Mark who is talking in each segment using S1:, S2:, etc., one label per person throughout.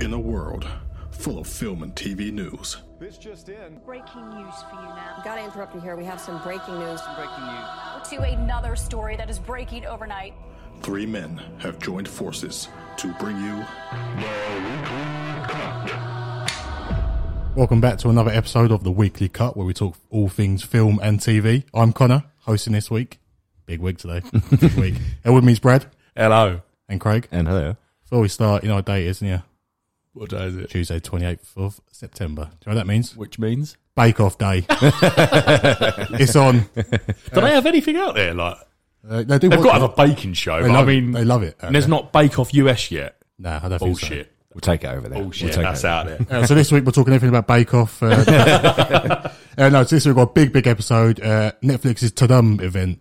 S1: In a world full of film and TV news,
S2: This just in.
S3: Breaking news for you now.
S4: Gotta interrupt you here. We have some breaking news.
S3: To another story that is breaking overnight.
S1: three men have joined forces to bring you
S5: Welcome back to another episode of the Weekly Cut, where we talk all things film and TV. I'm Connor, hosting this week. Big week today. Big week. And with me is Brad
S6: Hello.
S5: and Craig.
S6: And hello.
S5: Before we start, you know our date, isn't you?
S6: What day is it?
S5: Tuesday, 28th of September. Do you know what that means?
S6: Which means?
S5: Bake Off Day. it's on.
S6: Do they have anything out there? Like
S5: Uh, they do
S6: they've
S5: watch
S6: got to have
S5: it.
S6: a baking show.
S5: They
S6: But I
S5: love,
S6: mean,
S5: they love it.
S6: and there's not Bake Off US yet.
S5: Nah, I don't think so.
S6: Bullshit.
S7: We'll take it over there.
S6: Bullshit.
S7: We'll take
S6: That's
S7: it.
S6: out there.
S5: Uh, so this week we're talking everything about Bake Off. Uh, uh, no, so this week we've got a big, big episode. Uh, Netflix's Tadum event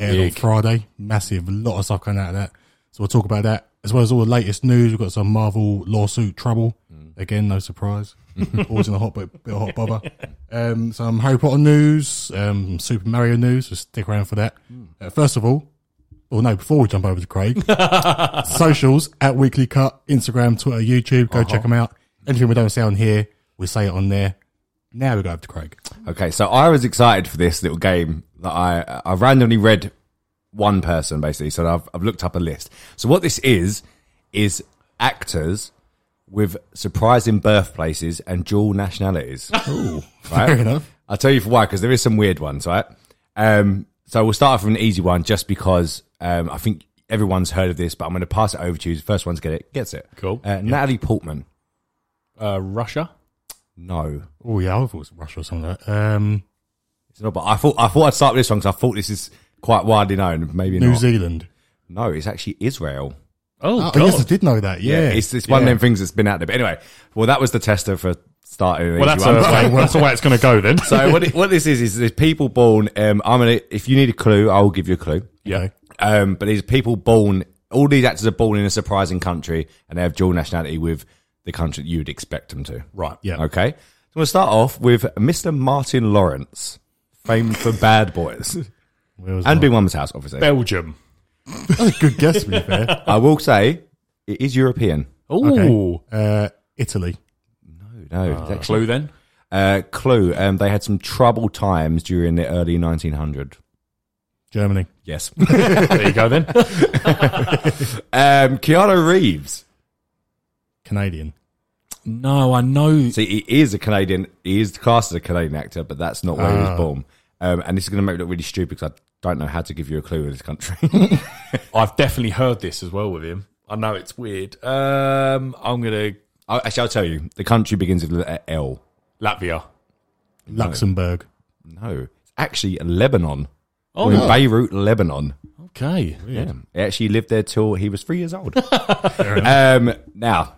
S5: aired on
S6: Big.
S5: Friday. Massive, lot of stuff coming out of that. So we'll talk about that as well as all the latest news. We've got some Marvel lawsuit trouble. Again, no surprise. Always in a hot bit, bit of hot bother. Um, some Harry Potter news, um, Super Mario news. So stick around for that. Uh, first of all, well, no, before we jump over to Craig, socials at Weekly Cut, Instagram, Twitter, YouTube. Go check 'em check them out. Anything we don't say on here, we say it on there. Now we go over to Craig.
S7: Okay, so I was excited for this little game that I I randomly read one person basically. So I've I've looked up a list. So what this is is actors with surprising birthplaces and dual nationalities. Ooh,
S5: Fair
S7: right?
S5: enough.
S7: I'll tell you for why because there is some weird ones, right? Um, so we'll start off with an easy one, just because um, I think everyone's heard of this, but I'm going to pass it over to you. The first one's get it gets it.
S6: Cool.
S7: Uh, Natalie Portman.
S6: Uh, Russia.
S7: No,
S5: Oh, yeah, I thought it was Russia or something like that. Um,
S7: It's not, but I thought I thought I'd start with this one because I thought this is quite widely known. Maybe
S5: New
S7: not.
S5: Zealand.
S7: No, it's actually Israel.
S6: Oh,
S5: Oh, yes, I did know that. Yeah.
S7: it's it's one of them things that's been out there. But anyway, well, that was the tester for starting. an
S6: Well,
S7: easy
S6: that's, a,
S7: one.
S6: way, that's the way it's going to go then.
S7: so what, it, what this is is there's people born. Um, I'm gonna. If you need a clue, I will give you a clue.
S6: yeah.
S7: Um, but these people born. All these actors are born in a surprising country, and they have dual nationality with the country that you'd expect them to.
S6: Right.
S5: Yeah.
S7: Okay. So we'll start off with Mr. Martin Lawrence, famed for Bad Boys
S5: Where was
S7: and
S5: that?
S7: Big Mama's House, obviously.
S6: Belgium.
S5: That's a good guess, to be fair.
S7: I will say it is European.
S6: Ooh.
S5: Uh, Italy.
S7: No, it's actually-
S6: Clue then.
S7: uh, clue. Um, they had some trouble times during the early 1900.
S5: Germany.
S7: Yes.
S6: There you go then.
S7: um, Keanu Reeves.
S5: Canadian.
S6: no, I know.
S7: See, he is a Canadian. He is classed as a Canadian actor, but that's not where he
S5: Ah.
S7: was born. Um, and this is going to make me look really stupid because I don't know how to give you a clue in this country.
S6: I've definitely heard this as well with him. I know it's weird. Um, I'm going to
S7: I, actually, I'll tell you. The country begins with the letter L.
S6: Latvia.
S5: Luxembourg.
S7: No, it's actually Lebanon. Oh, in Beirut, Lebanon.
S6: Okay.
S7: Yeah. He actually lived there till he was three years old. um, now,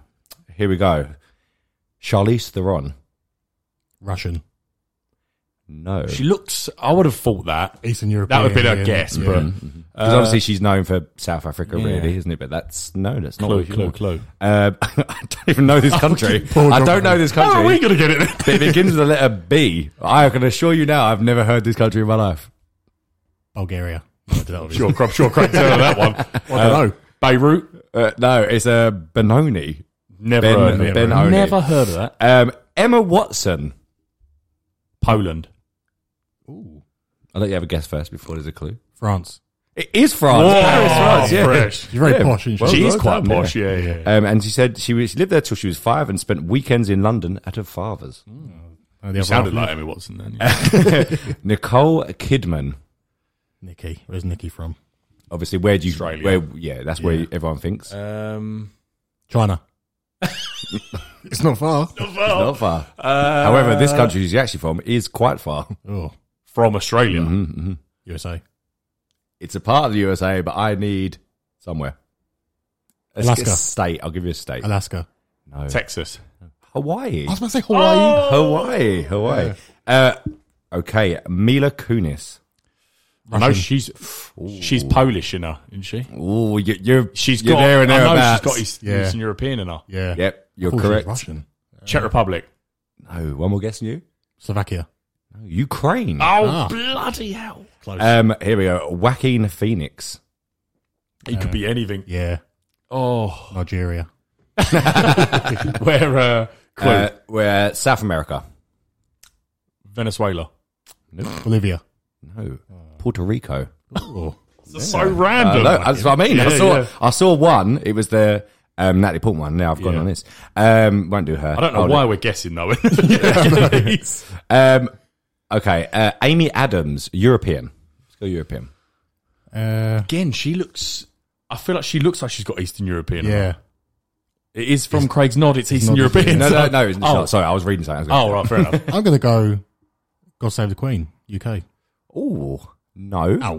S7: here we go. Charlize Theron.
S5: Russian.
S7: No.
S6: She looks. I would have thought that.
S5: Eastern Europe.
S6: That would have been a guess, but
S7: Because Mm-hmm. Uh, obviously she's known for South Africa, really, isn't it? But that's no, that's not
S6: clue,
S7: a
S6: clue, Oh, clue.
S7: Uh, I don't even know this country.
S5: poor
S7: I
S5: Jonathan.
S7: don't know this
S6: How are Ah, Oh, we
S7: country.
S6: going to get it? then?
S7: It begins with the letter B. I can assure you now, I've never heard this country in my life.
S5: Bulgaria.
S6: Sure, crop, sure, crack down on that one.
S5: I don't know.
S6: Beirut,
S7: Uh, no, it's a uh, Benoni.
S6: never
S7: Ben,
S6: heard of it.
S7: Ben Oni.
S6: Never heard of that.
S7: Um, Emma Watson.
S6: Poland.
S7: I'll let you have a guess first before there's a clue.
S5: France.
S7: It is France. Paris, France. Yeah.
S6: fresh.
S5: She's very posh, isn't she?
S6: She
S7: well
S6: is
S7: done,
S6: quite
S7: yeah.
S6: posh, yeah, yeah.
S7: Um, and she said she, was, she lived there till she was five and spent weekends in London at her father's.
S5: Oh, the other
S6: Sounded
S5: half.
S6: like Emmy Watson then. yeah.
S7: Nicole Kidman.
S5: Nikki. Where's Nikki from?
S7: Obviously, where do you?
S6: Australia.
S7: Where? Yeah, that's where
S5: Yeah.
S7: everyone thinks.
S6: um,
S5: China. it's not far.
S7: Not far. Uh, However,
S6: uh,
S7: this country she's actually from is quite far.
S5: Oh,
S6: from Australia.
S5: USA.
S7: It's a part of the USA, but I need somewhere. A s-
S5: Alaska.
S7: a state. I'll give you a state.
S5: Alaska. Oh!
S7: No.
S6: Texas.
S7: Hawaii.
S5: I was about to say Hawaii.
S7: Hawaii. Hawaii. Uh, okay, Mila Kunis.
S6: I know she's she's Polish in her, isn't she?
S7: Oh, you, you're
S6: She's
S7: you're
S6: got.
S7: there and
S6: I know she's
S7: thereabouts.
S6: got East,
S5: Yeah.
S6: Eastern European in her.
S5: Yeah.
S7: Yep,
S5: I thought
S7: you're
S5: she was
S7: correct.
S5: Russian.
S6: Czech Republic.
S7: No, Oh, one more guess than you.
S5: Slovakia.
S7: No, Ukraine.
S6: Oh bloody hell!
S5: Close.
S7: Um, here we go. Joaquin Phoenix.
S6: He could be anything.
S5: yeah.
S6: Oh,
S5: Nigeria.
S6: Where uh, clue
S7: Uh, we're South America.
S6: Venezuela.
S5: Bolivia.
S7: No, Puerto Rico.
S6: So random.
S7: No, that's what Uh, I mean. I
S6: Yeah,
S7: saw
S6: yeah.
S7: I saw one. It was the um, Natalie Portman one. Now I've gone
S6: Yeah.
S7: on this. Um, won't do her.
S6: I don't know why we're guessing though. Please.
S7: Um, okay, uh, Amy Adams, European. Let's go European.
S5: Uh,
S6: Again, she looks. I feel like she looks like she's got Eastern European.
S5: yeah.
S6: it is from Craig's nod. It's Eastern
S5: not
S6: European.
S5: Eastern.
S7: No,
S6: so-
S7: no, no. It's
S6: Oh,
S7: oh. sorry, I was reading something.
S6: oh, right, fair enough.
S5: I'm going to go God Save the Queen, UK.
S7: Oh no.
S5: Ow.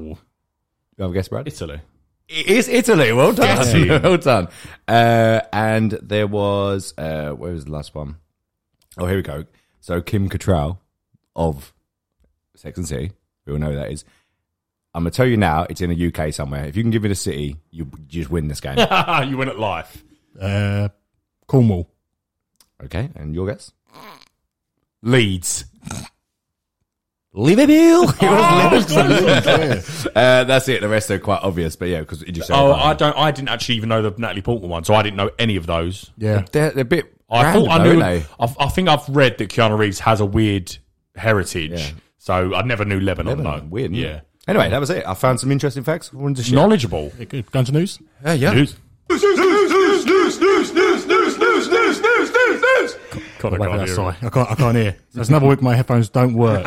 S7: You have a guess, Brad?
S6: Italy.
S7: It is Italy. Well done.
S6: Yes, you.
S7: well done. Uh, and there was uh, where was the last one? Oh, here we go. So Kim Cattrall of Sex and City. We all know who that is. I'm gonna tell you now. It's in the UK somewhere. If you can give me the city, you you just win this game.
S6: you win at life.
S5: Uh, Cornwall.
S7: okay. And your guess?
S6: Leeds.
S7: Liverpool.
S6: Oh,
S5: yeah.
S7: uh, that's it. The rest are quite obvious, but yeah, because you just said
S6: Oh,
S7: it.
S6: I don't. I didn't actually even know the Natalie Portman one, so I didn't know any of those.
S5: yeah.
S7: They're, they're a bit.
S6: I
S7: random,
S6: thought I
S7: don't
S6: knew.
S7: They?
S6: i I think I've read that Keanu Reeves has a weird heritage,
S7: Yeah.
S6: so I never knew Lebanon.
S7: Lebanon.
S6: though.
S7: Weird. isn't it?
S6: Yeah.
S7: Anyway, that was it. I found some interesting facts. I wanted to share.
S6: Knowledgeable.
S5: Good. Going to news?
S7: Yeah, yeah.
S6: News.
S5: God, I
S6: Wipe
S5: can't
S6: it
S5: hear.
S6: out,
S5: I can't, I can't hear. So it's another week my headphones don't work.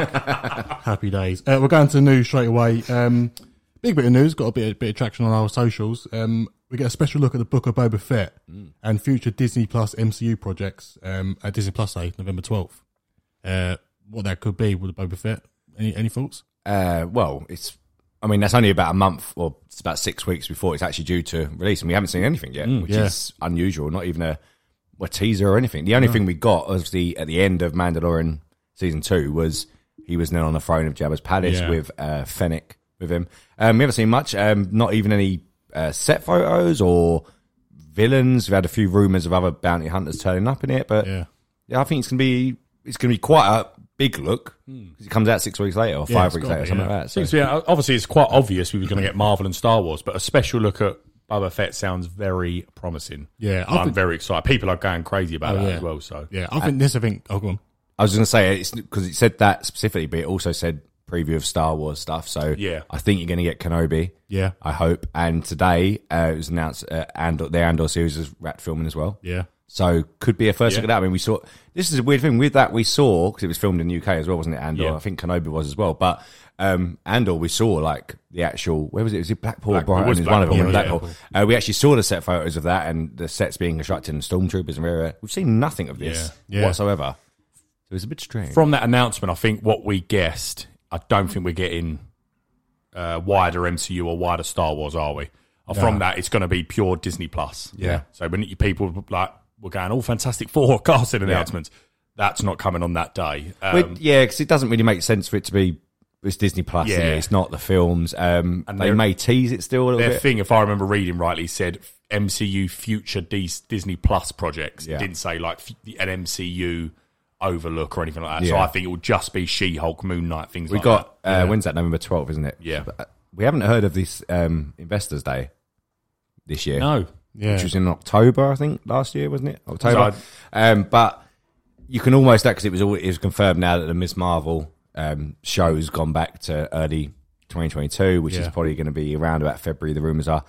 S5: Happy days. Uh, we're going to the news straight away. Um, big bit of news, got a bit, bit of traction on our socials. Um, we get a special look at the book of Boba Fett and future Disney Plus MCU projects um, at Disney Plus Day, November 12th. Uh, what that could be with Boba Fett. Any, any thoughts?
S7: uh, well, it's. I mean, that's only about a month or it's about six weeks before it's actually due to release, and we haven't seen anything yet, which
S5: Mm, yeah.
S7: is unusual. Not even a, a teaser or anything. The only thing we got was the at the end of Mandalorian season two was he was now on the throne of Jabba's palace
S6: Yeah.
S7: with uh, Fennec with him. Um, we haven't seen much. Um, not even any uh, set photos or villains. We've had a few rumors of other bounty hunters turning up in it, but
S5: Yeah.
S7: yeah, I think it's gonna be it's gonna be quite a big look 'cause it comes out six weeks later or five
S5: it's
S7: weeks
S5: gotta
S7: later,
S5: be,
S7: something
S5: Hmm. yeah.
S7: like that. So.
S6: Seems to be, uh, obviously, it's quite obvious we were going to get Marvel and Star Wars, but a special look at Boba Fett sounds very promising.
S5: Yeah, I
S6: I'm
S5: think-
S6: very excited. People are going crazy
S7: Oh,
S6: about that
S5: yeah.
S6: as well. So,
S5: Yeah, I think this, I think, oh, go on.
S7: I was gonna say it's because it said that specifically, but it also said preview of Star Wars stuff. So
S6: Yeah.
S7: I think you're gonna get Kenobi.
S5: Yeah.
S7: I hope. And today uh, it was announced uh, Andor, the Andor series is rat filming as well.
S5: Yeah.
S7: So could be a first look
S6: Yeah.
S7: at that. I mean, we saw this is a weird thing with that we saw because it was filmed in the UK as well, wasn't it? Andor,
S6: Yeah.
S7: I think Kenobi was as well, but um, Andor we saw like the actual where was it? Was it Blackpool?
S6: Blackpool.
S7: Brighton
S6: It was
S7: is one of them.
S6: Blackpool, yeah.
S7: Blackpool. Uh, we actually saw the set photos of that and the sets being constructed and stormtroopers and rare. We've seen nothing of this
S5: Yeah. Yeah.
S7: whatsoever. So it's a bit strange.
S6: from that announcement, I think what we guessed, I don't think we're getting uh, wider MCU or wider Star Wars, are we? Uh, From that, it's going to be pure Disney Plus.
S7: Yeah.
S6: So when you- people like were going, "Oh, Fantastic Four casting announcements," that's not coming on that day. Um,
S7: But, yeah, because it doesn't really make sense for it to be. It's Disney Plus. Yeah,
S6: Yeah.
S7: it's not the films. Um,
S6: And
S7: they
S6: they're-
S7: may tease it still a little
S6: their
S7: bit.
S6: thing, if I remember reading rightly, said MCU future Dis- Disney Plus projects.
S7: Yeah.
S6: It didn't say like f- an MCU overlook or anything like that. So
S7: Yeah.
S6: I think it will just be She Hulk, Moon Knight, things
S7: We
S6: like
S7: got
S6: that.
S7: uh, when's that? November twelfth, isn't it?
S6: Yeah.
S7: But, uh, we haven't heard of this um, Investors Day this year,
S6: No.
S5: Yeah.
S7: which was in October, I think, last year, wasn't it? October.
S6: So-
S7: um, but you can almost that because it was all it was confirmed now that the Miss Marvel um, show's gone back to early 2022, which is
S5: Yeah.
S7: probably going to be around about February. The rumors are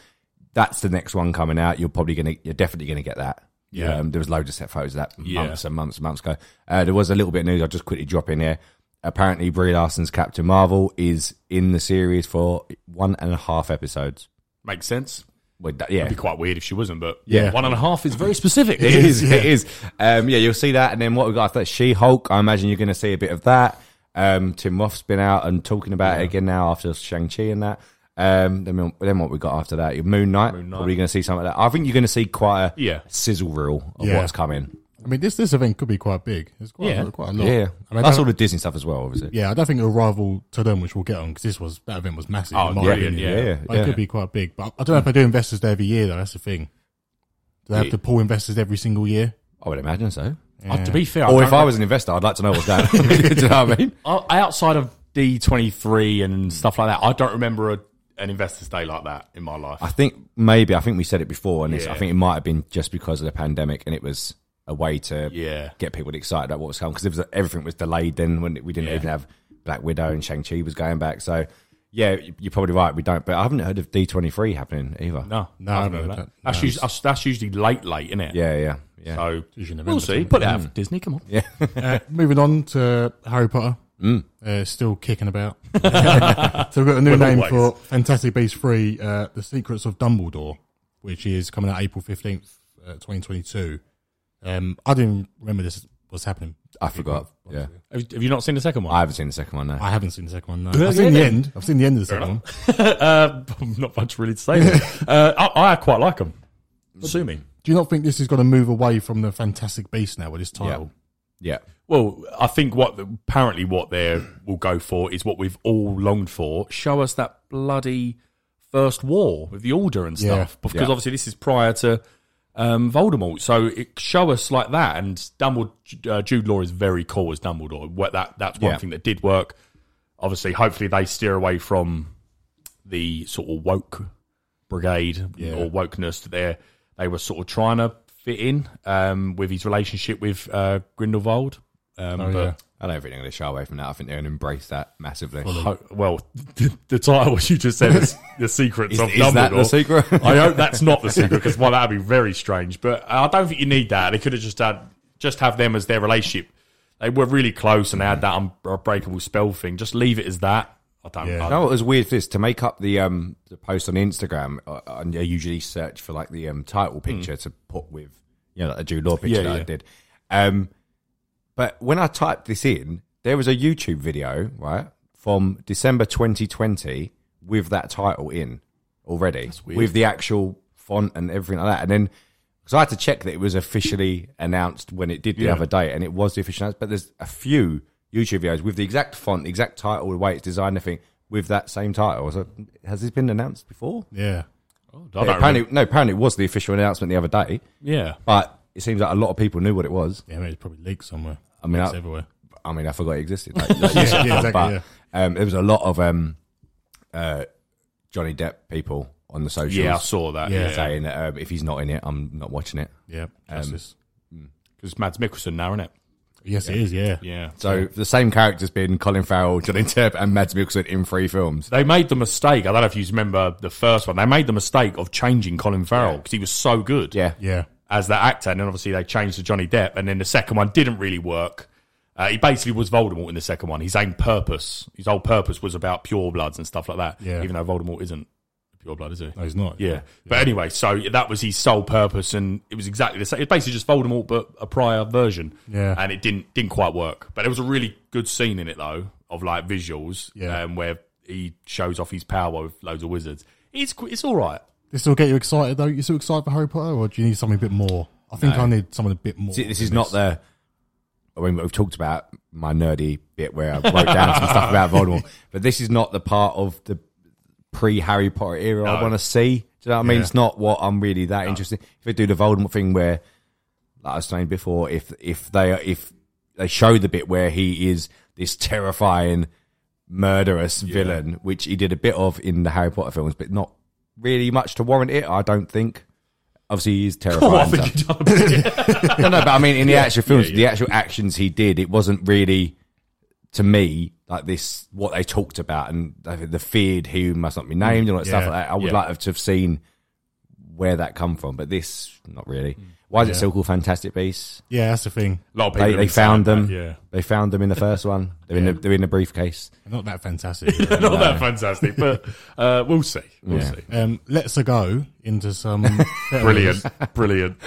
S7: that's the next one coming out. You're probably going to, you're definitely going to get that.
S6: Yeah.
S7: Um, there was loads of set photos of that
S6: Yeah.
S7: months and months and months ago. Uh, there was a little bit of news I'll just quickly drop in here. Apparently, Brie Larson's Captain Marvel is in the series for one and a half episodes.
S6: Makes sense.
S7: Well, that, yeah,
S6: It'd be quite weird if she wasn't, but
S7: Yeah.
S6: one and a half is very specific.
S7: It is. It is. Um, yeah, you'll see that. And then what we got after that, She Hulk. I imagine you're going to see a bit of that. Um, Tim Roth's been out and talking about it again now after Shang Chi and that. Um, then, we- then what we got after that? Moon Knight.
S6: Moon Knight.
S7: Probably going to see some of that. I think you're going to see quite a
S6: Yeah.
S7: sizzle reel of
S5: Yeah.
S7: what's coming.
S5: I mean, this, this event could be quite big. It's quite,
S6: Yeah.
S5: quite a lot.
S7: yeah,
S5: I mean,
S7: that's
S5: that-
S7: all the Disney stuff as well, obviously.
S5: Yeah, I don't think it'll rival to them, which we'll get on because this was that event was massive.
S6: Oh,
S5: in my
S6: yeah,
S5: opinion.
S6: yeah,
S7: yeah,
S5: Like,
S7: yeah.
S5: It could be quite big, but I don't know if they do investors day every year. Though that's the thing. Do they have to pull investors every single year?
S7: I would imagine so.
S6: Uh, to be fair,
S7: Or if
S6: don't
S7: I
S6: know-
S7: was an investor, I'd like to know what's going.
S6: Uh,
S7: on. Do you know what I mean?
S6: o- outside of D23 and stuff like that, I don't remember a an Investors Day like that in my life.
S7: I think maybe I think we said it before, and it's, I
S6: Yeah.
S7: think it might have been just because of the pandemic, and it was a way to
S6: Yeah.
S7: get people excited about what was coming because everything was delayed. Then when we didn't
S6: Yeah.
S7: even have Black Widow and Shang Chi was going back, so yeah, you're probably right. We don't, but I haven't heard of D twenty three happening either.
S6: No,
S5: No,
S6: I
S5: I
S6: haven't heard
S5: don't
S6: that.
S5: know that.
S6: That's,
S5: No,
S6: usually, that's, that's usually late, late, isn't it?
S7: Yeah, yeah, yeah.
S6: So
S5: Usually November
S6: we'll see.
S5: time.
S6: Put it
S7: Mm.
S6: out for Disney. Come on. Yeah.
S5: Uh, Moving on to Harry Potter. Uh, still kicking about. so we've got a new
S6: Mm. Well,
S5: name
S6: always.
S5: for Fantastic Beasts 3, uh, The Secrets of Dumbledore, which is coming out April 15th, uh, 2022. Um, I didn't remember this was happening.
S7: I forgot. Yeah,
S6: Have, have you not seen the second one?
S7: I haven't seen the second one. No.
S5: I haven't seen the second one, no. I've seen the end. I've seen the end of the second one.
S6: uh, not much really to say. there. uh, I, I quite like them. Sue me.
S5: Do you not think this is going to move away from the Fantastic Beasts now with this title?
S7: yeah,
S6: Well, I think what apparently what they will go for is what we've all longed for. Show us that bloody first war with the Order and
S5: Yeah.
S6: stuff, because
S7: Yeah.
S6: obviously this is prior to um, Voldemort. So it, show us like that, and Dumbledore, uh, Jude Law is very cool as Dumbledore. What that that's one
S7: Yeah.
S6: thing that did work. Obviously, hopefully they steer away from the sort of woke brigade or wokeness that they they were sort of trying to fit in um, with his relationship with uh, Grindelwald. Um,
S5: Oh,
S6: but
S5: yeah.
S7: I don't think they're going to shy away from that. I think they're going to embrace that massively.
S6: ho- well, the, the title you just said is the secrets
S7: Is-
S6: of
S7: is
S6: Dumbledore.
S7: that the secret?
S6: I hope that's not the secret because well, that'd be very strange. But I don't think you need that. They could have just had just have them as their relationship. They were really close and they had that unbreakable spell thing. Just leave it as that. I don't.
S5: Yeah.
S6: I-
S7: You know what was weird for this to make up the um the post on Instagram. I, I usually search for like the um title picture to put with you know like the Jude Law picture
S6: Yeah,
S7: that I
S6: yeah.
S7: did. Um, but when I typed this in, there was a YouTube video right from December 2020 with that title in already with the actual font and everything like that. And then because I had to check that it was officially announced when it did the other day, and it was the official announcement. But there's a few YouTube videos with the exact font, the exact title, the way it's designed, everything with that same title. So has this been announced before?
S5: Yeah.
S6: I don't
S7: Apparently, no. Apparently, it was the official announcement the other day,
S6: remember. yeah.
S7: but it seems like a lot of people knew what it was.
S5: Yeah, I mean, it's probably leaked somewhere.
S7: I mean,
S5: it's
S7: I-
S5: everywhere.
S7: I mean, I forgot it existed. Like, like,
S5: Yeah, yeah, exactly.
S7: but
S5: yeah.
S7: um, there was a lot of um, uh, Johnny Depp people on the socials
S6: Yeah, I saw that.
S5: Yeah.
S6: Yeah,
S7: saying that um, if he's not in it, I'm not watching it.
S5: Yeah.
S7: um,
S5: Justice.
S6: because Mads Mikkelsen now, isn't it?
S5: yes, it is, yeah.
S6: Yeah.
S7: So the same characters been Colin Farrell, Johnny Depp, and Mads Mikkelsen in three films.
S6: They made the mistake. I don't know if you remember the first one. They made the mistake of changing Colin Farrell because he was so good.
S7: Yeah,
S5: Yeah.
S6: as that actor, and then obviously they changed to Johnny Depp, and then the second one didn't really work. Uh, he basically was Voldemort in the second one. His own purpose, his whole purpose was about purebloods and stuff like that.
S5: Yeah.
S6: Even though Voldemort isn't a pureblood, is he?
S5: No, he's not.
S6: yeah. But anyway, so that was his sole purpose, and it was exactly the same. It's basically just Voldemort, but a prior version.
S5: Yeah.
S6: And it didn't didn't quite work. But there was a really good scene in it though of like visuals,
S5: Yeah.
S6: um, where he shows off his power with loads of wizards. It's qu- it's all right.
S5: This will get you excited though. You still excited for Harry Potter, or do you need something a bit more? I think I need something a bit more.
S7: See, this
S5: than
S7: is not the. I mean, we've talked about my nerdy bit where I wrote down some stuff about Voldemort, but this is not the part of the pre Harry Potter era I
S6: No.
S7: want to see. Do you know what I mean?
S5: Yeah.
S7: It's not what I'm really that interested. If they do the Voldemort thing where, like I was saying before, if if they if they show the bit where he is this terrifying murderous villain, which he did a bit of in the Harry Potter films, but not really much to warrant it. I don't think. Obviously, he's terrifying.
S6: Oh, I
S7: so-
S6: think you've done a bit.
S7: no, no, but I mean, in the actual films, the actual actions he did, it wasn't really to me like this what they talked about and the the feared who must not be named and all that stuff
S5: Yeah.
S7: like that. I would
S6: Yeah.
S7: like to have seen where that come from, but this not really. Why is it still called Fantastic Beasts?
S5: Yeah, that's the thing.
S6: A lot of people
S7: They,
S6: have
S7: they
S6: been saying
S7: found
S6: that,
S7: them.
S6: Yeah.
S7: They found them in the first one. They're in the, they're in the briefcase.
S5: Not that fantastic.
S6: not that fantastic, but uh, we'll see. We'll
S7: Yeah.
S6: see.
S5: um, let's a go into some better news.
S6: Brilliant, brilliant.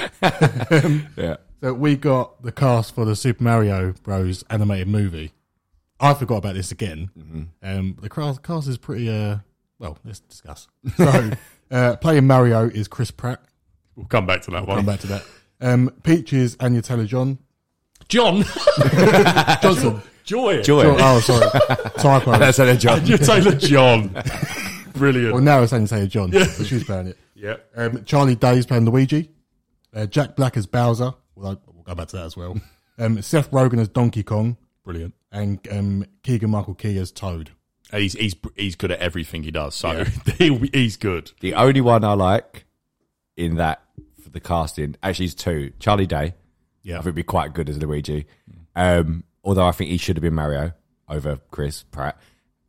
S7: Yeah.
S5: So we got the cast for the Super Mario Bros. animated movie. I forgot about this again. Um, the cast, cast is pretty. Uh, well, let's discuss. So uh, playing Mario is Chris Pratt.
S6: We'll come back to that one.
S5: Come back to that. Um, Peach is Anya Taylor John.
S6: John
S5: Johnson.
S6: Joy.
S7: Joy.
S5: Oh, oh, sorry. Typo.
S7: That's how they jump.
S6: You're Taylor John. Brilliant.
S5: Well, now it's Anya Taylor John. so She's playing it.
S6: yeah.
S5: Um, Charlie Day's playing Luigi. Uh, Jack Black as Bowser. Well, I- we'll go back to that as well. Um, Seth Rogen as Donkey Kong.
S6: Brilliant.
S5: And um, Keegan Michael Key as Toad.
S6: And he's he's he's good at everything he does. So he, he's good.
S7: The only one I like in that for the casting actually is two. Charlie Day, I
S6: Yeah,
S7: think, would be quite good as Luigi. Um, although I think he should have been Mario over Chris Pratt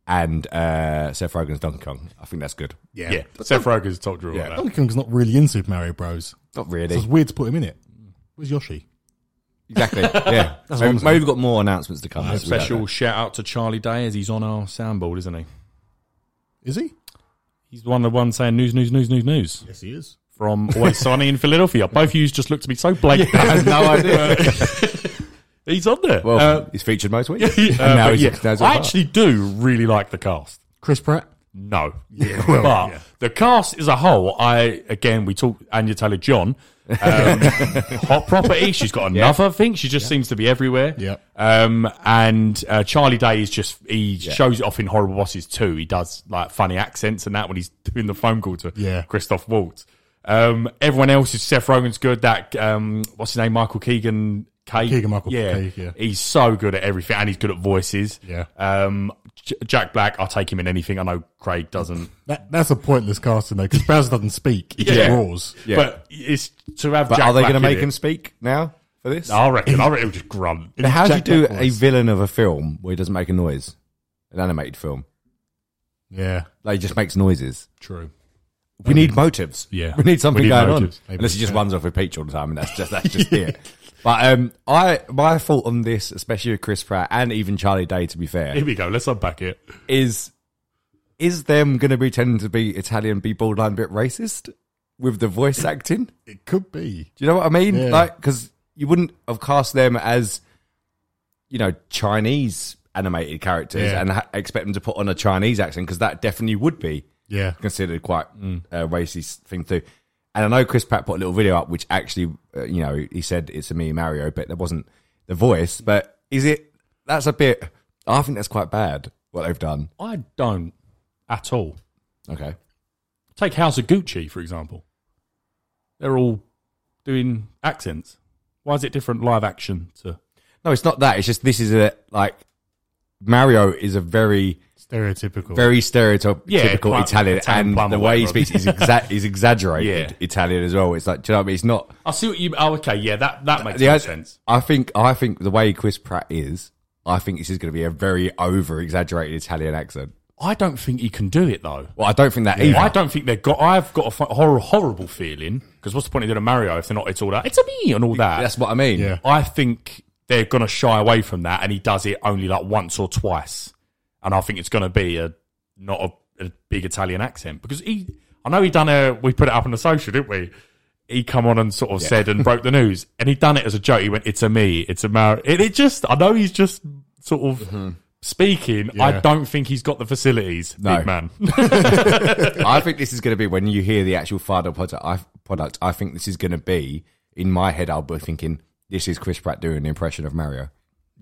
S7: and uh, Seth Rogen's Donkey Kong. I think that's good.
S6: yeah. Seth Rogen's top drawer.
S7: Yeah.
S6: Yeah.
S5: Donkey Kong's not really in Super Mario Bros.
S7: Not
S5: So
S7: really.
S5: it's weird to put him in it. Where's Yoshi?
S7: Exactly. Yeah. so maybe we've got more announcements to come. as we go.
S6: Special shout out to Charlie Day as he's on our soundboard, isn't he?
S5: Is he?
S6: He's one of the ones saying news, news, news, news, news
S5: Yes, he is.
S6: from Always Sunny in Philadelphia. Both of you just looked to me so blank.
S7: I had no idea.
S6: He's on there.
S7: Well,
S6: Uh,
S7: he's featured most weeks.
S6: uh,
S7: and now
S6: but
S7: he's
S6: yeah,
S7: recognized
S6: I
S7: as
S6: actually do really like the cast.
S5: Chris Pratt?
S6: No, yeah, but the cast as a whole, I again we talked Anya Taylor John, um, hot property. She's got another thing. She just seems to be everywhere.
S5: Yeah.
S6: Um, and uh, Charlie Day is just he shows it off in Horrible Bosses too. He does like funny accents and that when he's doing the phone call to
S5: Yeah.
S6: Christoph Waltz. Um, everyone else is Seth Rogen's good. That um, what's his name? Michael Keegan. Cake.
S5: Keegan-Michael Cake, yeah.
S6: He's so good at everything, and he's good at voices.
S5: Yeah.
S6: Um, J- Jack Black, I'll take him in anything. I know Craig doesn't,
S5: That, that's a pointless casting, though, because Bowser doesn't speak. He just
S6: Yeah.
S5: roars.
S7: Yeah.
S6: but it's to have.
S7: But
S6: Jack
S7: are they
S6: going to
S7: make him speak now for this?
S6: I reckon. I reckon he'll just grunt.
S7: Now, how do you
S5: Jack
S7: do
S5: Black
S7: a
S5: voice.
S7: villain of a film where he doesn't make a noise? An animated film.
S5: Yeah,
S7: Like, he just makes noises.
S5: true.
S7: We need motives.
S6: Yeah.
S7: We need something
S6: We need
S7: going
S6: motives.
S7: on.
S5: Maybe,
S7: Unless he just
S5: yeah.
S7: runs off with Peach all the time and that's just, that's just it. But um, I my thought on this, especially with Chris Pratt and even Charlie Day, to be fair,
S6: Here we go. Let's unpack it.
S7: is is them going to be tending to be Italian, be borderline a bit racist with the voice acting?
S5: It could be.
S7: Do you know what I mean? Like
S5: Yeah.
S7: 'cause Like, because you wouldn't have cast them as, you know, Chinese animated characters
S5: Yeah.
S7: and ha- expect them to put on a Chinese accent because that definitely would be
S5: Yeah.
S7: considered quite
S6: Mm.
S7: a racist thing too. And I know Chris Pratt put a little video up, which actually, uh, you know, he said it's a me Mario, but there wasn't the voice. But is it? That's a bit. I think that's quite bad what they've done.
S6: I don't at all.
S7: Okay.
S6: Take House of Gucci for example. They're all doing accents. Why is it different live action to?
S7: No, it's not that. It's just this is a like Mario is a very
S5: Stereotypical.
S7: very stereotypical
S6: Yeah, quite
S7: Italian,
S6: Italian
S7: and
S6: plum
S7: the
S6: or
S7: way he
S6: whatever.
S7: speaks is exa- is exaggerated
S6: Yeah.
S7: Italian as well. It's like, do you know what I mean? It's not.
S6: I see what you. Oh, okay. Yeah, that that makes
S7: the-
S6: more sense.
S7: I think I think the way Chris Pratt is, I think this is going to be a very over exaggerated Italian accent.
S6: I don't think he can do it though.
S7: Well, I don't think that
S6: Well, I
S7: either.
S6: don't think they've got. I've got a fu- horrible, horrible feeling because what's the point of doing a Mario if they're not? It's all that. It's a me and all that.
S7: That's what I mean.
S5: Yeah.
S6: I think they're going to shy away from that, and he does it only like once or twice. And I think it's going to be a not a, a big Italian accent because he. I know he done a. We put it up on the social, didn't we? He come on and sort of said and broke the news, and he done it as a joke. He went, "It's a me, it's a Mario." It, it just. I know he's just sort of.
S7: Mm-hmm.
S6: Speaking, I
S5: Yeah.
S6: don't think he's got the facilities,
S7: No.
S6: big man.
S7: I think this is going to be when you hear the actual final product. I, product, I think this is going to be in my head. I'll be thinking this is Chris Pratt doing an impression of Mario.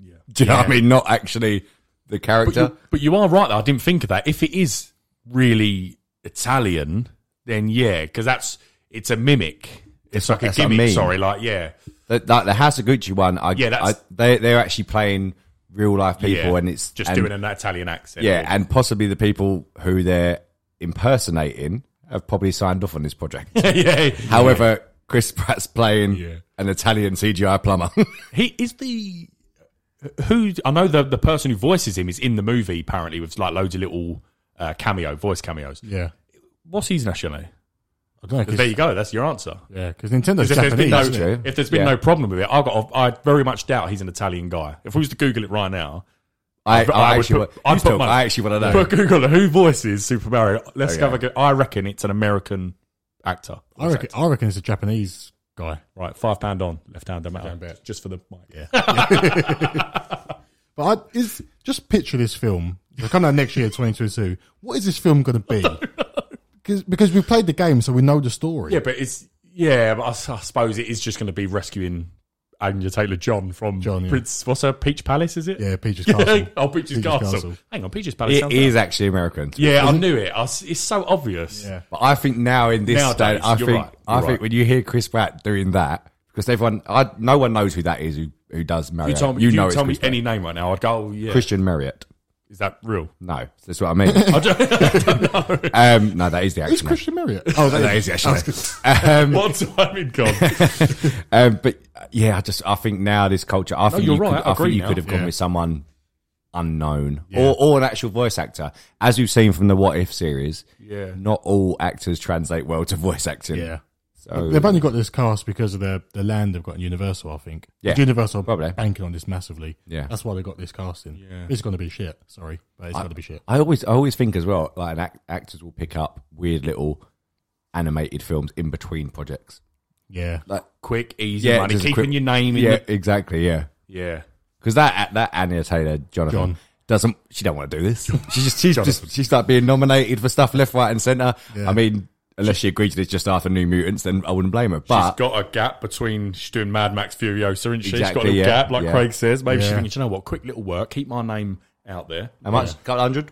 S7: Yeah. Do you know what I mean? Not actually the
S6: But
S7: character.
S6: you, but you are right. Though. I didn't think of that. If it is really Italian, then yeah, because that's it's a mimic. It's like a
S7: that's what I
S6: gimmick.
S7: mean.
S6: Sorry, like yeah,
S7: The, the, the House of Gucci one, I,
S6: Yeah, that's-
S7: I, they they're actually playing real life people,
S6: yeah.
S7: and it's
S6: just
S7: and-
S6: doing an Italian accent.
S7: yeah, and possibly the people who they're impersonating have probably signed off on this project.
S6: yeah.
S7: However, Chris Pratt's playing
S6: Yeah.
S7: an Italian CGI plumber.
S6: He is the who I know the the person who voices him is in the movie apparently with like loads of little uh, cameo voice cameos.
S5: yeah.
S6: What's his nationality?
S5: I don't know. 'cause-
S6: There you go. That's your answer.
S5: yeah, because Nintendo's
S6: Because if there's been
S5: Japanese.
S6: no,
S5: isn't it?
S7: true.
S6: if there's been
S7: Yeah.
S6: no problem with it, I got. I very much doubt he's an Italian guy. If we was to Google it right now,
S7: I, I,
S6: I would
S7: actually,
S6: put-
S7: wa-
S6: I'd
S7: you
S6: put
S7: still-
S6: money.
S7: I actually want to know.
S6: But Google who voices Super Mario. Let's
S7: Okay.
S6: have a go. I reckon it's an American actor.
S5: I reckon, I reckon it's a Japanese guy.
S6: Right, five pound on, left hand, don't matter. Just for the mic.
S5: But I, is just picture this film. It'll come out next year, 2022. What is this film going to be? Because because we played the game, so we know the story.
S6: Yeah, but it's yeah, but I, s- I suppose it is just going to be rescuing Anya Taylor John from
S5: John, yeah.
S6: Prince. What's her Peach Palace? Is it?
S5: Yeah, Peach's
S6: Yeah,
S5: Castle.
S6: Oh, Peach's,
S5: Peach's
S6: Castle.
S5: Castle.
S6: Hang on, Peach's Palace.
S7: It
S6: sounds
S7: is
S6: right.
S7: actually American.
S6: Yeah, I knew it. I s it's so obvious.
S5: Yeah.
S7: But I think now in this
S6: Nowadays,
S7: state, I
S6: you're
S7: think
S6: right,
S7: I
S6: you're
S7: think
S6: right.
S7: when you hear Chris Pratt doing that, because everyone, I no one knows who that is who, who does Mario.
S6: You told me.
S7: you
S6: You,
S7: know it's
S6: tell me
S7: Chris Pratt.
S6: any name right now. I'd go. Oh, yeah.
S7: Christian Marriott.
S6: Is that real?
S7: No, that's what I mean. um, no, that is the
S5: Who's
S7: action.
S5: Christian Marriott? Oh,
S7: that is the action. Um,
S6: What time in God?
S7: Um, but uh, yeah, I just I think now this culture. I think
S6: you're
S7: you
S6: right,
S7: Could,
S6: I
S7: I,
S6: agree
S7: think you
S6: now.
S7: could have gone
S5: Yeah.
S7: with someone unknown
S5: Yeah.
S7: or or an actual voice actor, as we've seen from the What If series.
S6: Yeah.
S7: not all actors translate well to voice acting.
S5: Yeah.
S7: so
S5: They've only got this cast because of the the land they've got in Universal, I think.
S7: Yeah,
S5: Universal are
S7: probably.
S5: banking on this massively.
S7: Yeah.
S5: that's why they got this casting. Yeah. It's going to be shit. Sorry, but it's going to be shit.
S7: I always I always think as well like an act, actors will pick up weird little animated films in between projects.
S5: Yeah,
S7: Like
S6: Quick, easy
S7: Yeah,
S6: money.
S7: just a
S6: Keeping
S7: quick-
S6: your name in.
S7: yeah,
S6: the-
S7: exactly, yeah.
S6: yeah.
S7: Because that that Anya Taylor Jonathan
S5: John.
S7: doesn't she don't want to do this. She just she's just she's like being nominated for stuff left, right, and centre.
S5: Yeah.
S7: I mean, unless she agreed to this just after New Mutants, then I wouldn't blame her. But
S6: she's got a gap between she's doing Mad Max Furiosa and she? she's got a
S7: Exactly,
S6: little
S7: yeah,
S6: gap, like
S7: yeah.
S6: Craig says. Maybe she's
S5: Yeah.
S6: thinking, "Do you know what? Quick little work, keep my name out there.
S7: how much? Got hundred.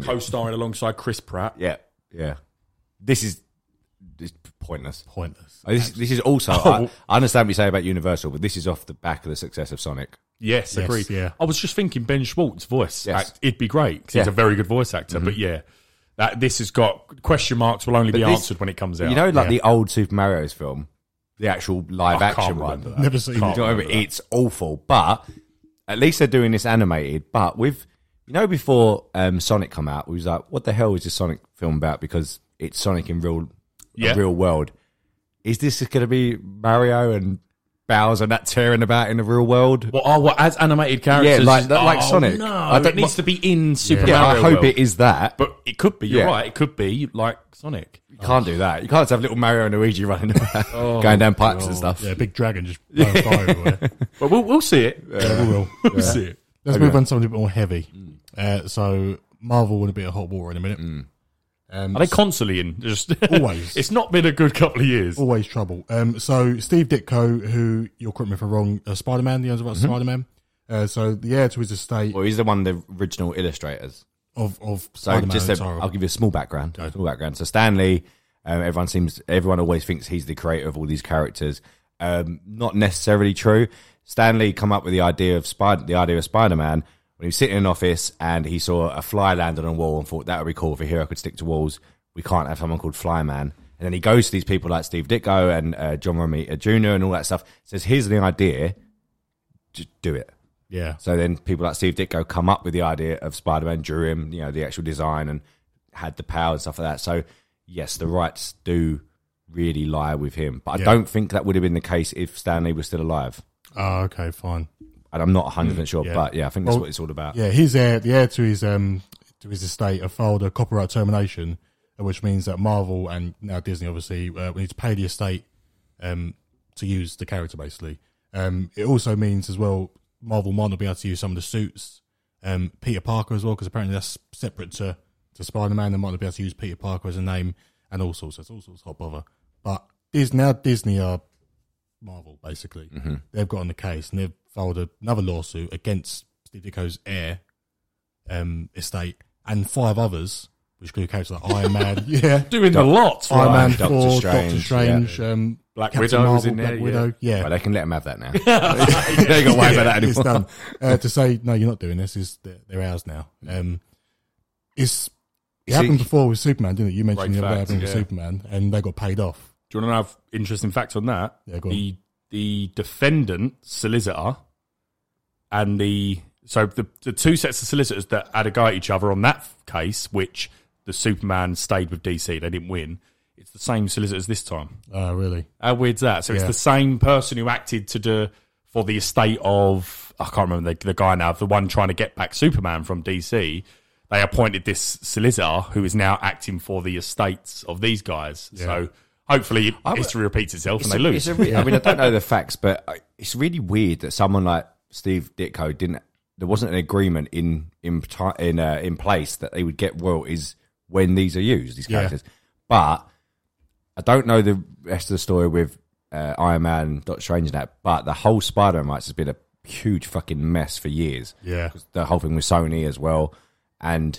S6: Co-starring alongside Chris Pratt.
S7: Yeah, yeah. This is it's pointless.
S5: pointless.
S7: Uh, This, this is also. I, I understand what you say about Universal, but this is off the back of the success of Sonic.
S6: Yes,
S5: Yes,
S6: agreed.
S5: yeah.
S6: I was just thinking Ben Schwartz voice.
S7: Yes.
S6: Act, it'd be great 'cause he's
S7: Yeah. Mm-hmm.
S6: a very good voice actor. But yeah, that this has got question marks. Will only be
S7: this-
S6: answered when it comes out.
S7: You know, like
S5: yeah. Oh,
S7: the old Super Mario's film, the actual live
S6: I can't
S7: action one.
S6: remember that.
S5: Never seen
S6: Can't
S5: it.
S7: Do you know what I mean? It's awful, but at least they're doing this animated. But with you know, before um, Sonic come out, we was like, "What the hell is this Sonic film about?" Because it's Sonic in real,
S6: Yeah.
S7: real world. Is this going to be Mario and Bowser and that tearing about in the real world?
S6: Well, oh, well, as animated characters,
S7: Yeah, like- that- like
S6: Oh,
S7: Sonic.
S6: No,
S7: I don't-
S6: it needs to be in Super
S7: yeah,
S6: Mario.
S7: I hope
S6: World.
S7: it is that. But
S6: but it could be. You're
S7: Yeah.
S6: right. It could be like Sonic.
S7: you can't do that. You can't just have little Mario and Luigi running around, going down pipes and stuff.
S5: Oh, Yeah, big dragon just blowing fire everywhere.
S6: But we'll, we'll see it.
S5: Yeah, we will.
S6: We'll see it.
S5: Let's move on to something a bit more heavy.
S7: Mm.
S5: Uh, so Marvel want a bit of hot water in a minute. Um,
S6: Are they constantly in? Just
S5: Always.
S6: it's not been a good couple of years.
S5: always trouble. Um, so Steve Ditko, who you'll correct me if I'm wrong, uh, Spider Man, the owner of Spider Man. Uh, so the heir to his estate
S7: Mm-hmm. Well, he's the one of the original illustrators.
S5: of of
S7: So
S5: Spider Man.
S7: just a, I'll give you a small background. Small background. So Stanley, um, everyone seems everyone always thinks he's the creator of all these characters. Um, not necessarily true. Stanley come up with the idea of Spider the idea of Spider Man when he was sitting in an office and he saw a fly land on a wall and thought that would be cool if a hero could stick to walls. We can't have someone called Flyman. And then he goes to these people like Steve Ditko and uh, John Romita Jr. and all that stuff. Says, "Here's the idea. Just do it."
S5: yeah,
S7: So then people like Steve Ditko come up with the idea of Spider Man, drew him, you know, the actual design and had the power and stuff like that. So yes, the rights do really lie with him. But I
S5: Yeah.
S7: don't think that would have been the case if Stanley was still alive.
S5: Oh, okay, fine.
S7: And I'm not 100 percent sure,
S5: Mm, yeah.
S7: but yeah, I think that's
S5: Well,
S7: what it's all about.
S5: Yeah, his heir, the heir to his um to his estate, have filed a copyright termination, uh, which means that Marvel and now Disney obviously uh, will need to pay the estate um to use the character basically. Um, it also means as well Marvel might not be able to use some of the suits. Um, Peter Parker as well because apparently that's separate to to Spider Man. They might not be able to use Peter Parker as a name and all sorts. That's all sorts of hot bother. But Dis now Disney are Marvel, basically.
S7: Mm-hmm.
S5: They've got on the case and they've filed another lawsuit against Steve Ditko's heir um, estate and five others, which include characters like Iron Man, yeah,
S6: Doing the lot.
S5: Iron Man
S7: Doctor
S5: Four, Doctor
S7: Strange,
S5: Strange, um,
S6: Black
S5: Captain
S6: Widow was
S5: Marvel,
S6: in there,
S5: Black
S6: yeah.
S5: Widow, yeah.
S7: But they can let him have that now. they ain't got away about that
S5: It's
S7: anymore.
S5: done. Uh, to say no, you're not doing this. Is they're, they're ours now? Um, it's it
S7: Mm-hmm. See-
S5: happened before with Superman, didn't it? You mentioned
S6: Great
S5: the other day
S6: fact,
S5: happened with
S6: yeah.
S5: Superman, and they got paid off.
S6: Do you want to have interesting facts on that?
S5: Yeah, go on.
S6: the the defendant solicitor and the so the, the two sets of solicitors that had a go at each other on that case, which the Superman stayed with DC, they didn't win. It's the same solicitors this time.
S5: Oh, really?
S6: How weird's Uh, that? So it's
S5: Yeah.
S6: the same person who acted to do for the estate of I can't remember the, the guy now, the one trying to get back Superman from DC. They appointed this solicitor who is now acting for the estates of these guys. So hopefully history repeats itself and they lose.
S7: It's a re- I mean, I don't know the facts, but I- it's really weird that someone like Steve Ditko didn't. There wasn't an agreement in in ti- in uh, in place that they would get royalties when these are used, these
S5: Yeah.
S7: characters. But I don't know the rest of the story with uh, Iron Man, Doctor Strange, and that. But the whole Spider-Man rights has been a huge fucking mess for years.
S5: Yeah.
S7: the whole thing with Sony as well, and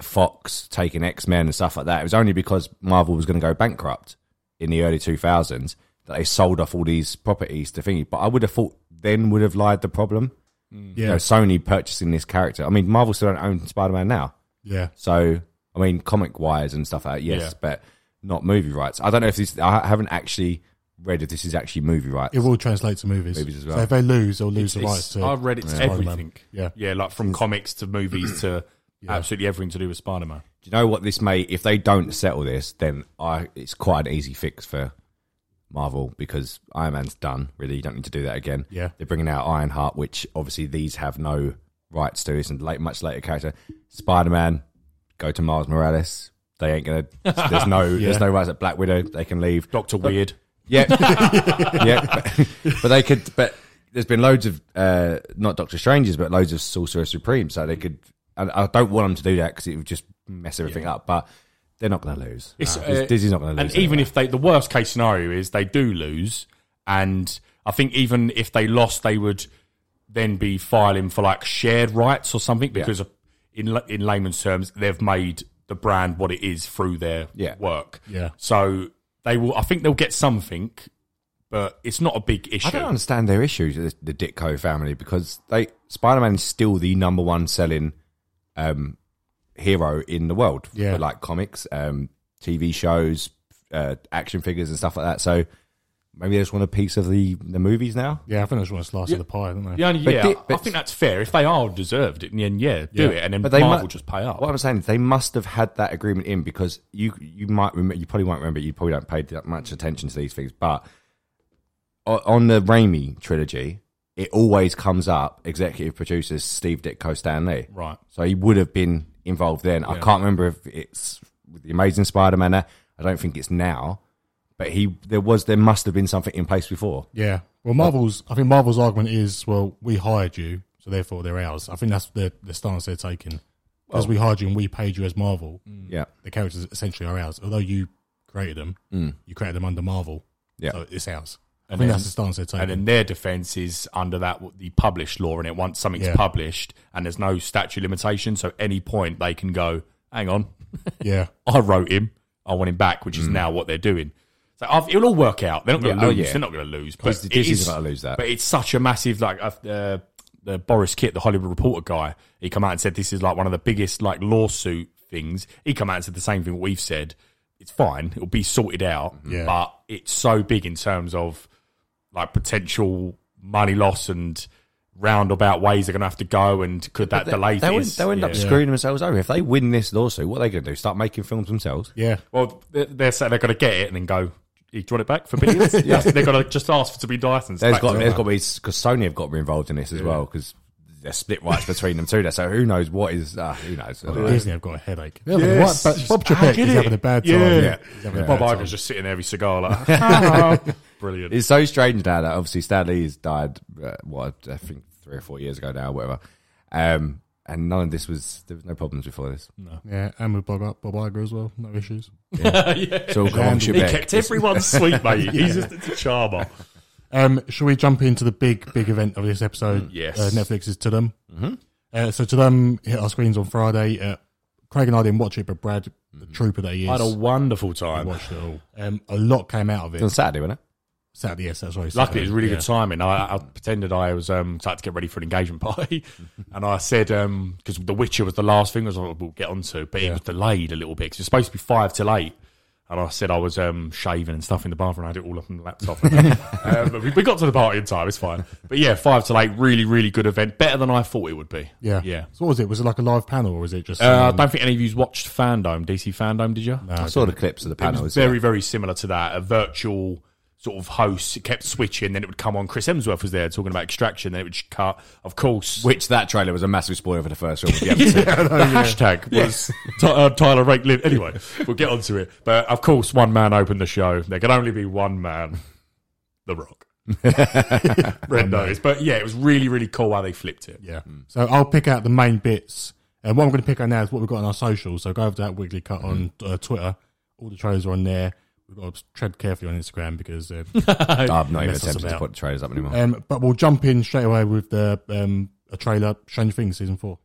S7: Fox taking X Men and stuff like that. It was only because Marvel was going to go bankrupt in the early 2000s that they sold off all these properties to thingy. But I would have thought then would have lied the problem You know, Sony purchasing this character. I mean, Marvel still don't own Spider Man now.
S5: Yeah.
S7: So, I mean, comic wise and stuff like that, yes,
S6: Yeah.
S7: but not movie rights. I don't know if this, I haven't actually read if this is actually movie rights.
S5: It will translate to movies.
S7: Movies as well.
S5: So if they lose, they'll lose the rights
S6: It's-
S5: to.
S6: I read it to
S5: Spider-Man.
S6: everything.
S5: Yeah.
S6: yeah, like from comics to movies to absolutely everything to do with Spider Man.
S7: Do you know what this may, if they don't settle this, then I, it's quite an easy fix for Marvel because Iron Man's done, really. You don't need to do that again.
S5: Yeah.
S7: They're bringing out Ironheart, which obviously these have no rights to. It's a late, much later character. Spider Man, go to Miles Morales. They ain't gonna. There's no. There's no rights at Black Widow. They can leave.
S6: Doctor Weird.
S7: Yeah, yeah, but, but they could. But there's been loads of uh, not Doctor Strangers, but loads of Sorcerer Supreme. So they could. And I don't want them to do that because it would just mess everything up. But they're not going to lose.
S6: It's,
S7: Nah,
S6: uh,
S7: Disney's not going to lose.
S6: And even if they, the worst case scenario is they do lose, and I think even if they lost, they would then be filing for like shared rights or something because of- in la- in layman's terms, they've made the brand what it is through their
S7: Yeah.
S6: work.
S5: Yeah.
S6: So they will. I think they'll get something, but it's not a big issue.
S7: I don't understand their issues, the, the Ditko family, because they Spider Man is still the number one selling um, hero in the world.
S5: Yeah.
S7: for, like comics, um, TV shows, uh, action figures, and stuff like that. So maybe they just want a piece of the the movies now.
S5: yeah, I think that's one slice of the pie, don't they?
S6: The only,
S7: But
S6: yeah,
S7: di-
S6: I
S7: but-
S6: think that's fair. If they are deserved, it, then yeah, do
S5: Yeah.
S6: it, and then
S7: But they
S6: Marvel
S7: mu-
S6: just pay up.
S7: What I'm saying is they must have had that agreement in because you you might remember, you probably won't remember you probably don't pay that much attention to these things, but o- on the Raimi trilogy, it always comes up executive producers Steve Ditko Stan Lee.
S6: Right.
S7: So he would have been involved then. I can't remember if it's with the Amazing Spider-Man. I don't think it's now, but he there was there must have been something in place before.
S5: Yeah. Well, Marvel's. I think Marvel's argument is, well, we hired you, so therefore they're ours. I think that's the the stance they're taking. Because we hired you and we paid you as Marvel,
S6: Mm.
S7: Yeah.
S5: the characters essentially are ours. Although you created them, you created them under Marvel,
S7: Yeah.
S5: so it's ours. I
S6: And
S5: think
S6: then-
S5: that's the stance they're taking.
S6: And then their defence is under that the published law, and it once something's
S5: Yeah.
S6: published and there's no statute limitation, so any point they can go, hang on,
S5: yeah,
S6: I wrote him, I want him back, which is now what they're doing. So I've, it'll all work out. They're not going to
S7: Mm. Yeah, oh,
S6: lose.
S7: yeah.
S6: They're not going to lose.
S7: Because
S6: But
S7: the
S6: it
S7: Disney's
S6: is-
S7: about to lose that.
S6: But it's such a massive like uh, uh, the Boris Kit, the Hollywood Reporter guy. He come out and said this is like one of the biggest like lawsuit things. He come out and said the same thing we've said. It's fine. It'll be sorted out.
S7: Mm-hmm.
S5: Yeah.
S6: But it's so big in terms of like potential money loss and roundabout ways they're going to have to go and could that delay
S7: They'll,
S6: things?
S7: they'll end
S6: Yeah.
S7: up screwing themselves over. If they win this lawsuit, what are they going to do? Start making films themselves?
S5: yeah,
S6: Well, they're, they're saying they're going to get it and then go, you want it back for billions? yeah. They're going to just ask for to be licensed.
S7: There's
S6: back
S7: got
S6: to
S7: there's
S6: them.
S7: got to be because Sony have got to be involved in this as well because they're split rights between them too. So who knows what is uh, who knows?
S5: Disney have got a headache. They're having a right ba- Bob
S6: How
S5: Chapek
S6: could
S5: is
S6: it?
S5: having a bad time.
S6: Yeah.
S5: He's having a
S6: Bob
S5: bad time.
S6: Iger's just sitting there with his cigar like, "Ah." brilliant.
S7: It's so strange now that obviously Stan Lee's died. Uh, what I think three or four years ago now, whatever. Um, and none of this was there was no problems before this.
S5: Yeah, and with Bob, Bob Iger as well, no issues.
S7: So come on,
S6: he
S7: Trebek.
S6: kept everyone sweet, mate. He's just it's a charmer.
S5: Um, shall we jump into the big, big event of this episode?
S6: Mm, yes.
S5: Uh, Netflix is to them. Mm-hmm. Uh, so to them hit our screens on Friday. Uh, Craig and I didn't watch it, but Brad, the trooper that he
S6: Mm-hmm. I had a
S5: is,
S6: wonderful time.
S5: watched it all. Um, a lot came out of
S7: It was on
S5: it.
S7: Saturday, wasn't it?
S5: Saturday, yes, that's right.
S6: Luckily, it was really
S5: yeah.
S6: good timing. I, I pretended I was um, starting to get ready for an engagement party, and I said because The Witcher was the last thing I was like, we'll get onto, but it was delayed a little bit because it was supposed to be five till eight. And I said I was um, shaving and stuff in the bathroom. I had it all up on the laptop. um, but we, we got to the party in time. It's fine. But yeah, five till eight, really, really good event. Better than I thought it would be.
S5: Yeah.
S6: yeah.
S5: So what was it? Was it like a live panel or was it just?
S6: Uh, I
S5: um,
S6: don't think any of you watched Fandome, DC Fandome, did you? No.
S7: I saw the clips of the
S6: It
S7: panels.
S6: was very, very similar to that. A virtual sort of host. It kept switching, then it would come on. Chris Hemsworth was there talking about extraction, then it would just cut. Of course.
S7: Which that trailer was a massive spoiler for the first film. Yeah,
S6: Yeah, the hashtag was Ty- uh, Tyler Rake Lynn. Anyway, we'll get onto it. But of course, one man opened the show. There can only be one man, The Rock. Red notice. But yeah, it was really, really cool how they flipped it.
S5: yeah. So I'll pick out the main bits, and what I'm going to pick out now is what we've got on our socials. So go over to that Weekly Cut on uh, Twitter. All the trailers are on there. We've got to tread carefully on Instagram because uh,
S7: I'm not even
S5: Mess us
S7: attempting to
S5: about.
S7: put the trailers up anymore.
S5: Um, but we'll jump in straight away with the um, a trailer, Stranger Things season four.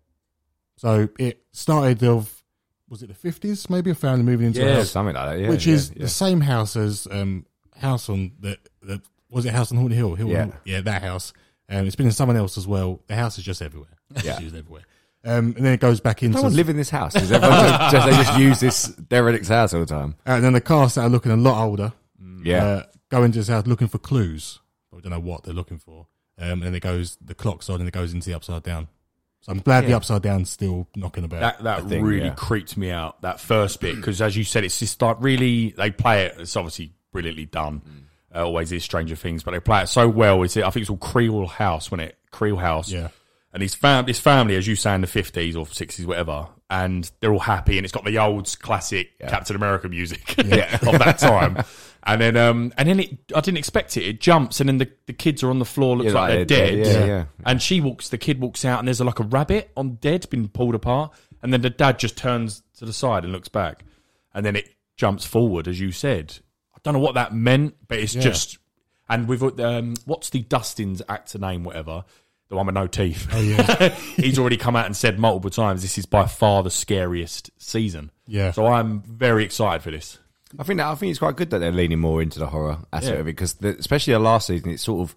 S5: So it started of was it the fifties? Maybe a family moving into a
S7: yeah,
S5: house,
S7: something like that. Yeah,
S5: which
S7: yeah,
S5: is
S7: yeah.
S5: the same house as um, house on the, the was it house on Haunted Hill? Hill on
S7: Yeah.
S5: Haunted- yeah, that house. Um, it's been in someone else as well. The house is just everywhere. It's
S7: Yeah.
S5: used everywhere. Um, and then it goes back into
S7: No one live in this house. Does everyone just, just- they just use this derelict house all the time.
S5: and then the cast that are looking a lot older
S7: Mm, Yeah.
S5: uh, go into this house looking for clues. I don't know what they're looking for. Um, and it goes the clock's on and it goes into the upside down. So I'm glad the upside down's still knocking about.
S6: That that
S7: think,
S6: really
S7: yeah.
S6: creeped me out. That first bit because, as you said, it's just like really they play it. It's obviously brilliantly done.
S7: Mm.
S6: Uh, always is Stranger Things, but they play it so well. It's I think it's all Creole House when it Creole House.
S5: Yeah.
S6: And his fam, his family, as you say, in the fifties or sixties, whatever, and they're all happy, and it's got the old classic Captain America music of that time. And then, um, and then it, I didn't expect it. It jumps, and then the, the kids are on the floor, looks
S7: Yeah,
S6: like,
S7: like
S6: they're
S7: they're
S6: dead.
S7: dead, yeah, yeah.
S6: And she walks, the kid walks out, and there's like a rabbit on dead, been pulled apart. And then the dad just turns to the side and looks back. And then it jumps forward, as you said. I don't know what that meant, but it's just. And with um, what's the Dustin's actor name, whatever, the one with no teeth. Oh, yeah. He's already come out and said multiple times this is by far the scariest season.
S5: Yeah.
S6: So I'm very excited for this.
S7: I think that, I think it's quite good that they're leaning more into the horror aspect
S6: Yeah.
S7: of it because the, especially the last season, it's sort of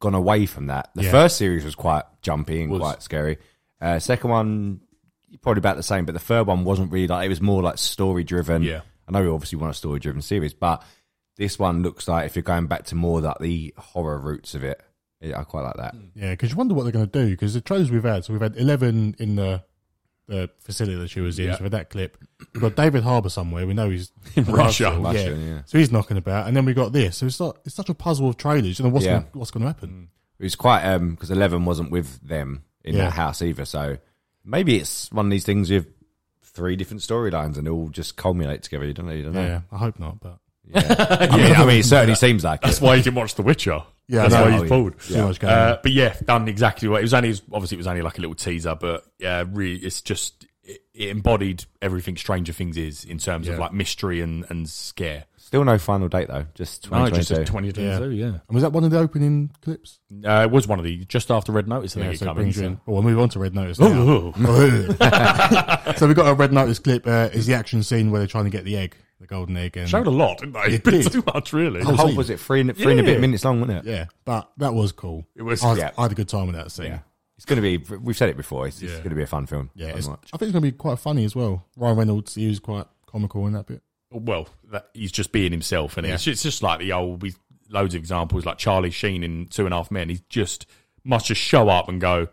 S7: gone away from that. The
S5: Yeah.
S7: first series was quite jumpy and
S6: Was.
S7: quite scary. Uh, second one probably about the same, but the third one wasn't really like it was more like story driven.
S6: Yeah.
S7: I know we obviously want a story driven series, but this one looks like if you're going back to more like the horror roots of it, yeah, I quite like that.
S5: Yeah, because you wonder what they're going to do. Because the trailers we've had, so we've had eleven in the the facility that she was in.
S6: Yeah.
S5: So we had that clip. We've got David Harbour somewhere. We know he's in
S6: Russia.
S7: Russia, yeah.
S5: So he's knocking about, and then we got this. So it's not, it's such a puzzle of trailers. You know what's
S7: Yeah.
S5: gonna, what's going to happen?
S7: It was quite um because Eleven wasn't with them in
S5: Yeah.
S7: that house either. So maybe it's one of these things with three different storylines and they all just culminate together. You don't know. You don't know.
S5: Yeah. I hope not. But
S7: I, mean, I mean, it certainly seems like
S6: That's
S7: it.
S6: why you didn't watch The Witcher.
S5: Yeah,
S6: that's
S5: I know.
S6: why he's pulled.
S5: Yeah. Too much going
S6: Uh,
S5: on.
S6: but yeah, done exactly what it was. Only it was- obviously it was only like a little teaser, but yeah, really, it's just it, it embodied everything Stranger Things is in terms of
S5: Yeah.
S6: like mystery and and scare.
S7: Still no final date though. Just
S6: No,
S7: 2022.
S6: just a 2022, yeah.
S5: and was that one of the opening clips?
S6: Uh, it was one of the just after Red Notice. I think
S5: Yeah,
S6: it
S5: so it
S6: came
S5: brings you
S6: in.
S5: in. Oh, Well, we'll move on to Red Notice. now. so we got a Red Notice clip. Uh, is the action scene where they're trying to get the egg, the golden egg, and
S6: Showed a lot, didn't they?
S5: It
S6: But
S5: did. Oh,
S6: Too much, really.
S7: the whole was it three and, three and a
S6: Yeah.
S7: bit minutes long, wasn't it?
S5: yeah, but that was cool. It
S6: was-
S5: I,
S7: yeah.
S5: I had a good time with that scene. Yeah,
S7: It's going to be. We've said it before. It's, it's
S5: Yeah.
S7: going to be a fun film.
S5: it's, I
S7: Fun
S5: think
S7: watch.
S5: it's going to be quite funny as well. Ryan Reynolds, he was quite comical in that bit.
S6: well, that, he's just being himself, and it's, it's just like the old. We loads of examples like Charlie Sheen in Two and a Half Men. He just must just show up and go,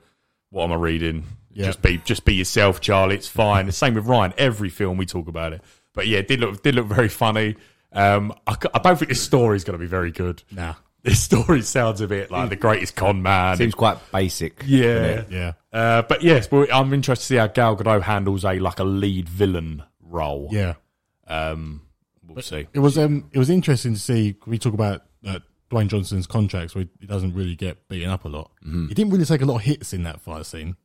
S6: "What am I reading?
S5: Yeah.
S6: Just be, just be yourself, Charlie. It's fine." the same with Ryan. Every film we talk about it, but yeah, it did look did look very funny. Um, I, c- I don't think this story's going to be very good.
S5: Nah. Hmm.
S6: This story sounds a bit like the greatest con man.
S7: Seems quite basic.
S6: yeah,
S5: Yeah.
S6: Uh, but yes, well, I'm interested to see how Gal Gadot handles a like a lead villain role.
S5: Yeah,
S6: Um, we'll see.
S5: it was. Um, it was interesting to see. We talk about uh, Dwayne Johnson's contracts, where he doesn't really get beaten up a lot. He didn't really take a lot of hits in that fight scene.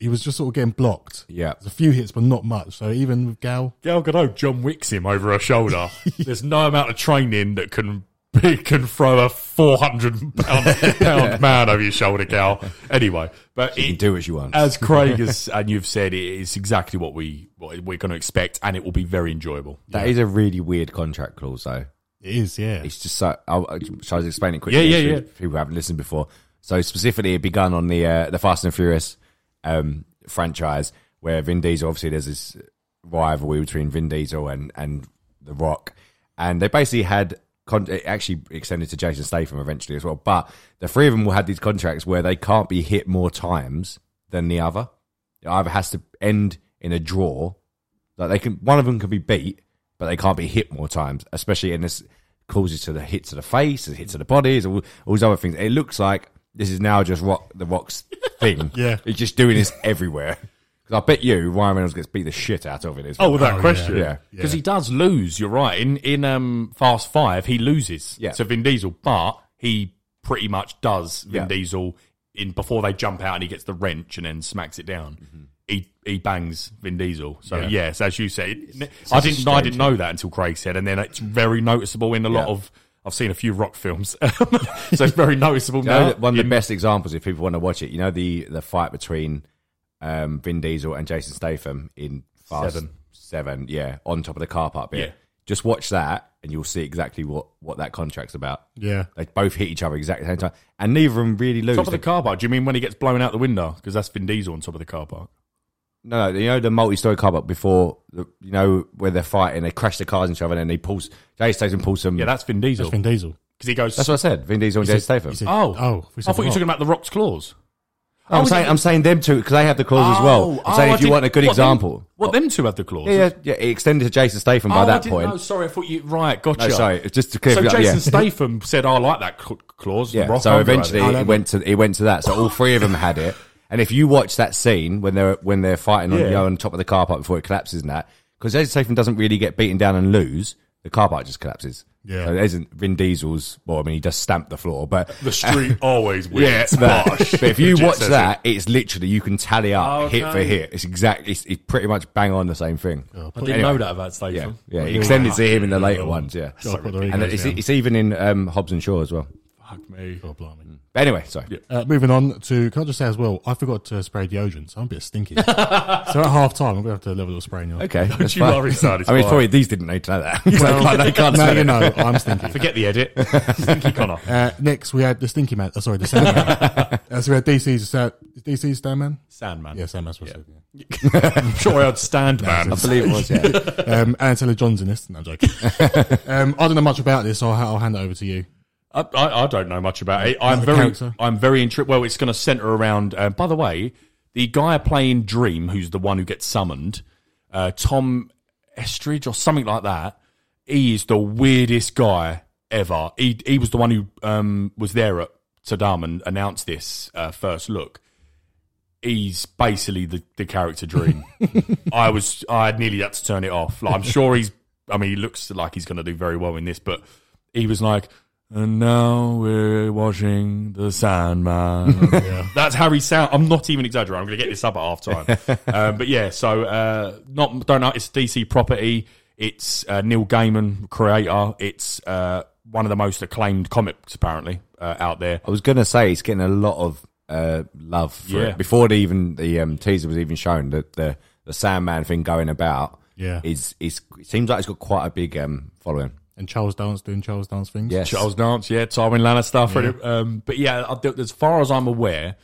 S5: He was just sort of getting blocked.
S7: Yeah.
S5: There's a few hits, but not much. So even with Gal,
S6: Gal Gadot John Wicks him over her shoulder. There's no amount of training that can be, can throw a 400 pound, pound man over your shoulder, Gal. Anyway, but
S7: You can
S6: it,
S7: do what you want.
S6: as Craig has, and you've said, it is exactly what we what we're going to expect, and it will be very enjoyable.
S7: That is a really weird contract clause, though.
S5: it is. Yeah.
S7: It's just so. I'll, uh, shall I just explain it quickly?
S6: Yeah, yeah,
S7: So
S6: yeah.
S7: if People haven't listened before. So specifically, it begun on the uh, the Fast and Furious um, franchise, where Vin Diesel obviously there's this rivalry between Vin Diesel and and The Rock, and they basically had con- it actually extended to Jason Statham eventually as well. But the three of them will had these contracts where they can't be hit more times than the other. It either has to end in a draw like they can, one of them can be beat, but they can't be hit more times, especially in this causes to the hit to the face, the hit to the bodies, all, all these other things. It looks like this is now just rock the rocks thing.
S5: Yeah.
S7: he's just doing this everywhere. Because I bet you Ryan Reynolds gets beat the shit out of it. As well.
S6: Oh, without question,
S7: Oh, yeah. Yeah.
S6: because he does lose. You're right. In in um, Fast Five, he loses
S7: Yeah.
S6: to Vin Diesel, but he pretty much does Vin
S7: Yeah.
S6: Diesel in before they jump out and he gets the wrench and then smacks it down.
S7: Mm-hmm.
S6: He he bangs Vin Diesel. So
S5: Yeah.
S6: yes, as you said, I didn't I didn't know that until Craig said, and then it's very noticeable in a lot
S7: Yeah.
S6: of. I've seen a few rock films, so it's very noticeable
S7: You know,
S6: now.
S7: that one of the best examples, if people want to watch it, you know the the fight between um, Vin Diesel and Jason Statham in Fast
S6: Seven.
S7: Seven, yeah, on top of the car park bit.
S6: Yeah.
S7: Just watch that, and you'll see exactly what what that contract's about.
S5: Yeah.
S7: They both hit each other exactly the same time, and neither of them really lose.
S6: Top of the car park. Do you mean when he gets blown out the window? Because that's Vin Diesel on top of the car park.
S7: No, no, you know the multi-story car, but before the, you know where they're fighting, they crash the cars into each other, and then he pulls. Jason Statham pulls some.
S6: Yeah, that's Vin Diesel.
S5: That's Vin Diesel.
S6: Because he goes.
S7: that's what I said. Vin Diesel and Jason Statham.
S5: He said-
S6: oh,
S5: oh,
S6: I thought you were talking about the Rock's claws.
S7: I'm
S6: was
S7: saying
S6: it-
S7: I'm saying them two because they have the claws as well. I'm
S6: oh,
S7: saying
S6: I
S7: if you
S6: didn't-
S7: want a
S6: what,
S7: good
S6: them-
S7: example,
S6: what them two had the claws?
S7: yeah, yeah, yeah, it extended to Jason Statham by
S6: Oh, I
S7: that
S6: didn't
S7: point.
S6: know. Sorry, I thought you right. Gotcha.
S7: No, sorry, just to clear
S6: so
S7: it up,
S6: Jason
S7: yeah.
S6: Statham said, "I like that cl- clause."
S7: Yeah.
S6: Rock
S7: so
S6: over
S7: eventually
S6: it.
S7: it went to it went to that. So all three of them had it. And if you watch that scene when they're when they're fighting on,
S6: Yeah.
S7: you know, on top of the car park before it collapses and that, because Jason Statham doesn't really get beaten down and lose, the car park just collapses.
S5: Yeah.
S7: So it isn't Vin Diesel's. Well, I mean, he does stamp the floor, but
S6: the street always wins.
S7: yeah, but, but if you watch that, it's literally you can tally up hit for hit. It's exactly it's, it's pretty much bang on the same thing.
S5: Oh,
S6: I didn't know that about Statham.
S7: Yeah, yeah. It extended to him in the later ones. Yeah,
S5: Gotta put the
S7: and
S5: Regos
S7: it's,
S5: down.
S7: it's even in um, Hobbs and Shaw as well.
S6: Fuck me.
S5: God, Oh, blimey.
S7: But anyway, sorry.
S5: Uh, moving on to, can I just say as well, I forgot to spray deodorant, so I'm a bit stinky. so at half time, I'm going to have to level up spraying you.
S7: Okay, that's
S6: you
S7: fine.
S6: are inside, it's
S7: I mean,
S6: fine.
S7: probably these didn't need to know that. they can't, they can't
S5: Now
S7: smell
S5: you
S7: it.
S5: know I'm stinky.
S6: Forget the edit. Stinky Connor.
S5: Uh, next, we had the stinky man. Oh, sorry, the sand man. uh, so we had DC's, uh, DC's Stan Man?
S6: Sandman.
S5: Yeah, Sandman's supposed to be.
S6: I'm sure I would stand man.
S7: I believe it was. Yeah.
S5: Um, Anna Taylor John's in this. No, I'm joking. um, I don't know much about this, so I'll, I'll hand it over to you.
S6: I, I, I don't know much about it. I'm
S5: Another
S6: very,
S5: character.
S6: I'm very intrigued. Well, it's going to center around. Uh, by the way, the guy playing Dream, who's the one who gets summoned, uh, Tom Estridge or something like that. He is the weirdest guy ever. He he was the one who um, was there at Saddam and announced this uh, first look. He's basically the, the character Dream. I was I nearly had to turn it off. Like, I'm sure he's. I mean, he looks like he's going to do very well in this, but he was like, and now we're watching the Sandman. That's how he sound. I'm not even exaggerating. I'm going to get this up at half time. um, but yeah, so uh, not don't know. It's DC property. It's uh, Neil Gaiman, creator. It's uh, one of the most acclaimed comics apparently uh, out there.
S7: I was gonna say it's getting a lot of uh, love for
S6: Yeah.
S7: it. before the, even the um, teaser was even shown that the the Sandman thing going about.
S5: Yeah.
S7: is is it seems like it's got quite a big um, following.
S5: And Charles Dance doing Charles Dance things.
S7: Yes.
S6: Charles Dance, yeah, Tywin Lannister. Fred- Um, but yeah, I, th- as far as I'm aware,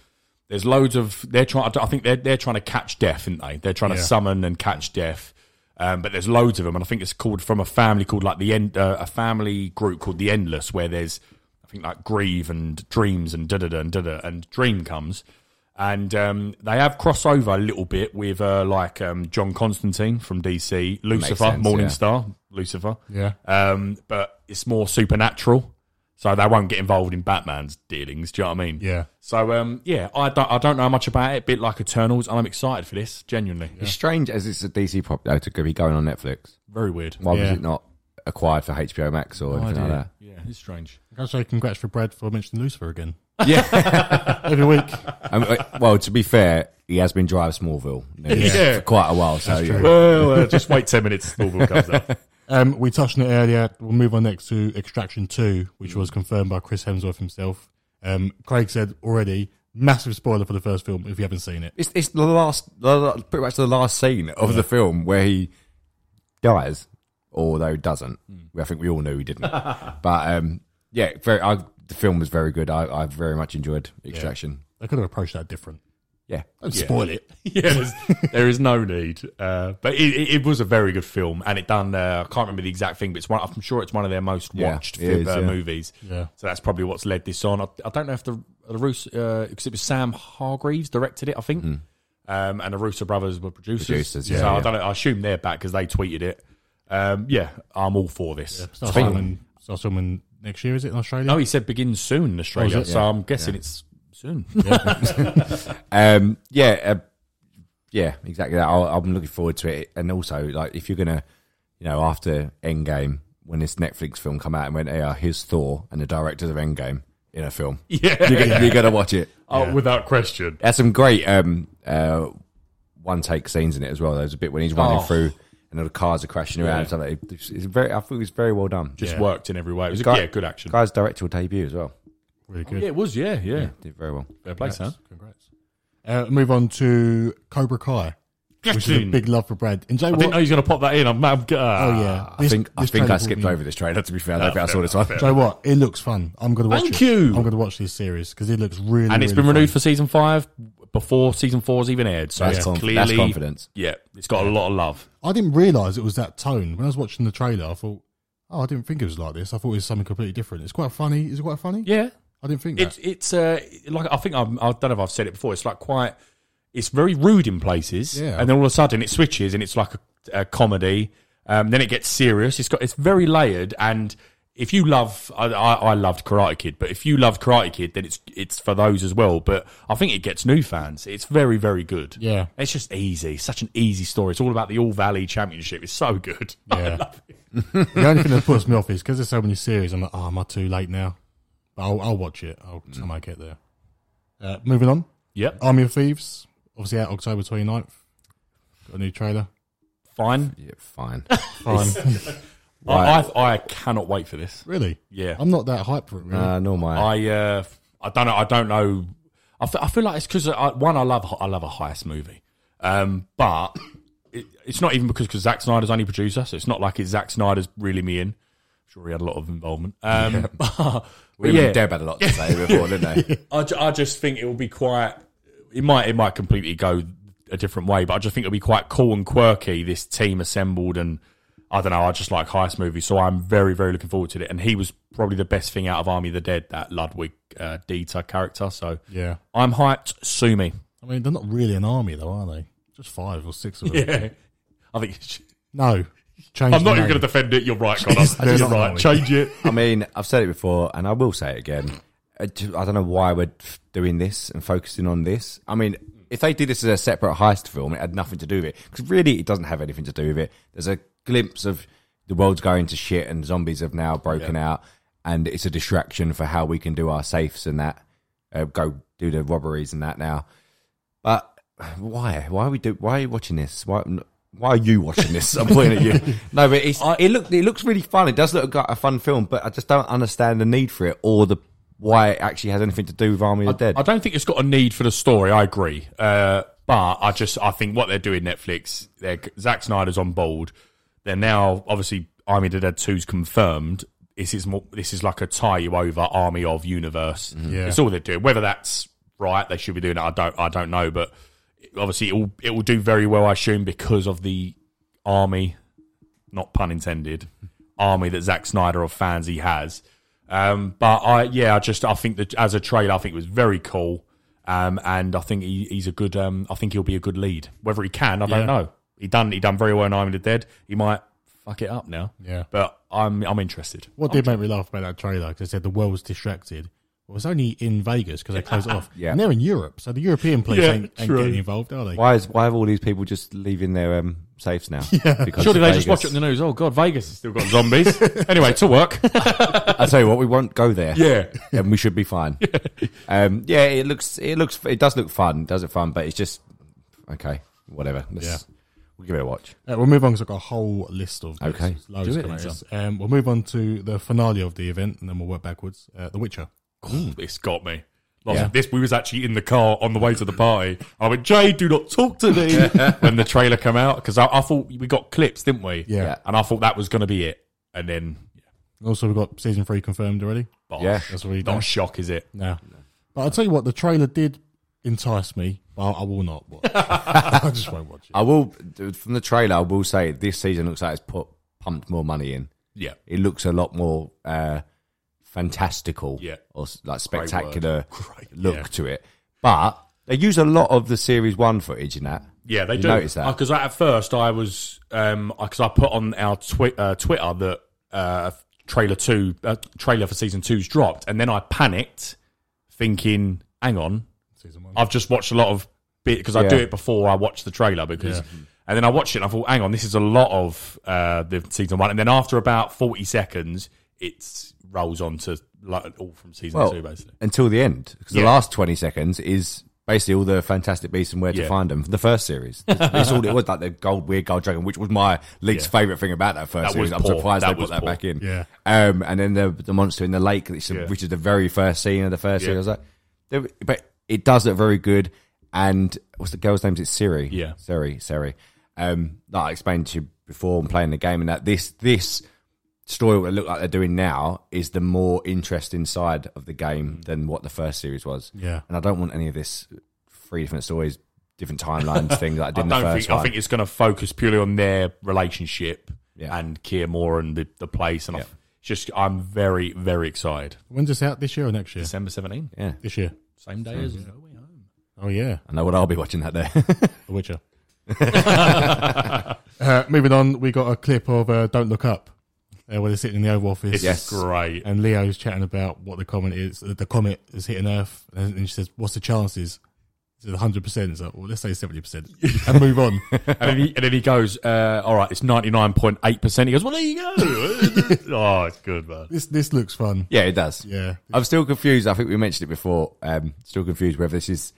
S6: there's loads of they're trying. I think they're they're trying to catch death, aren't they? They're trying
S5: Yeah.
S6: to summon and catch death. Um, but there's loads of them, and I think it's called from a family called like the end, uh, a family group called the Endless, where there's I think like grieve and dreams and da da da and da da and dream comes, and um, they have crossover a little bit with uh, like um, John Constantine from DC, Lucifer,
S7: sense, yeah.
S6: Morningstar, Lucifer,
S5: Yeah.
S6: um, but it's more supernatural, so they won't get involved in Batman's dealings. Do you know what I mean?
S5: Yeah.
S6: So um, yeah, I don't I don't know much about it. Bit like Eternals, and I'm excited for this. Genuinely,
S7: It's strange as it's a DC property though, to be going on Netflix.
S6: very weird.
S7: Why was
S5: Yeah.
S7: it not acquired for HBO Max or anything like that?
S6: Yeah, it's strange.
S5: Can I say congrats for Brad for mentioning Lucifer again?
S7: Yeah.
S5: Every week.
S7: I mean, Um, uh, well, to be fair, he has been driving Smallville now
S6: Yeah.
S7: for quite a while. So yeah.
S6: Well, uh, just wait ten minutes. Smallville comes up.
S5: Um, we touched on it earlier. We'll move on next to Extraction 2, which
S7: Mm.
S5: was confirmed by Chris Hemsworth himself. Um, Craig said already, massive spoiler for the first film if you haven't seen it.
S7: It's, it's the last, the, la- pretty much the last scene of the film where he dies, although he doesn't. I think we all knew he didn't. but um, yeah, very. I, the film was very good. I, I very much enjoyed Extraction.
S5: They could have approached that different.
S7: Yeah,
S5: Don't spoil it.
S6: yeah, there's, there is no need. Uh, but it, it, it was a very good film, and it done. Uh, I can't remember the exact thing, but it's one. I'm sure it's one of their most
S7: Yeah,
S6: watched
S7: it is,
S6: uh,
S7: yeah.
S6: movies.
S5: Yeah.
S6: So that's probably what's led this on. I, I don't know if the the Russo because it was Sam Hargreaves directed it, I think. Um, and the Russo brothers were producers.
S7: Mm-hmm. Producers,
S6: so
S7: yeah,
S6: I
S7: yeah.
S6: don't know. I assume they're back because they tweeted it. Um, yeah, I'm all for this.
S5: Starts filming, starts filming next year, is it, in Australia?
S6: No, he said begins soon in Australia,
S5: Oh, is it?
S6: so I'm guessing it's soon.
S7: um, yeah, uh, yeah, exactly. That. I'll, I'm looking forward to it. And also, like, if you're gonna, you know, after Endgame, when this Netflix film come out and went, "Yeah, here's Thor and the directors of Endgame in a film,"
S6: yeah,
S7: you got- you gotta watch it.
S6: Oh, without question.
S7: There's some great um, uh, one take scenes in it as well. There's a bit when he's running
S6: Oh.
S7: through and all the cars are crashing around. and stuff like that. It's, it's very, I think it was very well done.
S6: Just
S5: Yeah.
S6: worked in every way. It was a,
S7: Guy-
S6: yeah, good action.
S7: Guy's directorial debut as well.
S5: Really good.
S6: Yeah, it was. Yeah, yeah.
S7: Did very well.
S6: Fair play, Sam.
S5: Congrats. Uh, move on to Cobra Kai. which is a
S6: Getting.
S5: big love for Brad. And Jay,
S6: I didn't know
S5: what?
S6: he was going to pop that in. I'm mad. ah.
S5: Oh yeah,
S7: I think I
S5: this
S7: think
S5: trailer
S7: I
S5: brought
S7: skipped
S5: me-
S7: over this trailer. To be fair, I don't think I saw this one.
S5: Jay, what? It looks fun. I'm gonna watch.
S6: Thank
S5: it.
S6: you.
S5: I'm gonna watch this series because it looks really.
S6: And it's
S5: really
S6: been renewed
S5: fun.
S6: for season five before season four's even aired. So
S7: That's
S6: it's
S7: conf-
S6: clearly
S7: that's confidence.
S6: Yeah, it's got a lot of love.
S5: I didn't realize it was that tone when I was watching the trailer. I thought, oh, I didn't think it was like this. I thought it was something completely different. It's quite funny. Is it quite funny?
S6: Yeah,
S5: I didn't think
S6: it's
S5: that.
S6: it's uh like I think I'm, I don't know if I've said it before. It's like quite. It's very rude in places,
S5: Yeah.
S6: and then all of a sudden it switches and it's like a, a comedy. Um, then it gets serious. It's got it's very layered, and if you love, I, I, I loved Karate Kid, but if you love Karate Kid, then it's it's for those as well. But I think it gets new fans. It's very very good.
S5: Yeah.
S6: it's just easy. Such an easy story. It's all about the All Valley Championship. It's so good.
S5: Yeah. the only thing that puts me off is because there's so many series. I'm like, oh, am I too late now? But I'll, I'll watch it. I'll
S6: Mm.
S5: time I get there. Uh, moving on,
S6: Yep,
S5: Army of Thieves, obviously out October 29th. Got a new trailer.
S6: fine.
S7: Yeah, fine.
S5: Fine.
S6: I, I I cannot wait for this.
S5: really?
S6: Yeah.
S5: I'm not that hyped for it. Really.
S7: Uh, nor am I.
S6: I uh, I don't know. I don't know. I fe- I feel like it's because one, I love I love a heist movie, um, but it, it's not even because because Zack Snyder's only producer, so it's not like it's Zack Snyder's reeling me in. sure, he had a lot of involvement. Um, but,
S7: We
S6: yeah,
S7: Deb had a lot to say before, didn't they?
S6: I, ju- I just think it will be quite. It might it might completely go a different way, but I just think it'll be quite cool and quirky. This team assembled, and I don't know. I just like heist movies, so I'm very very looking forward to it. And he was probably the best thing out of Army of the Dead, that Ludwig uh, Dieter character. So
S5: yeah.
S6: I'm hyped. Sue me.
S5: I mean, they're not really an army, though, are they? Just five or six of them.
S6: Yeah, I think
S5: No. Change
S6: I'm not
S5: the
S6: even going to
S5: name.
S6: defend it. You're right, Connor.
S5: They're
S6: You're
S5: not
S6: right.
S5: Army.
S6: Change it.
S7: I mean, I've said it before, and I will say it again. I ju- I don't know why we're f- doing this and focusing on this. I mean, if they did this as a separate heist film, it had nothing to do with it because really, it doesn't have anything to do with it. There's a glimpse of the world's going to shit, and zombies have now broken out, and it's a distraction for how we can do our safes and that uh, go do the robberies and that now. But why? Why are we do? Why are you watching this? Why? Why are you watching this? I'm pointing at you. No, but it's, it look it looks really fun. It does look like a fun film, but I just don't understand the need for it or the why it actually has anything to do with Army of the Dead.
S6: I don't think it's got a need for the story. I agree, uh, but I just I think what they're doing Netflix, they're, Zack Snyder's on board. They're now obviously Army of the Dead two's confirmed. This is more. This is like a tie you over Army of Universe.
S5: Yeah.
S6: It's all they're doing. Whether that's right, they should be doing it. I don't. I don't know, but obviously it will. It will do very well, I assume, because of the army not pun intended, army that Zack Snyder of fans he has. Um, but I, yeah, I just I think that as a trailer, I think it was very cool, um, and I think he, he's a good. Um, I think he'll be a good lead. Whether he can, I
S5: Yeah.
S6: don't know. He done he done very well in Army of the Dead. He might fuck it up now.
S5: Yeah.
S6: but I'm I'm interested.
S5: What did make me laugh about that trailer? Because they said the world's distracted. Well, it was only in Vegas because they closed it off.
S7: Yeah.
S5: And they're in Europe, so the European police
S6: Yeah,
S5: ain't, ain't
S6: true.
S5: getting involved, are they?
S7: Why is why have all these people just leaving their um, safes now? Yeah. Because
S6: Surely
S7: of
S6: they just
S7: Vegas?
S6: watch it in the news. Oh God, Vegas has still got zombies. anyway, to work.
S7: I tell you what, we won't go there.
S6: Yeah.
S7: and we should be fine. um, yeah, it looks, it looks, it does look fun, does it fun? But it's just okay, whatever. Let's,
S5: Yeah.
S7: we'll give it a watch.
S5: Uh, we'll move on because I've got a whole list of this.
S7: Okay.
S5: There's loads
S6: Do it
S5: coming
S6: then,
S5: out. Um, we'll move on to the finale of the event and then we'll work backwards. Uh, the Witcher.
S6: This got me. Like,
S7: Yeah.
S6: This we was actually in the car on the way to the party. I went, Jay, do not talk to me when the trailer came out because I, I thought we got clips, didn't we?
S5: Yeah.
S7: Yeah.
S6: And I thought that was going to be it, and then
S5: Also, we've got season three confirmed already.
S6: bosh.
S7: Yeah.
S5: That's already
S6: Not
S5: done.
S6: a shock, is it?
S5: No. But I'll tell you what, the trailer did entice me, but I will not watch it. I just won't watch it.
S7: I will from the trailer. I will say this season looks like it's put pumped more money in.
S6: Yeah.
S7: It looks a lot more uh, fantastical,
S6: Yeah.
S7: or s- like spectacular
S6: Great,
S7: look
S6: yeah.
S7: to it. But they use a lot of the series one footage in that.
S6: Yeah, they
S7: You
S6: do.
S7: notice that?
S6: Because at first Uh, I was, because I put on our twi- uh, Twitter that uh, trailer two, uh, trailer for season two's dropped, and then I panicked, thinking, "Hang on,
S5: Season one.
S6: I've just watched a lot of bit because I
S7: Yeah.
S6: do it before I watch the trailer because, Mm-hmm. and then I watched it and I thought, hang on, this is a lot of uh, the season one, and then after about forty seconds, it rolls on to like all from season
S7: Well,
S6: two basically.
S7: until the end, because the
S6: Yeah.
S7: last twenty seconds is basically all the Fantastic Beasts and where to
S6: Yeah.
S7: find them. from The first series, that's that's all it was. Like the gold, weird gold dragon, which was my least favorite thing about that first
S6: That was
S7: series. I'm
S6: poor.
S7: surprised
S6: That
S7: they
S6: was
S7: put that
S6: poor.
S7: back in.
S5: Yeah.
S7: Um, and then the the monster in the lake, which,
S6: Yeah.
S7: which is the very first scene of the first
S6: Yeah.
S7: series. I was like, there- but it does look very good. and what's the girl's name? Is it Siri?
S6: Yeah.
S7: Siri, Siri. Um, that I explained to you before and playing the game, and that this this story what it looked like they're doing now is the more interesting side of the game than what the first series was.
S5: Yeah.
S7: and I don't want any of this three different stories, different timelines thing that I did
S6: I
S7: in the
S6: don't
S7: first
S6: think
S7: one.
S6: I think it's going to focus purely on their relationship
S7: Yeah.
S6: and Kier Moore and the, the place. And I
S7: Yeah.
S6: f- just I'm very very excited.
S5: When's this out? This year or next year?
S6: December 17th,
S7: yeah,
S5: This year.
S6: same day as No Way Home.
S5: Oh yeah,
S7: I know what I'll be watching that there.
S5: The Witcher. uh, moving on, we got a clip of uh, "Don't Look Up" uh, where they're sitting in the Oval Office.
S6: This
S7: Yes.
S6: is great.
S5: and Leo's chatting about what the comet is. The comet is hitting Earth, and she says, "What's the chances?" It's hundred percent. It's like, well, let's say seventy percent, and move on.
S6: And then he, and then he goes, uh, "All right, it's ninety nine point eight percent." He goes, "Well, there you go." oh, it's good, man.
S5: this this looks fun.
S7: yeah, it does.
S5: Yeah,
S7: I'm still confused. I think we mentioned it before. Um, still confused whether this is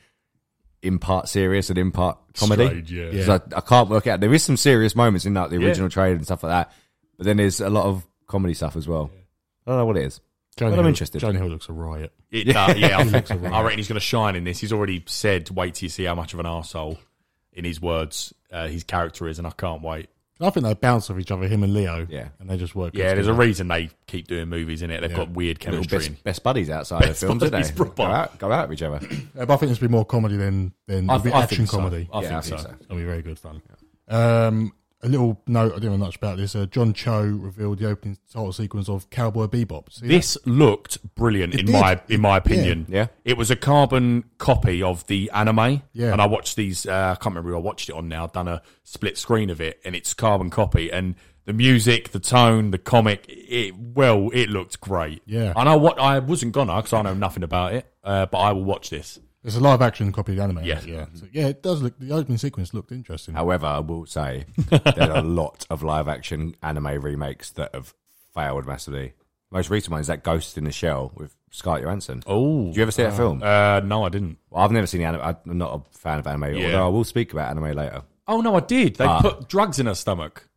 S7: in part serious and in part comedy.
S6: Strange, yeah.
S7: 'Cause I, I can't work it out. There is some serious moments in like the
S6: Yeah.
S7: original trailer and stuff like that, but then there's a lot of comedy stuff as well. I don't know what it is.
S5: Jonah
S7: Well, I'm
S5: Hill-
S7: interested.
S5: Jonah Hill looks a riot.
S6: It, uh, yeah, I, think, I reckon he's going to shine in this. He's already said, "Wait till you see how much of an arsehole," in his words, uh, his character is, and I can't wait.
S5: I think they bounce off each other, him and Leo.
S7: Yeah.
S5: and they just work.
S6: Yeah, there's a reason they keep doing movies in it. They've got weird
S7: Little
S6: chemistry. in
S7: best, best buddies outside
S6: Best
S7: of films, don't
S6: buddies,
S7: they?
S6: proper.
S7: Go out, go out with each other.
S5: Uh, but I think it's be more comedy than than
S6: I-
S5: it'll be
S6: I
S5: action
S6: think so.
S5: comedy.
S6: I
S7: Yeah,
S6: think so.
S5: It'll be very good fun. Um, a little note. I didn't know much about this. Uh, John Cho revealed the opening title sequence of Cowboy Bebop. See that?
S6: This looked brilliant in
S5: did.
S6: my in my opinion.
S7: Yeah.
S6: it was a carbon copy of the anime.
S5: Yeah.
S6: and I watched these. Uh, I can't remember who I watched it on now. I've done a split screen of it, and it's carbon copy. And the music, the tone, the comic. It well, it looked great.
S5: Yeah.
S6: and I what I wasn't gonna because I know nothing about it. Uh, but I will watch this.
S5: It's a live action copy of the anime.
S6: Yeah.
S5: isn't it? yeah.
S7: Mm-hmm.
S5: So, yeah, it does look. The opening sequence looked interesting.
S7: However, I will say there are a lot of live action anime remakes that have failed massively. Most recent one is that Ghost in the Shell with Scarlett Johansson.
S6: Oh,
S7: Did you ever see that film?
S6: Uh, no, I didn't.
S7: Well, I've never seen anime. I'm not a fan of anime,
S6: Yeah.
S7: although I will speak about anime later.
S6: Oh no, I did. They
S7: Ah.
S6: put drugs in her stomach,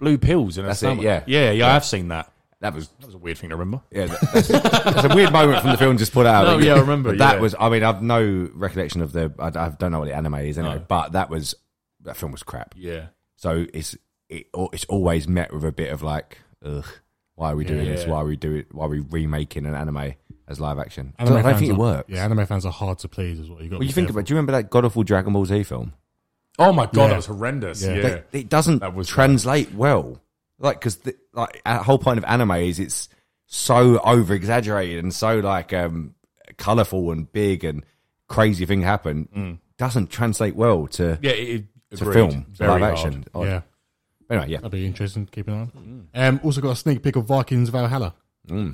S6: blue pills in her
S7: That's it,
S6: stomach.
S7: yeah.
S6: yeah, yeah, I have seen that.
S7: That was
S6: That was a weird thing to remember.
S7: yeah, that- that's, that's a weird moment from the film just put out.
S6: No, yeah, I remember,
S7: But that
S6: yeah.
S7: was. I mean, I've no recollection of the. I, I don't know what the anime is anyway. But that was that film was crap.
S6: Yeah.
S7: So it's it, al- it's always met with a bit of like, ugh, why are we doing this?
S6: Yeah.
S7: Why are we do it? Why are we remaking an anime as live action?
S5: Anime
S7: I don't
S5: fans
S7: think
S5: are,
S7: it works.
S5: Yeah, anime fans are hard to please, is what you got.
S7: Well, you think about. Do you remember that God awful Dragon Ball Z film?
S6: Oh my god,
S5: Yeah.
S6: that was horrendous.
S5: Yeah.
S6: Yeah.
S7: They- it doesn't
S6: That was-
S7: translate well. Like because like the whole point of anime is it's so over exaggerated and so like um colorful and big and crazy thing happen doesn't translate well to
S6: Yeah, it, it
S7: to
S6: agreed.
S7: film to
S6: Very
S7: live
S6: hard.
S7: action. Or-
S5: Yeah,
S7: Anyway, yeah.
S5: that'd be interesting. to Keep an eye on.
S7: Mm.
S5: Um, also got a sneak peek of Vikings Valhalla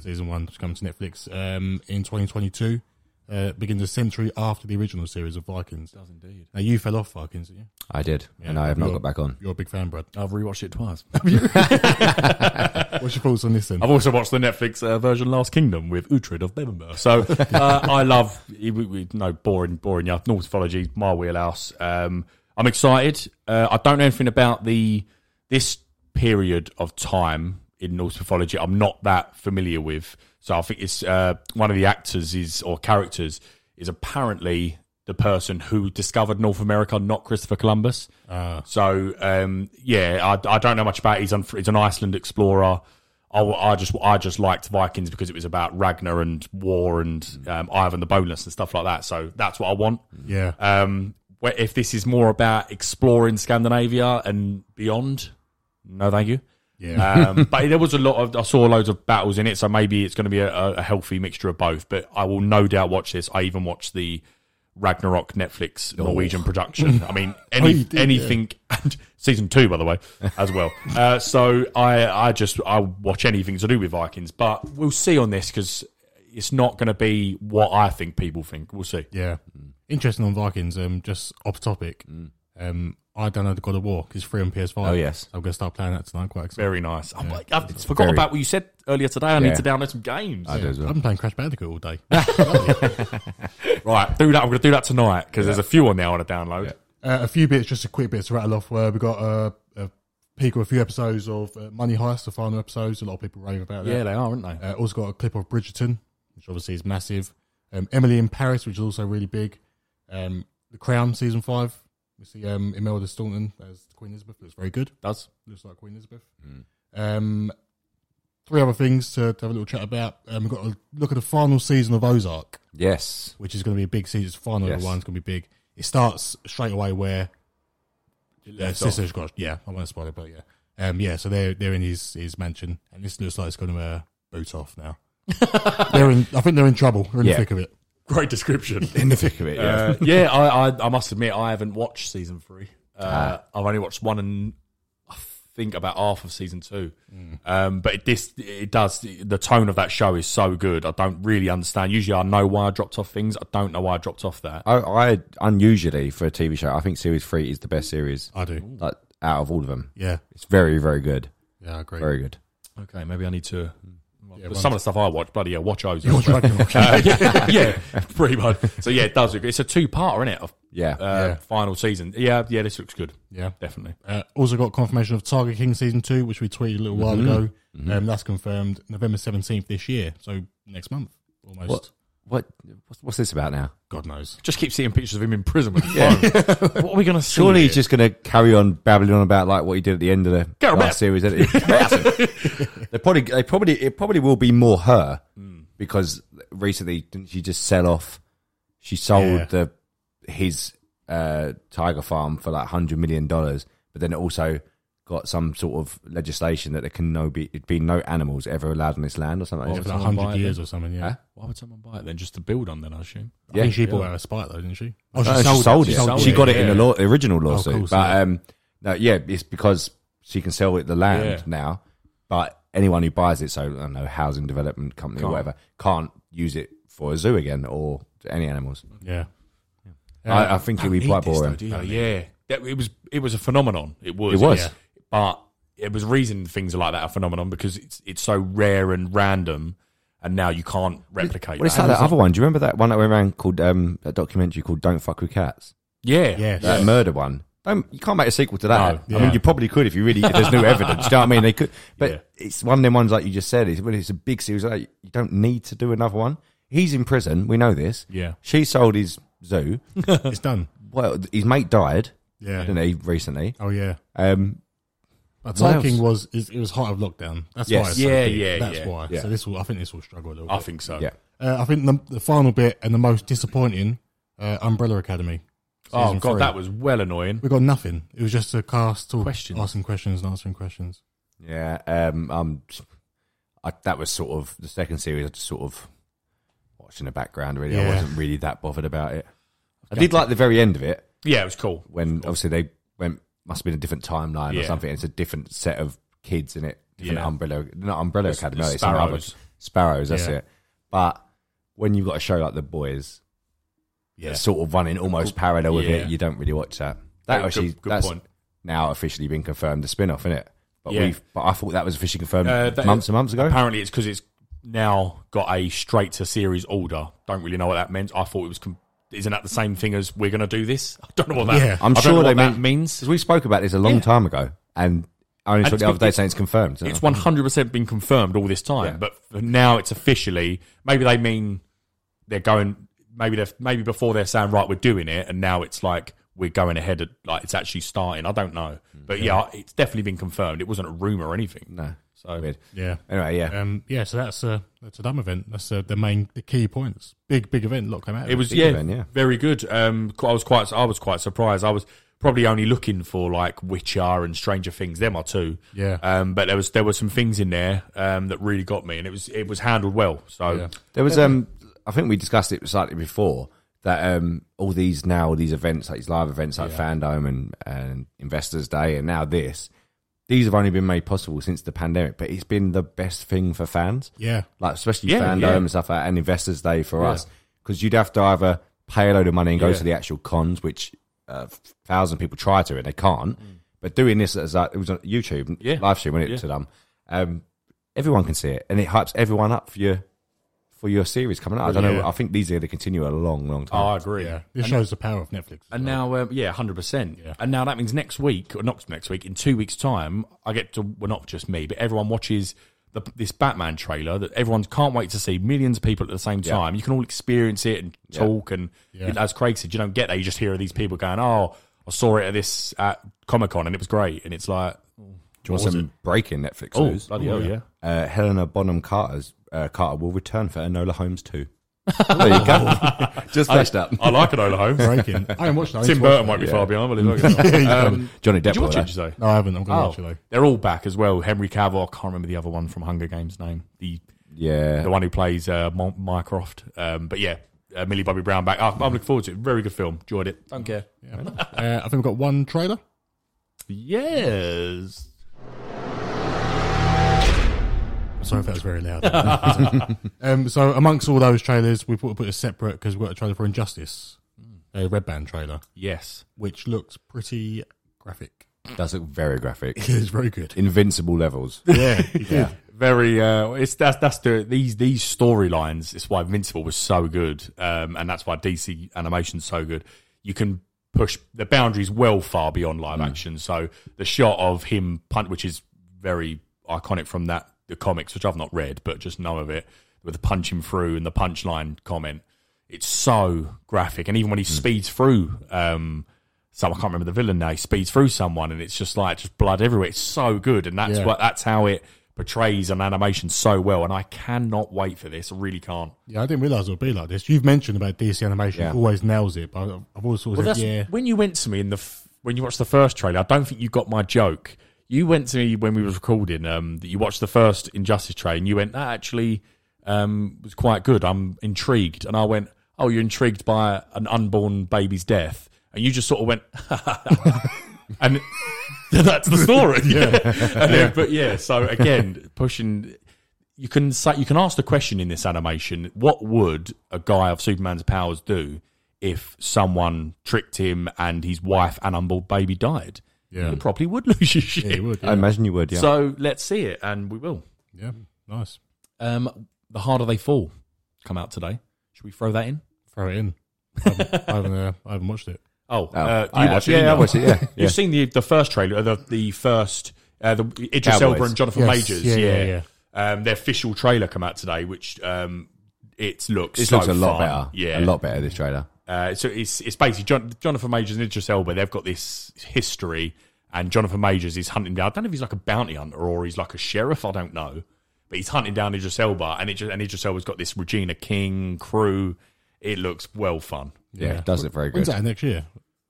S5: season one, which comes to Netflix um, in 2022. Uh, begins a century after the original series of Vikings. Does indeed. Now you fell off Vikings, didn't you?
S7: I did, and I have not
S5: You're-
S7: got back on. Oh.
S5: You're a big fan, Brad.
S6: I've rewatched it twice.
S5: What's your thoughts on this then?
S7: Oh.
S6: I've also watched the Netflix uh, version Last Kingdom with Uhtred of Bebenber. So uh, I love, we, we, no, boring, boring, yeah. Norse mythology, my wheelhouse. Um, I'm excited. Uh, I don't know anything about the this period of time in Norse mythology. I'm not that familiar with. So I think it's uh, one of the actors is or characters is apparently the person who discovered North America, not Christopher Columbus. So um, yeah, I, I don't know much about. It. He's an, he's an Iceland explorer. I, w- I just I just liked Vikings because it was about Ragnar and war and um, Ivan the Boneless and stuff like that. So that's what I want.
S5: Yeah,
S7: Uh,
S6: Um, wh- if this is more about exploring Scandinavia and beyond, no, thank you.
S7: uh,
S5: yeah.
S6: Um, but there was a lot of I saw loads of battles in it, so maybe it's going to be a, a healthy mixture of both. But I will no doubt watch this. I even watched the Ragnarok Netflix Norwegian production. I mean,
S5: Oh,
S6: any
S5: you did, yeah.
S6: anything and season two, by the way, as well. uh, so I I just I will watch anything to do with Vikings, but we'll see on this because it's not going to be what I think people think. We'll see.
S5: Yeah.
S6: Mm.
S5: Interesting on Vikings. Um, just off topic. Um, I downloaded God of War 'cause it's free on PS5.
S7: Oh, yes.
S5: I'm gonna start playing that tonight. Quite excited.
S6: Very nice. I'm like, I've forgot
S7: very-
S6: about what you said earlier today. I
S7: Yeah.
S6: need to download some games.
S7: do as well.
S5: I've been playing Crash Bandicoot all day. Uh,
S6: Right, do that. I'm going to do that tonight because there's a few on there I want to download.
S5: Uh, a few bits, just a quick bits to rattle off. Where we got uh, a peek of a few episodes of uh, Money Heist, the final episodes. A lot of people rave about that.
S6: they are, aren't they?
S5: Uh, also got a clip of Bridgerton, which obviously is massive. Um, Emily in Paris, which is also really big. Um, The Crown season five. We see um, Imelda Staunton as Queen Elizabeth. Looks very good.
S6: Does
S5: Looks like Queen Elizabeth. Um, three other things to, to have a little chat about. Um, we've got to look at the final season of Ozark,
S7: Yes.
S5: which is going to be a big season. It's the final
S7: Yes.
S5: one's going to be big. It starts straight away where uh,
S6: off.
S5: sister's got. Yeah, I won't spoil it, but yeah, um, yeah. So they're they're in his his mansion, and this looks like it's going to uh, boot off now. they're in. I think they're in trouble. They're in
S7: Yeah.
S5: the thick of it.
S6: great description.
S7: In the thick of it, yeah.
S6: Uh, yeah, I, I I must admit I haven't watched season three. Uh, I've only watched one and I think about half of season two. Um, but it, this it does the tone of that show is so good. I don't really understand. Usually I know why I dropped off things. I don't know why I dropped off that.
S7: I, I unusually for a TV show, I think series three is the best series
S5: I do.
S7: like, out of all of them.
S5: Yeah,
S7: It's very, very good.
S5: yeah, I agree.
S7: Very good.
S6: Okay, maybe I need to. well,
S5: Yeah,
S6: some of the stuff I watch, bloody yeah, watch O's.
S5: Dragon-
S6: yeah, yeah, pretty much. So yeah, it does. look- It's a two-parter, isn't it? Of,
S7: Yeah.
S6: uh,
S5: Yeah.
S6: Final season. Yeah, yeah. This looks good.
S5: yeah.
S6: Definitely.
S5: Uh, also got confirmation of Tiger King season two, which we tweeted a little while ago. Um, that's confirmed November seventeenth this year, so next month almost.
S7: What? What? What's, what's this about now?
S5: God knows.
S6: Just keep seeing pictures of him in prison with his phone. what are we going to see?
S7: Surely
S6: here?
S7: he's just going to carry on babbling on about like what he did at the end of the
S6: Get her
S7: last
S6: back.
S7: series. Isn't it? they probably, they probably, it probably will be more her because recently didn't she just sell off? She sold
S5: Yeah.
S7: the his uh, tiger farm for like hundred million dollars, but then it also got some sort of legislation that there can no be it be no animals ever allowed on this land or something.
S5: Yeah,
S7: like
S5: for
S7: that.
S5: like
S6: someone buy
S5: hundred
S6: it
S5: years or something. Yeah.
S7: Huh?
S6: Why would someone buy it then? Just to build on, then I assume.
S5: I
S7: Yeah.
S5: think she bought out of spite though, didn't she? Oh,
S7: No, Uh, she sold it.
S6: sold
S7: she
S6: it,
S7: got it,
S6: yeah.
S7: in the law, the original lawsuit.
S5: cool, so-
S7: but um, no, yeah, it's because she can sell it the land
S6: Yeah.
S7: now. But anyone who buys it, so I don't know, housing development company or
S6: Can't.
S7: whatever, can't use it for a zoo again or any animals.
S5: Yeah.
S7: I, I think it'd be quite boring.
S6: Oh, yeah, That- it was. It was a phenomenon. It was.
S7: It was.
S5: Yeah.
S6: But it was reason things like that are phenomenon because it's it's so rare and random, and now you can't replicate.
S7: well, it's
S6: that.
S7: like that other one. Do you remember that one that went around called um, that documentary called "Don't Fuck with Cats"?
S6: Yeah.
S5: Yes.
S7: That murder one. Don't, you can't make a sequel to that.
S6: No,
S7: I
S5: yeah.
S7: mean, you probably could if you really if there's new evidence. do you know what I mean? They could, but it's one of them ones like you just said. It's, when it's a big series. Like you don't need to do another one. He's in prison. We know this.
S6: Yeah.
S7: She sold his zoo.
S5: it's done.
S7: well, his mate died.
S5: Yeah.
S7: Didn't he recently?
S5: Oh yeah.
S7: Um,
S5: But
S7: What
S5: Tiger King
S7: else?
S5: was is, it was heart of lockdown. That's
S7: Yes.
S5: why. It's so
S6: Yeah,
S5: big.
S6: yeah,
S5: That's
S6: yeah.
S5: why.
S7: Yeah.
S5: So this will. I think this will struggle a little. Bit.
S6: I think so.
S7: yeah.
S5: Uh, I think the, the final bit and the most disappointing, uh, Umbrella Academy.
S6: Oh
S5: Season
S6: god,
S5: three.
S6: that was well annoying.
S5: We got nothing. It was just a cast talk,
S6: Questions.
S5: asking questions and answering questions.
S7: Yeah, um, um, I, that was sort of the second series. I just sort of watched in the background. Really,
S5: Yeah.
S7: I wasn't really that bothered about it. I did like the very end of it
S6: Yeah, it was cool.
S7: when obviously they went must have been a different timeline or
S6: Yeah.
S7: something. It's a different set of kids in it. Different
S6: Yeah.
S7: umbrella, not umbrella academy.
S6: the
S7: no, it's some other-
S6: Sparrows.
S7: sparrows. That's
S5: Yeah.
S7: it. But when you've got a show like The Boys,
S6: Yeah.
S7: that's sort of running almost parallel with
S6: Yeah.
S7: it, you don't really watch that. That
S6: Good-
S7: actually,
S6: good
S7: that's
S6: point.
S7: now officially been confirmed the spin off, isn't it? But
S6: Yeah.
S7: we've, but I thought that was officially confirmed
S6: Uh, that-
S7: months and months ago.
S6: Apparently, it's because it's now got a straight to series order. Don't really know what that meant. I thought it was. Com- isn't that the same thing as we're going to do this? I don't know what that.
S5: Yeah.
S7: I'm
S6: I don't
S7: sure
S6: know
S7: they
S6: what that
S7: meant-
S6: means.
S7: Because we spoke about this a long time ago, and I only saw
S6: it's
S7: the other
S6: been-
S7: day saying it's confirmed. isn't
S6: It's
S7: it?
S6: one hundred percent been confirmed all this time,
S7: Yeah.
S6: but for now it's officially. Maybe they mean they're going. Maybe they're maybe before they're saying right, we're doing it, and now it's like we're going ahead. At, like it's actually starting. I don't know, but yeah, it's definitely been confirmed. It wasn't a rumor or anything.
S7: Hmm. no,
S6: So
S7: weird.
S5: Yeah.
S7: Anyway, yeah.
S5: Um, yeah, so that's a that's a dumb event. That's uh, the main the key points. Big big event. A lot came out. of
S6: It was
S7: Big
S6: yeah,
S7: event, yeah.
S6: very good. Um, qu- I was quite I was quite surprised. I was probably only looking for like Witcher and Stranger Things. Them are two.
S5: Yeah.
S6: Um, but there was there were some things in there um that really got me, and it was it was handled well. So
S5: Yeah.
S7: There was um, I think we discussed it slightly before that um, all these now all these events like these live events like Fandome and and Investors Day and now this, these have only been made possible since the pandemic, but it's been the best thing for fans,
S5: Yeah.
S7: like especially
S6: Yeah,
S7: Fandome
S6: yeah.
S7: and stuff like, that, and Investors Day for us. us because you'd have to either pay a load of money and go
S6: Yeah.
S7: to the actual cons, which uh, thousand people try to and they can't. But doing this as like, it was on YouTube
S6: Mm. Yeah.
S7: live stream when it
S6: Yeah.
S7: to them, um, everyone can see it and it hypes everyone up for your for your series coming out. I don't know.
S5: Yeah.
S7: I think these are going to continue a long, long time.
S6: I agree.
S5: Yeah. This shows the power of Netflix.
S6: And now, um, yeah, hundred percent. And now that means next week, or not next week, in two weeks' time, I get to. Well, not just me, but everyone watches the the, this Batman trailer that everyone can't wait to see. Millions of people at the same
S7: Yeah.
S6: time. You can all experience it and
S7: Yeah.
S6: talk. And
S5: Yeah.
S6: as Craig said, you don't get that. You just hear these people going, "Oh, I saw it at this at Comic Con and it was great." And it's like,
S7: Do you want some breaking Netflix
S6: oh,
S7: news?
S6: bloody hell, yeah.
S7: Uh, Helena Bonham Carter's uh, Carter will return for Enola Holmes too. there you go. Just flashed up.
S6: I like it, Ola Holmes.
S5: Breaking. I haven't watched that. I need
S6: Tim
S5: to watch
S6: Burton might be far behind, but he's not gonna- um,
S7: Johnny Depp.
S6: Did you watch it?
S7: will, though.
S6: Did you say?
S5: that. No, I haven't. I'm going to
S6: Oh,
S5: watch it though.
S6: they're all back as well. Henry Cavill. I can't remember the other one from Hunger Games name. The
S7: Yeah.
S6: the one who plays uh, Mon- Mycroft. Um, but yeah, uh, Millie Bobby Brown back. I'm, I'm looking forward to it. Very good film. Enjoyed it. Don't care.
S5: Yeah, uh, I think we've got one trailer.
S6: Yes.
S5: Sorry if that was very loud. um, so, amongst all those trailers, we put, put a separate because we've got a trailer for Injustice, a Red Band trailer,
S6: Yes.
S5: which looks pretty graphic.
S7: Does look very graphic.
S5: It's very good.
S7: Invincible levels.
S5: Yeah, yeah.
S6: Very. Uh, it's that's that's the these these storylines. It's why Invincible was so good, um, and that's why DC animation's so good. You can push the boundaries well far beyond live action. So the shot of him punt, which is very iconic from that the comics, which I've not read, but just know of it, with the punching through and the punchline comment. It's so graphic, and even when he speeds through. Um, so I can't remember the villain now. He speeds through someone, and it's just like just blood everywhere. It's so good, and that's
S5: Yeah.
S6: what that's how it portrays an animation so well. And I cannot wait for this. I really can't.
S5: Yeah, I didn't realize it would be like this. You've mentioned about DC animation
S7: Yeah.
S5: always nails it, but I've I've always thought,
S6: Well,
S5: of
S6: that's
S5: yeah,
S6: when you went to me in the f- when you watched the first trailer. I don't think you got my joke. You went to me when we was recording um, that you watched the first Injustice trailer, and you went that actually um, was quite good. I'm intrigued, and I went, oh, you're intrigued by an unborn baby's death, and you just sort of went, and that's the story. Yeah. And then- but yeah, so again, pushing. You can say you can ask the question in this animation: What would a guy of Superman's powers do if someone tricked him and his wife and unborn baby died?
S5: Yeah.
S6: you probably would lose your shit.
S5: yeah, it would. Yeah.
S7: I imagine you would, yeah.
S6: So let's see it, and we will.
S5: yeah, nice.
S6: Um, the harder they fall, come out today. Should we throw that in?
S5: Throw it in. I haven't, I haven't, uh, I haven't watched it.
S6: Oh,
S7: Oh,
S6: uh,
S7: I
S6: you watch
S7: have.
S6: it?
S7: Yeah,
S6: didn't
S7: I
S6: you?
S7: watched it, yeah. yeah.
S6: You've seen the the first trailer, the the first uh, the Idris
S7: Cowboys.
S6: Elba and Jonathan
S5: Yes,
S6: Majors.
S5: yeah,
S6: Yeah,
S5: yeah,
S6: Um, their official trailer come out today, which um, it looks
S7: This
S6: so
S7: looks a lot
S6: fun.
S7: better.
S6: Yeah,
S7: A lot better, this trailer.
S6: Uh, so it's it's basically John, Jonathan Majors and Idris Elba. They've got this history, and Jonathan Majors is hunting down. I don't know if he's like a bounty hunter or he's like a sheriff. I don't know, but he's hunting down Idris Elba, and Idris, and Idris Elba's got this Regina King crew. It looks well fun.
S7: Yeah, it does look very good.
S5: When's that next year?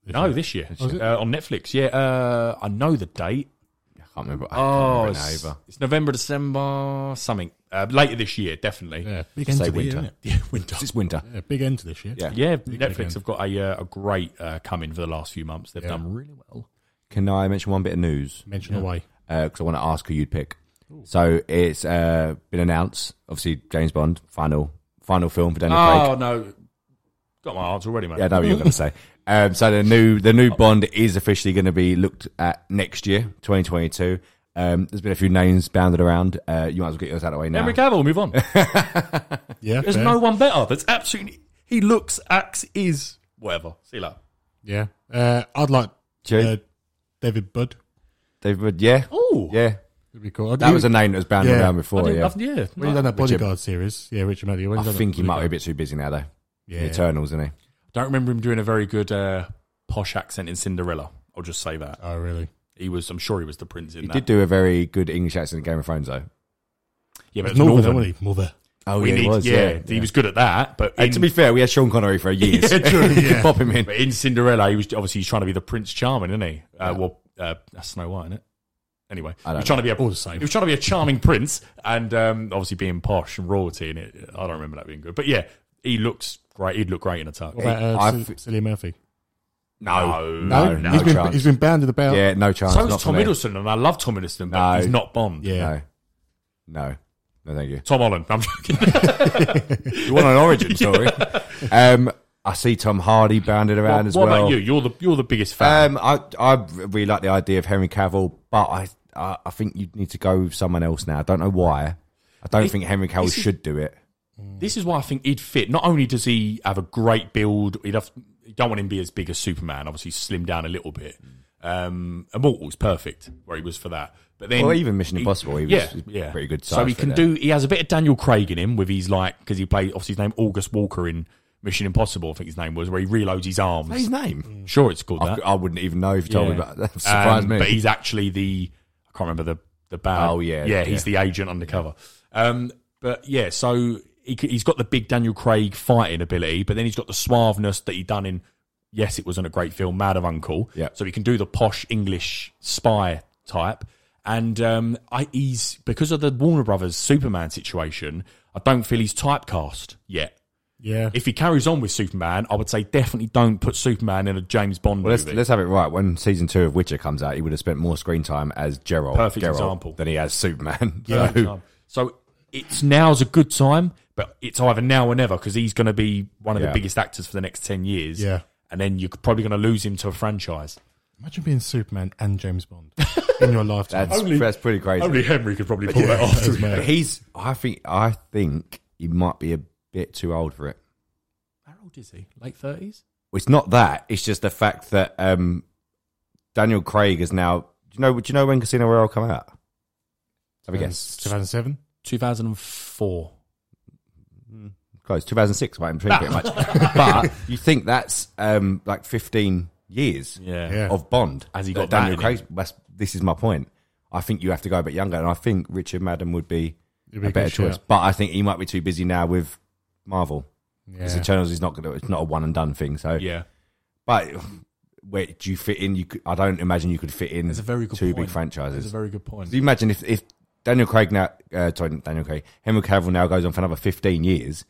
S6: No, this year
S5: Oh, is it?
S6: uh, on Netflix. Yeah, uh, I know the date.
S7: I can't remember.
S6: Oh,
S7: I can't remember it
S6: it's,
S7: now either.
S6: it's November, December, something uh, later this year, definitely.
S5: Yeah, big end
S7: Say
S5: to the year,
S7: winter.
S5: innit?
S6: Yeah, winter.
S7: It's winter.
S5: Yeah, big end to this year.
S7: Yeah.
S6: Yeah, Netflix have got a uh, a great uh, coming for the last few months. They've done really well.
S7: Can I mention one bit of news?
S5: Mention away.
S7: because I want to ask who you'd pick. So it's uh, been announced. Obviously, James Bond final final film for Daniel Craig.
S6: Oh no, got my answer already, mate.
S7: Yeah, I know what you were going to say. Um, so the new the new Bond is officially going to be looked at next year, 2022. Um, there's been a few names bounded around. Uh, you might as well get yours out of the way now.
S6: Henry Cavill, move on.
S5: Yeah,
S6: There's
S5: fair.
S6: no one better. That's absolutely. He looks, acts, is whatever. See you later.
S5: Yeah, uh, I'd like
S7: Jay-
S5: uh, David Budd.
S7: David, uh, yeah,
S6: Oh,
S7: yeah,
S5: It'd be cool.
S7: that was a name that was bounded
S5: Yeah.
S7: around
S6: I
S7: before.
S6: didn't-
S7: Yeah,
S6: I've- yeah.
S5: When you done that
S7: Richard-
S5: bodyguard series, yeah, Richard Maddy. When you
S7: I
S5: done that
S7: think he might be a
S5: Bodyguard-
S7: bit too busy now though.
S5: Yeah,
S7: Eternals, isn't he?
S6: Don't remember him doing a very good uh, posh accent in Cinderella. I'll just say that
S5: Oh, really?
S6: he was. I'm sure he was the prince in
S7: He
S6: that.
S7: did do a very good English accent in Game of Thrones though.
S6: yeah, but it's
S5: Northern,
S6: Northern.
S5: wasn't he? Mother.
S7: Oh,
S6: we need, yeah, he was good at that. But
S7: Hey,
S6: in,
S7: to be fair, we had Sean Connery for years.
S6: Yeah, true,
S7: You could
S6: yeah.
S7: Pop him in.
S6: but in Cinderella, he was obviously he's trying to be the Prince Charming, isn't he? Uh, Well, uh, that's Snow White, isn't it? Anyway, he
S7: don't
S6: was trying to be a,
S5: All the same.
S6: He was trying to be a charming prince, and um, obviously being posh and royalty in it. I don't remember that being good, but yeah, he looks great. He'd look great in a tuck.
S5: What about uh,
S7: I
S5: Cel-
S7: thi-
S5: Cillian Murphy?
S6: No,
S7: no, no,
S5: he's been
S7: chance.
S5: he's been bounded about.
S7: Yeah, no chance.
S6: So
S7: not
S6: is Tom
S7: for me.
S6: Hiddleston, and I love Tom Hiddleston, but
S7: No.
S6: he's not Bond.
S5: yeah.
S7: No, no, no, thank you.
S6: Tom Holland. I'm joking.
S7: You want an origin story? um, I see Tom Hardy bounded around
S6: what
S7: as
S6: what
S7: well.
S6: about you? You're the you're the biggest fan.
S7: Um, I I really like the idea of Henry Cavill, but I I, I think you need to go with someone else now. I don't know why. I don't think Henry Cavill
S6: this is-
S7: should do it.
S6: This is why I think he'd fit. Not only does he have a great build, he'd have, you don't want him to be as big as Superman. Obviously, slim down a little bit. Um, Immortals, perfect, where he was for that. But then,
S7: Well, even Mission Impossible, he was pretty good
S6: So
S7: size
S6: he
S7: for
S6: can
S7: that.
S6: do. He has a bit of Daniel Craig in him with his like because he played obviously his name August Walker in Mission Impossible. I think his name was where he reloads his arms.
S7: His name.
S6: sure, it's called
S7: I,
S6: that.
S7: I wouldn't even know if you told me
S6: Mm. Yeah.
S7: that. That surprised
S6: Um,
S7: me.
S6: But he's actually the I can't remember the the bad.
S7: Oh, yeah,
S6: yeah. He's the agent undercover. Um, but yeah, so he, c- he's got the big Daniel Craig fighting ability, but then he's got the suaveness that he done in. Yes, it wasn't a great film, Mad of Uncle.
S7: Yeah.
S6: So he can do the posh English spy type, and um, I, he's because of the Warner Brothers Superman situation. I don't feel he's typecast yet.
S5: Yeah.
S6: If he carries on with Superman, I would say definitely don't put Superman in a James Bond
S7: well, let's,
S6: movie.
S7: let's have it right. When season two of Witcher comes out, he would have spent more screen time as Geralt,
S6: Perfect
S7: Geralt
S6: example.
S7: than he has Superman.
S6: Yeah.
S7: So-
S6: So it's now's a good time, but it's either now or never because he's going to be one of
S7: Yeah.
S6: the biggest actors for the next 10 years.
S5: Yeah.
S6: And then you're probably going to lose him to a franchise.
S5: Imagine being Superman and James Bond in your lifetime.
S7: that's, that's pretty crazy.
S6: Henry could probably pull that off.
S5: That's
S7: But
S5: mad.
S7: he's. I think. I think he might be a bit too old for it.
S6: How old is he? Late 30s?
S7: Well, It's not that. It's just the fact that um, Daniel Craig is now. Do you know? Do you know when Casino Royale come out? Have a
S6: Uh,
S7: guess.
S5: 2007.
S6: 2004.
S7: Close. Two thousand six. Might improve pretty much. but you think that's um, like fifteen years
S6: Yeah.
S5: Yeah.
S7: of Bond?
S6: Has he
S7: That
S6: got that
S7: Daniel
S6: in
S7: Craig? That's, this is my point. I think you have to go a bit younger, and I think Richard Madden would be,
S5: It'd be
S7: a
S5: a
S7: better
S5: good shout.
S7: choice. But I think he might be too busy now with Marvel. Because
S5: Yeah.
S7: Eternals is not going to. It's not a one and done thing. So
S6: Yeah.
S7: But where do you fit in? You could, I don't imagine you could fit in.
S6: That's a very good
S7: two
S6: point.
S7: big franchises.
S6: That's a very good point.
S7: Do you imagine if, if Daniel Craig now, uh, sorry, not Daniel Craig, Henry Cavill now goes on for another fifteen years,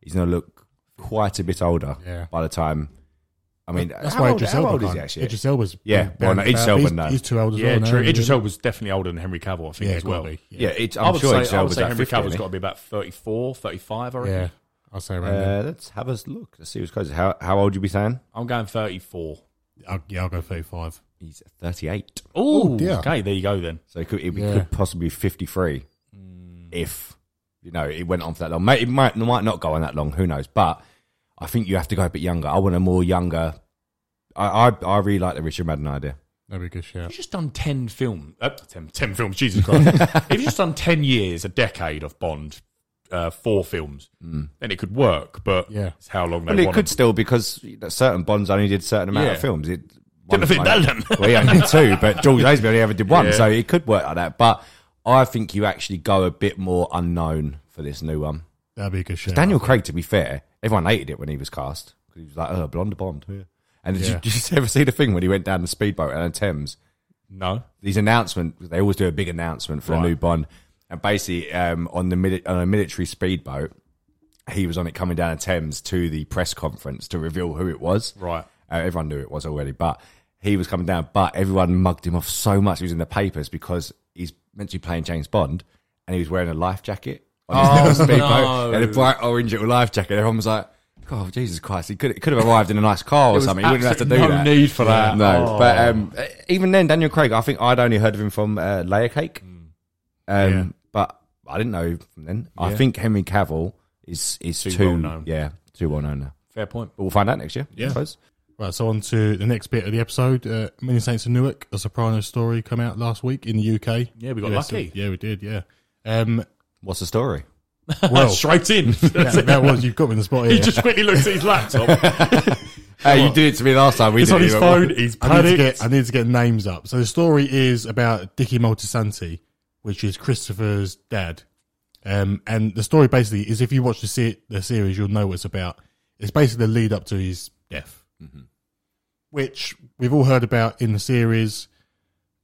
S7: he's going to look quite a bit older
S5: Yeah.
S7: by the time. I mean,
S5: That's
S7: how
S5: why
S7: old-
S5: Idris
S7: how
S5: Elba
S7: old is
S5: can't.
S7: he actually?
S5: Idris Elba's
S7: Yeah,
S5: been
S7: well, no,
S5: buried
S7: Idris
S5: about-
S7: Elba,
S5: he's,
S7: no.
S5: he's too old as
S6: yeah,
S5: well.
S6: true.
S5: now,
S6: Idris
S5: isn't
S6: Elba's definitely older than Henry Cavill, I
S5: he?
S6: think,
S5: yeah,
S6: as
S5: gotta
S6: well.
S5: be,
S7: yeah, it's,
S6: I
S7: I'm
S6: would
S7: sure Idris
S6: say, I would
S7: Elba's
S6: say
S7: like
S6: Henry
S7: 50,
S6: Cavill's
S7: isn't
S6: got to
S7: he?
S6: be about 34, 35, I reckon.
S5: Yeah, I'll say around. there.
S7: Uh, let's have a look. Let's see who's closest. How how old you be saying?
S6: I'm going 34.
S5: I'll, yeah, I'll go 35.
S7: He's thirty eight,
S6: Oh,
S5: dear.
S6: okay. There you go then.
S7: so it could, it
S5: Yeah.
S7: could possibly be fifty three, if you know it went on for that long. Mate, it might it might not go on that long. Who knows? But I think you have to go a bit younger. I want a more younger. I I, I really like the Richard Madden idea.
S5: That'd be a good shout.
S6: You've just done 10 film, uh, 10, 10 films, Jesus Christ. if you've just done 10 years, a decade of Bond, uh, four films, then it could work, but
S5: Yeah.
S6: it's how long they
S7: Well, it
S6: want
S7: could
S6: 'em.
S7: still because certain Bonds only did certain amount
S6: Yeah.
S7: of films. It
S6: Didn't fit
S7: like-
S6: that then.
S7: well, he only did two, but George Lazenby only ever did one, so it could work like that. But I think you actually go a bit more unknown for this new one.
S5: That'd be a good shout.
S7: Daniel Craig, to be fair, everyone hated it when he was cast 'Cause he was like, "Oh, blonde Bond." And did,
S5: Yeah.
S7: you, did you ever see the thing when he went down the speedboat and the Thames?
S6: No.
S7: These announcement, they always do a big announcement for
S6: Right.
S7: a new Bond, and basically um, on the mili- on a military speedboat, he was on it coming down the Thames to the press conference to reveal who it was.
S6: Right.
S7: Uh, everyone knew it was already, but he was coming down. But everyone mugged him off so much. He was in the papers because he's meant to be playing James Bond, and he was wearing a life jacket on his little speedboat
S6: Oh, no.
S7: and a bright orange little life jacket. Everyone was like. Oh Jesus Christ! He could, he could have arrived in a nice car or
S6: was
S7: something. He wouldn't have to do
S6: absolutely
S7: that.
S6: no need for that.
S7: No,
S6: Oh.
S7: but um, uh, even then, Daniel Craig. I think I'd only heard of him from uh, Layer Cake,
S6: Mm.
S7: um,
S5: Yeah.
S7: but I didn't know him from then. I think Henry Cavill is is too,
S6: well known.
S7: Yeah, too well known now.
S6: Fair point.
S7: But we'll find out next year. Yeah. I suppose.
S5: Right, so on to the next bit of the episode. Uh, Many Saints of Newark, a Sopranos story, come out last week in the UK.
S6: Yeah, we got lucky.
S5: Yeah, we did. Yeah. Um,
S7: What's the story?
S5: well,
S6: Straight in.
S5: that, that was you've got me in the spot here.
S6: he just quickly looks at his laptop.
S7: Hey, Uh, you did it to me last time. We
S6: It's
S7: did
S6: on
S7: it.
S6: his phone. He's
S5: I need, to
S6: panicked.
S5: get, I need to get names up. So the story is about Dicky Moltisanti, which is Christopher's dad. Um, and the story basically is if you watch the, se- the series, you'll know what it's about. It's basically the lead up to his death, which we've all heard about in the series.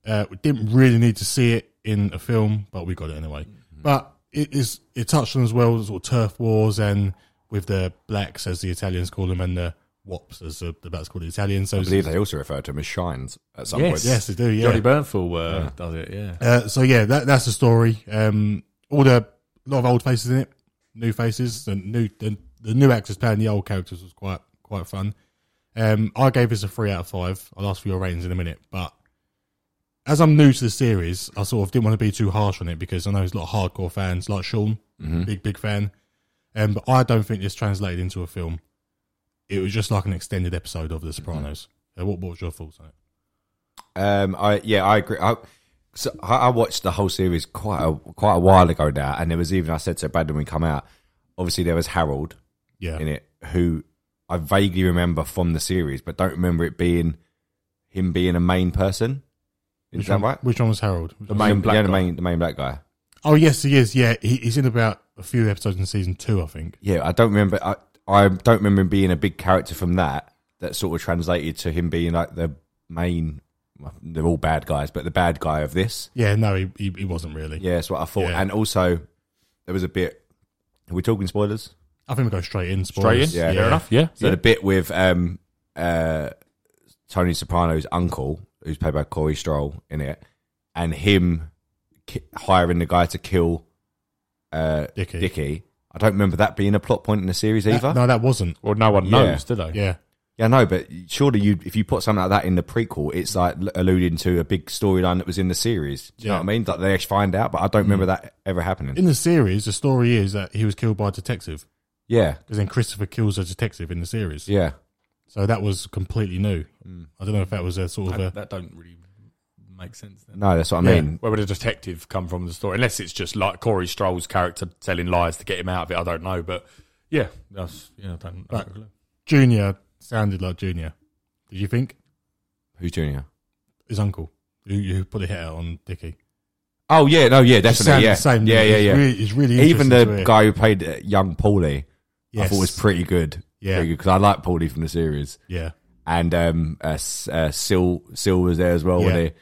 S5: Uh, we didn't really need to see it in a film, but we got it anyway. But it is it touched on as well sort of turf wars and with the blacks as the Italians call them and the wops as the, the blacks call the Italians. So
S7: I
S5: it's-
S7: believe they also referred to him as Shines at some point.
S5: Yes, they do. Yeah.
S6: Johnny Bernthal uh, does it, yeah.
S5: Uh, so yeah, that, that's the story. Um, all the lot of old faces in it, new faces, and new the, the new actors playing the old characters was quite quite fun. Um, I gave this a three out of five. I'll ask for your ratings in a minute, but as I'm new to the series, I sort of didn't want to be too harsh on it because I know there's a lot of hardcore fans like Sean,
S7: Mm-hmm.
S5: big big fan. Um, but I don't think this translated into a film. It
S7: Mm-hmm.
S5: was just like an extended episode of The Sopranos. Uh, what, what was your thoughts on it?
S7: Um, I yeah, I agree. I, so I I watched the whole series quite a, quite a while ago now, and there was even I said to Brad when we come out. Obviously, there was Harold
S5: Yeah.
S7: in it who I vaguely remember from the series, but don't remember it being him being a main person. Is
S5: Which
S7: that
S5: one,
S7: right?
S5: Which one was Harold?
S7: The main,
S6: black
S7: yeah, the
S6: guy.
S7: main, the main black guy.
S5: Oh yes, he is. Yeah, he, he's in about a few episodes in season two, I think.
S7: Yeah, I don't remember. I, I don't remember him being a big character from that. That sort of translated to him being like the main. well, They're all bad guys, but the bad guy of this.
S5: Yeah, no, he, he, he wasn't really.
S7: Yeah, that's what I thought.
S5: Yeah.
S7: And also, there was a bit. Are we talking spoilers?
S5: I think we go straight in.
S6: Straight in?
S5: Spoilers.
S7: Yeah.
S6: Fair enough. Yeah.
S7: So the bit with um, uh, Tony Soprano's uncle, who's played by Corey Stroll in it, and him ki- hiring the guy to kill uh,
S5: Dickie.
S7: Dickie. I don't remember that being a plot point in the series either.
S5: That- no, that wasn't.
S6: Well, no one knows, do
S7: Yeah.
S6: they?
S5: Yeah,
S7: Yeah, no, but surely you if you put something like that in the prequel, it's like l- alluding to a big storyline that was in the series. Do you know
S5: Yeah. Mm.
S7: what I mean? That they actually find out, but I don't remember that ever happening.
S5: in the series, the story is that he was killed by a detective
S7: yeah,
S5: because then Christopher kills a detective in the series.
S7: yeah. Mm.
S5: So that was completely new. I don't know if that was a sort of
S6: That,
S5: a
S6: that don't really make sense. Then.
S7: No, that's what I
S5: Yeah.
S7: mean.
S6: Where would a detective come from in the story? Unless it's just like Corey Stroll's character telling lies to get him out of it. I don't know, but yeah, that's yeah, I don't. I don't know.
S5: junior sounded like junior. Did you think
S7: Who's Junior?
S5: his uncle who, who put a hit out on Dickie?
S7: Oh yeah, no, yeah,
S5: Just sounded
S7: definitely, yeah,
S5: the same.
S7: yeah, yeah,
S5: It's
S7: yeah.
S5: really- it's really
S7: Even
S5: interesting to
S7: the
S5: hear.
S7: guy who played uh, young Paulie, I
S5: Yes.
S7: thought was pretty good.
S5: Yeah.
S7: because I like Paulie from the series,
S5: Yeah,
S7: and um, uh, S- uh, Sil Sil was there as well. Yeah,
S5: Yeah.
S7: they,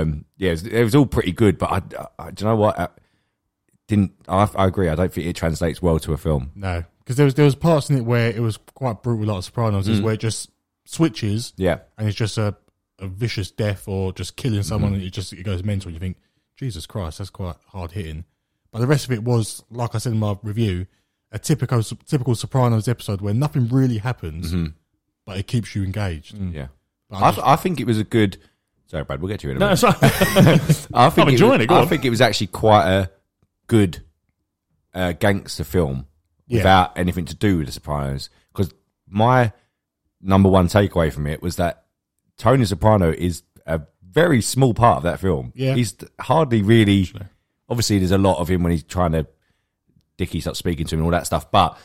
S7: um, yeah, it was, it was all pretty good. But I, I, do you know what? I didn't I, I agree? I don't think it translates well to a film.
S5: no, because there was there was parts in it where it was quite brutal, like Sopranos, is where it just switches.
S7: Mm. Yeah. Mm-hmm.
S5: and it's just a, a vicious death or just killing someone and it just it goes mental and you think jesus christ that's quite hard hitting but the rest of it was like i said in my review a typical typical sopranos episode where nothing really happens
S7: Mm-hmm.
S5: but it keeps you engaged
S7: Yeah.
S5: But Hmm. I
S7: I,
S5: just-
S7: I think it was a good. Sorry, Brad, we'll get to it in a
S6: No, it's
S7: minute.
S6: not-
S7: I think
S6: I'm
S7: was-
S6: enjoying it, go
S7: I
S6: on.
S7: think it was actually quite a good uh, gangster film
S5: Yeah.
S7: without anything to do with The Sopranos. Because my number one takeaway from it was that Tony Soprano is a very small part of that film.
S5: Yeah.
S7: He's hardly really. Obviously, there's a lot of him when he's trying to. Dickie starts speaking to him and all that stuff, but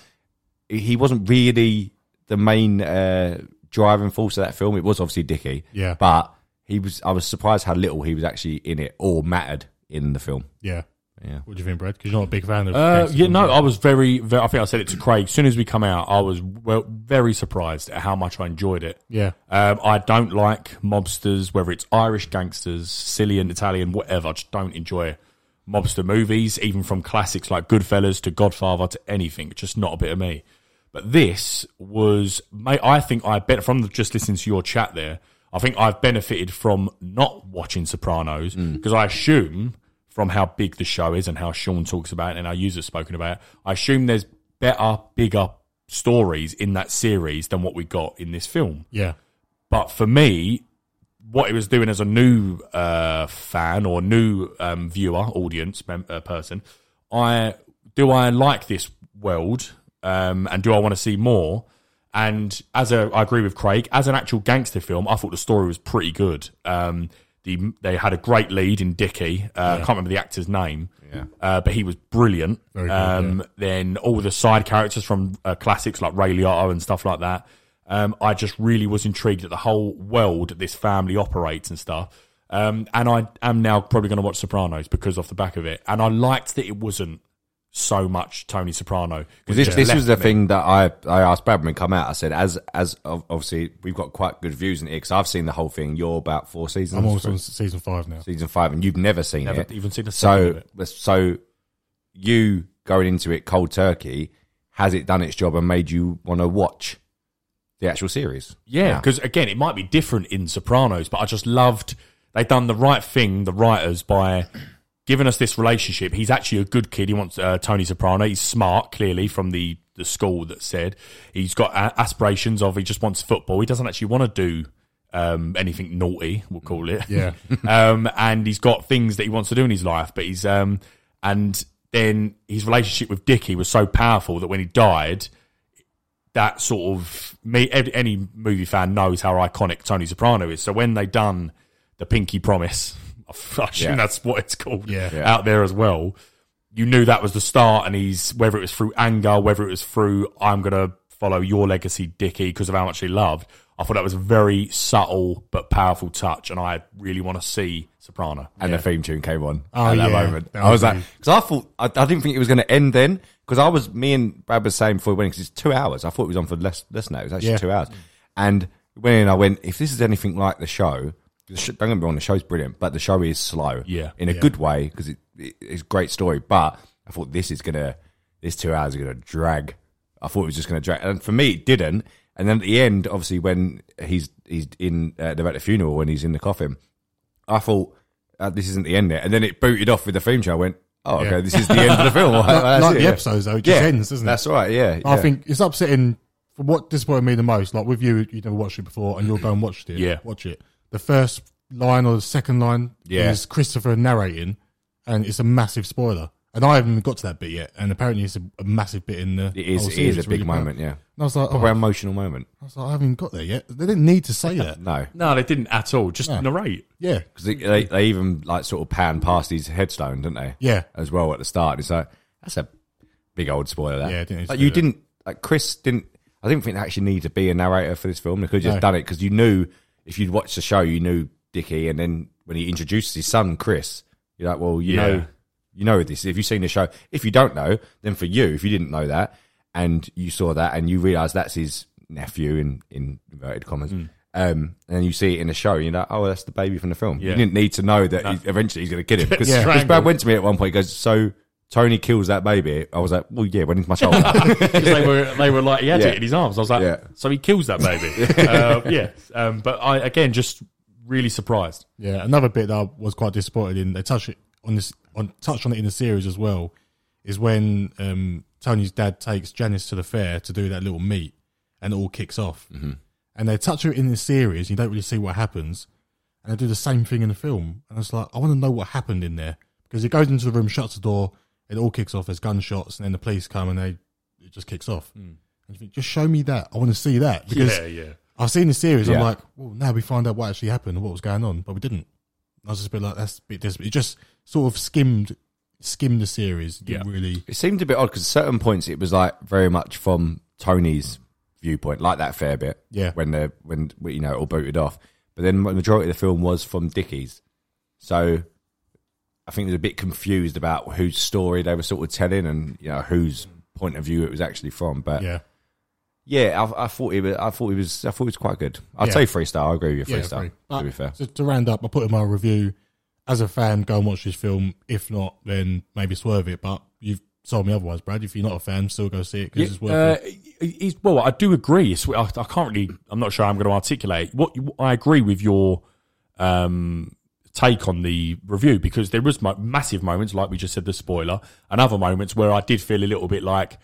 S7: he wasn't really the main uh, driving force of that film. It was obviously Dickie.
S5: Yeah.
S7: But he was I was surprised how little he was actually in it or mattered in the film.
S5: yeah
S7: Yeah.
S5: what do you think brad because you're not a big fan of
S6: Uh,
S5: gangster
S6: yeah, no,
S5: films.
S6: I was very, very. I think I said it to Craig. As soon as we come out, I was well, very surprised at how much I enjoyed it.
S5: yeah
S6: Um, I don't like mobsters, whether it's Irish gangsters, Sicilian, Italian, whatever. I just don't enjoy mobster movies, even from classics like Goodfellas to Godfather to anything. Just not a bit of me. But this was, mate, I think I bet from the, just listening to your chat there, I think I've benefited from not watching Sopranos because I assume from how big the show is and how Sean talks about it and our users spoken about it, I assume there's better, bigger stories in that series than what we got in this film.
S5: yeah
S6: But for me, what it was doing as a new uh, fan or new um, viewer, audience mem- uh, person, I do I like this world, um, and do I want to see more? And as a, I agree with Craig. As an actual gangster film, I thought the story was pretty good. Um, the, they had a great lead in Dickie. Uh, I can't remember the actor's name, yeah. uh, but he was brilliant.
S5: Very good,
S6: um, Then all the side characters from uh, classics like Ray Liotta and stuff like that. Um, I just really was intrigued at the whole world that this family operates and stuff. Um, and I am now probably going to watch Sopranos because off the back of it. And I liked that it wasn't so much Tony Soprano.
S7: 'Cause This, this was the thing that I, I asked Brad when we come out. I said, as as ob- obviously we've got quite good views in it because I've seen the whole thing. You're about four seasons,
S5: i'm also on season five now
S7: season five, and you've never seen
S6: Never
S7: it.
S6: even seen a second
S7: so
S6: of
S7: so you going into it cold turkey has it done its job and made you want to watch the actual series?
S6: Yeah, because again, it might be different in Sopranos, but I just loved they done the right thing, the writers, by giving us this relationship. He's actually a good kid. He wants uh, Tony Soprano. He's smart, clearly from the the school that said he's got a- aspirations of. He just wants football. He doesn't actually want to do um, anything naughty. We'll call it.
S5: Yeah.
S6: um, and he's got things that he wants to do in his life, but he's um, and then his relationship with Dickie was so powerful that when he died, that sort of me ev- any movie fan knows how iconic Tony Soprano is. So when they done the Pinky Promise. I assume
S7: Yeah.
S6: that's what it's called
S5: Yeah.
S7: Yeah.
S6: out there as well. You knew that was the start, and he's whether it was through anger, whether it was through I'm gonna follow your legacy, Dickie, because of how much he loved. I thought that was a very subtle but powerful touch, and I really want to see Soprano.
S7: and the theme tune came on
S5: Oh,
S7: at that
S5: yeah.
S7: moment.
S5: That
S7: I was
S5: was
S7: like,
S5: really-
S7: because I thought I, I didn't think it was going to end then. Because I was me and Brad was saying before we went 'cause it's two hours. I thought it was on for less less than that. It was actually
S5: Yeah.
S7: two hours. And when I went, if this is anything like the show, the sh- don't get me wrong, the show's brilliant, but the show is slow.
S6: Yeah.
S7: in a
S5: Yeah.
S7: good way because it, it, it's a great story. But I thought this is gonna this two hours are gonna drag. I thought it was just gonna drag, and for me it didn't. And then at the end, obviously, when he's he's in uh, they're at the funeral when he's in the coffin, I thought uh, this isn't the end yet, and then it booted off with the theme show. I went, oh, okay,
S5: Yeah.
S7: this is the end of the film. Like,
S5: Like,
S7: that's
S5: like
S7: it,
S5: the
S7: yeah.
S5: episodes though, it just
S7: Yeah,
S5: ends, doesn't it?
S7: That's right. Yeah,
S5: I
S7: yeah.
S5: think it's upsetting. For what disappointed me the most, like with you, you never watched it before, and you'll go and watch it.
S6: Yeah.
S5: watch it. The first line or the second line
S7: Yeah.
S5: is Christopher narrating, and it's a massive spoiler. And I haven't got to that bit yet. And apparently, it's a, a massive bit in the.
S7: it is
S5: whole
S7: it is
S5: series,
S7: a big
S5: really bad.
S7: moment. Yeah,
S5: And I was like, oh,
S7: proper emotional moment.
S5: I was like, I haven't even got there yet. They didn't need to say that.
S7: No,
S6: No, they didn't at all. Just narrate.
S5: Yeah,
S7: because they, they, they even like sort of pan past his headstone, didn't they?
S5: Yeah.
S7: as well at the start. It's like that's a big old spoiler. That
S5: Yeah, I didn't need to
S7: like
S5: do
S7: you
S5: that.
S7: didn't like Chris didn't. I didn't think they actually need to be a narrator for this film. They could have just
S5: No.
S7: done it because you knew if you'd watched the show, you knew Dickie, and then when he introduces his son Chris, you're like, well, you
S6: Yeah.
S7: know, you know this. If you've seen the show, if you don't know, then for you, if you didn't know that and you saw that and you realise that's his nephew in, in inverted commas,
S5: Mm.
S7: um, and you see it in the show, you're like, oh, that's the baby from the film.
S6: Yeah.
S7: You didn't need to know that he- eventually he's going to kill him. Because
S5: Yeah.
S7: Brad went to me at one point, he goes, so Tony kills that baby. I was like, well, yeah, when is my shoulder?
S6: because they were they were like he had
S7: Yeah.
S6: it in his arms. I was like,
S7: Yeah.
S6: so he kills that baby. uh, yeah, um, but I again just really surprised.
S5: Yeah, another bit that I was quite disappointed in. They touch it on this on touch on it in the series as well. Is when um, Tony's dad takes Janice to the fair to do that little meet, and it all kicks off. Mm-hmm. And they touch it in the series. You don't really see what happens, and they do the same thing in the film. And it's like I want to know what happened in there because he goes into the room, shuts the door, it all kicks off. There's gunshots, and then the police come, and they it just kicks off. And you think, just show me that. I want to see that because
S6: Mm. Yeah, yeah.
S5: I've seen the series.
S7: Yeah.
S5: I'm like, well, now we find out what actually happened and what was going on, but we didn't. I was just a bit like, that's a bit desperate. It just sort of skimmed, skimmed the series. Didn't really.
S7: it seemed a bit odd because certain points it was like very much from Tony's viewpoint, like that fair bit.
S5: Yeah.
S7: When the when you know it all booted off, but then the majority of the film was from Dickie's, so I think they was a bit confused about whose story they were sort of telling and you know whose point of view it was actually from. But yeah,
S5: Yeah,
S7: I, I thought it was. I thought it was. I thought it was quite good. I'd
S5: Yeah.
S7: say three star. I agree with you,
S5: yeah.
S7: three star.
S5: agree.
S7: To be
S5: But
S7: fair,
S5: so to round up, I put in my review. As a fan, go and watch this film. If not, then maybe swerve it. But you've told me otherwise, Brad. If you're not a fan, still go see it because it's worth it.
S6: Uh, he's, well, I do agree. It's, I, I can't really. I'm not sure I'm going to articulate what you- I agree with your um, take on the review because there was mo- massive moments, like we just said, the spoiler, and other moments where I did feel a little bit like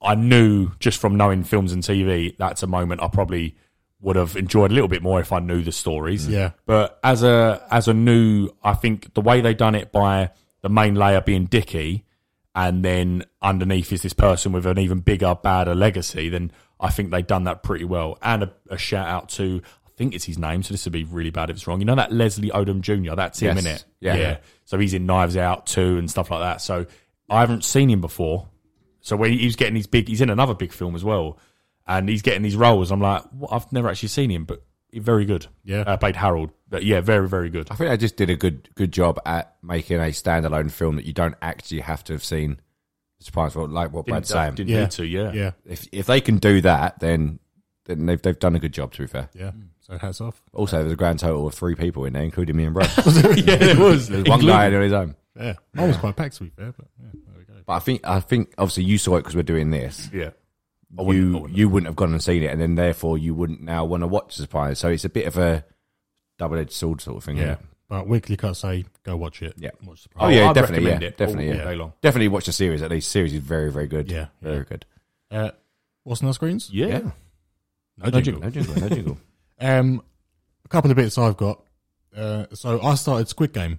S6: I knew just from knowing films and TV that's a moment I probably would have enjoyed a little bit more if I knew the stories.
S5: Yeah.
S6: But as a as a new, I think the way they done it by the main layer being Dickie, and then underneath is this person with an even bigger, badder legacy. Then I think they done that pretty well. And a, a shout out to I think it's his name, so this would be really bad if it's wrong. You know that Leslie Odom Jr. That's him
S7: Yes.
S6: in it.
S7: Yeah.
S6: So he's in Knives Out too and stuff like that. So I haven't seen him before. So when he was getting these big, he's in another big film as well, and he's getting these roles. I'm like, what? I've never actually seen him, but very good.
S5: Yeah.
S6: uh, played Harold. But yeah, very very good.
S7: I think I just did a good good job at making a standalone film that you don't actually have to have seen. Surprise! Well, like what Brad's
S6: Didn't,
S7: saying,
S6: didn't
S5: Yeah.
S6: need to. Yeah,
S5: yeah,
S7: if if they can do that, then then they've they've done a good job. To be fair,
S5: yeah. So hats off.
S7: also there's a grand total of three people in there, including me and Brad.
S6: yeah, there was.
S7: there's one guy on his own.
S5: Yeah, I was quite packed to be fair, but yeah, there we go.
S7: But I think I think obviously you saw it because we're doing this.
S6: Yeah.
S7: you you wouldn't have gone and seen it, and then therefore you wouldn't now want to watch the surprise. So it's a bit of a double edged sword sort of thing.
S5: Yeah,
S7: isn't it?
S5: but weekly cut say go watch it.
S7: Yeah.
S5: watch the
S7: Oh,
S5: prize.
S7: yeah,
S6: I'd
S7: definitely,
S6: recommend
S7: yeah,
S6: it all
S7: definitely, yeah.
S6: day long.
S7: Definitely watch the series. At least series is very very good.
S5: Yeah.
S7: very good.
S5: Uh, what's on our screens?
S6: Yeah.
S7: Yeah.
S5: No, jingle.
S7: No jingle. No jingle.
S5: Um, a couple of bits I've got. Uh, so I started Squid Game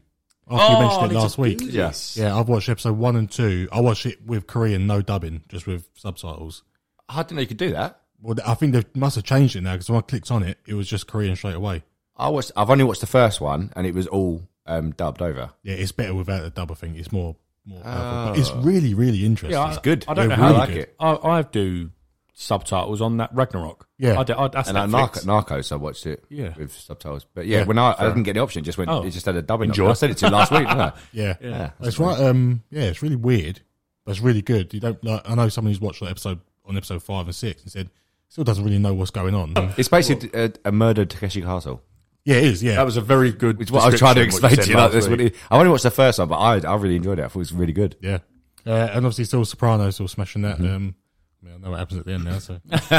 S6: Oh,
S5: after you mentioned it last week.
S7: yes.
S5: Yeah, I've watched episode one and two. I watched it with Korean, no dubbing, just with subtitles.
S7: I didn't know you could do that.
S5: Well, I think they must have changed it now because when I clicked on it, it was just Korean straight away.
S7: I watched. I've only watched the first one, and it was all um, dubbed over.
S5: Yeah, it's better without the double thing. It's more more powerful. But it's really, really interesting.
S6: Yeah,
S7: It's good.
S6: I don't
S5: They're
S6: know how
S5: really
S6: I like
S5: good.
S6: it. I, I do subtitles on that Ragnarok.
S5: Yeah.
S6: I do, I, that's
S7: And I Narco,
S6: Netflix.
S7: Narcos, I watched it
S6: Yeah.
S7: with subtitles. But yeah, when I, I didn't get the option, it just went.
S6: Oh.
S7: It just had a dubbing.
S6: Enjoy.
S7: Option. I said it to you last week. Didn't I?
S5: Yeah,
S7: Yeah,
S5: It's right. Um, yeah, it's really weird, but it's really good. You don't like. I know someone who's watched that episode on episode five and six and said still doesn't really know what's going on.
S7: It's basically a, a murder at Takeshi Castle.
S5: yeah, it is. Yeah,
S6: That was a very good.
S7: It's what I was trying to
S6: description, what
S7: explain to you.
S6: said
S7: Like this,
S6: last
S7: when
S6: week.
S7: it- I only watched the first one, but I I really enjoyed it. I thought it was really good.
S5: yeah, uh, and obviously still Sopranos still smashing that. Um, I, mean, I know what happens at the end now, so but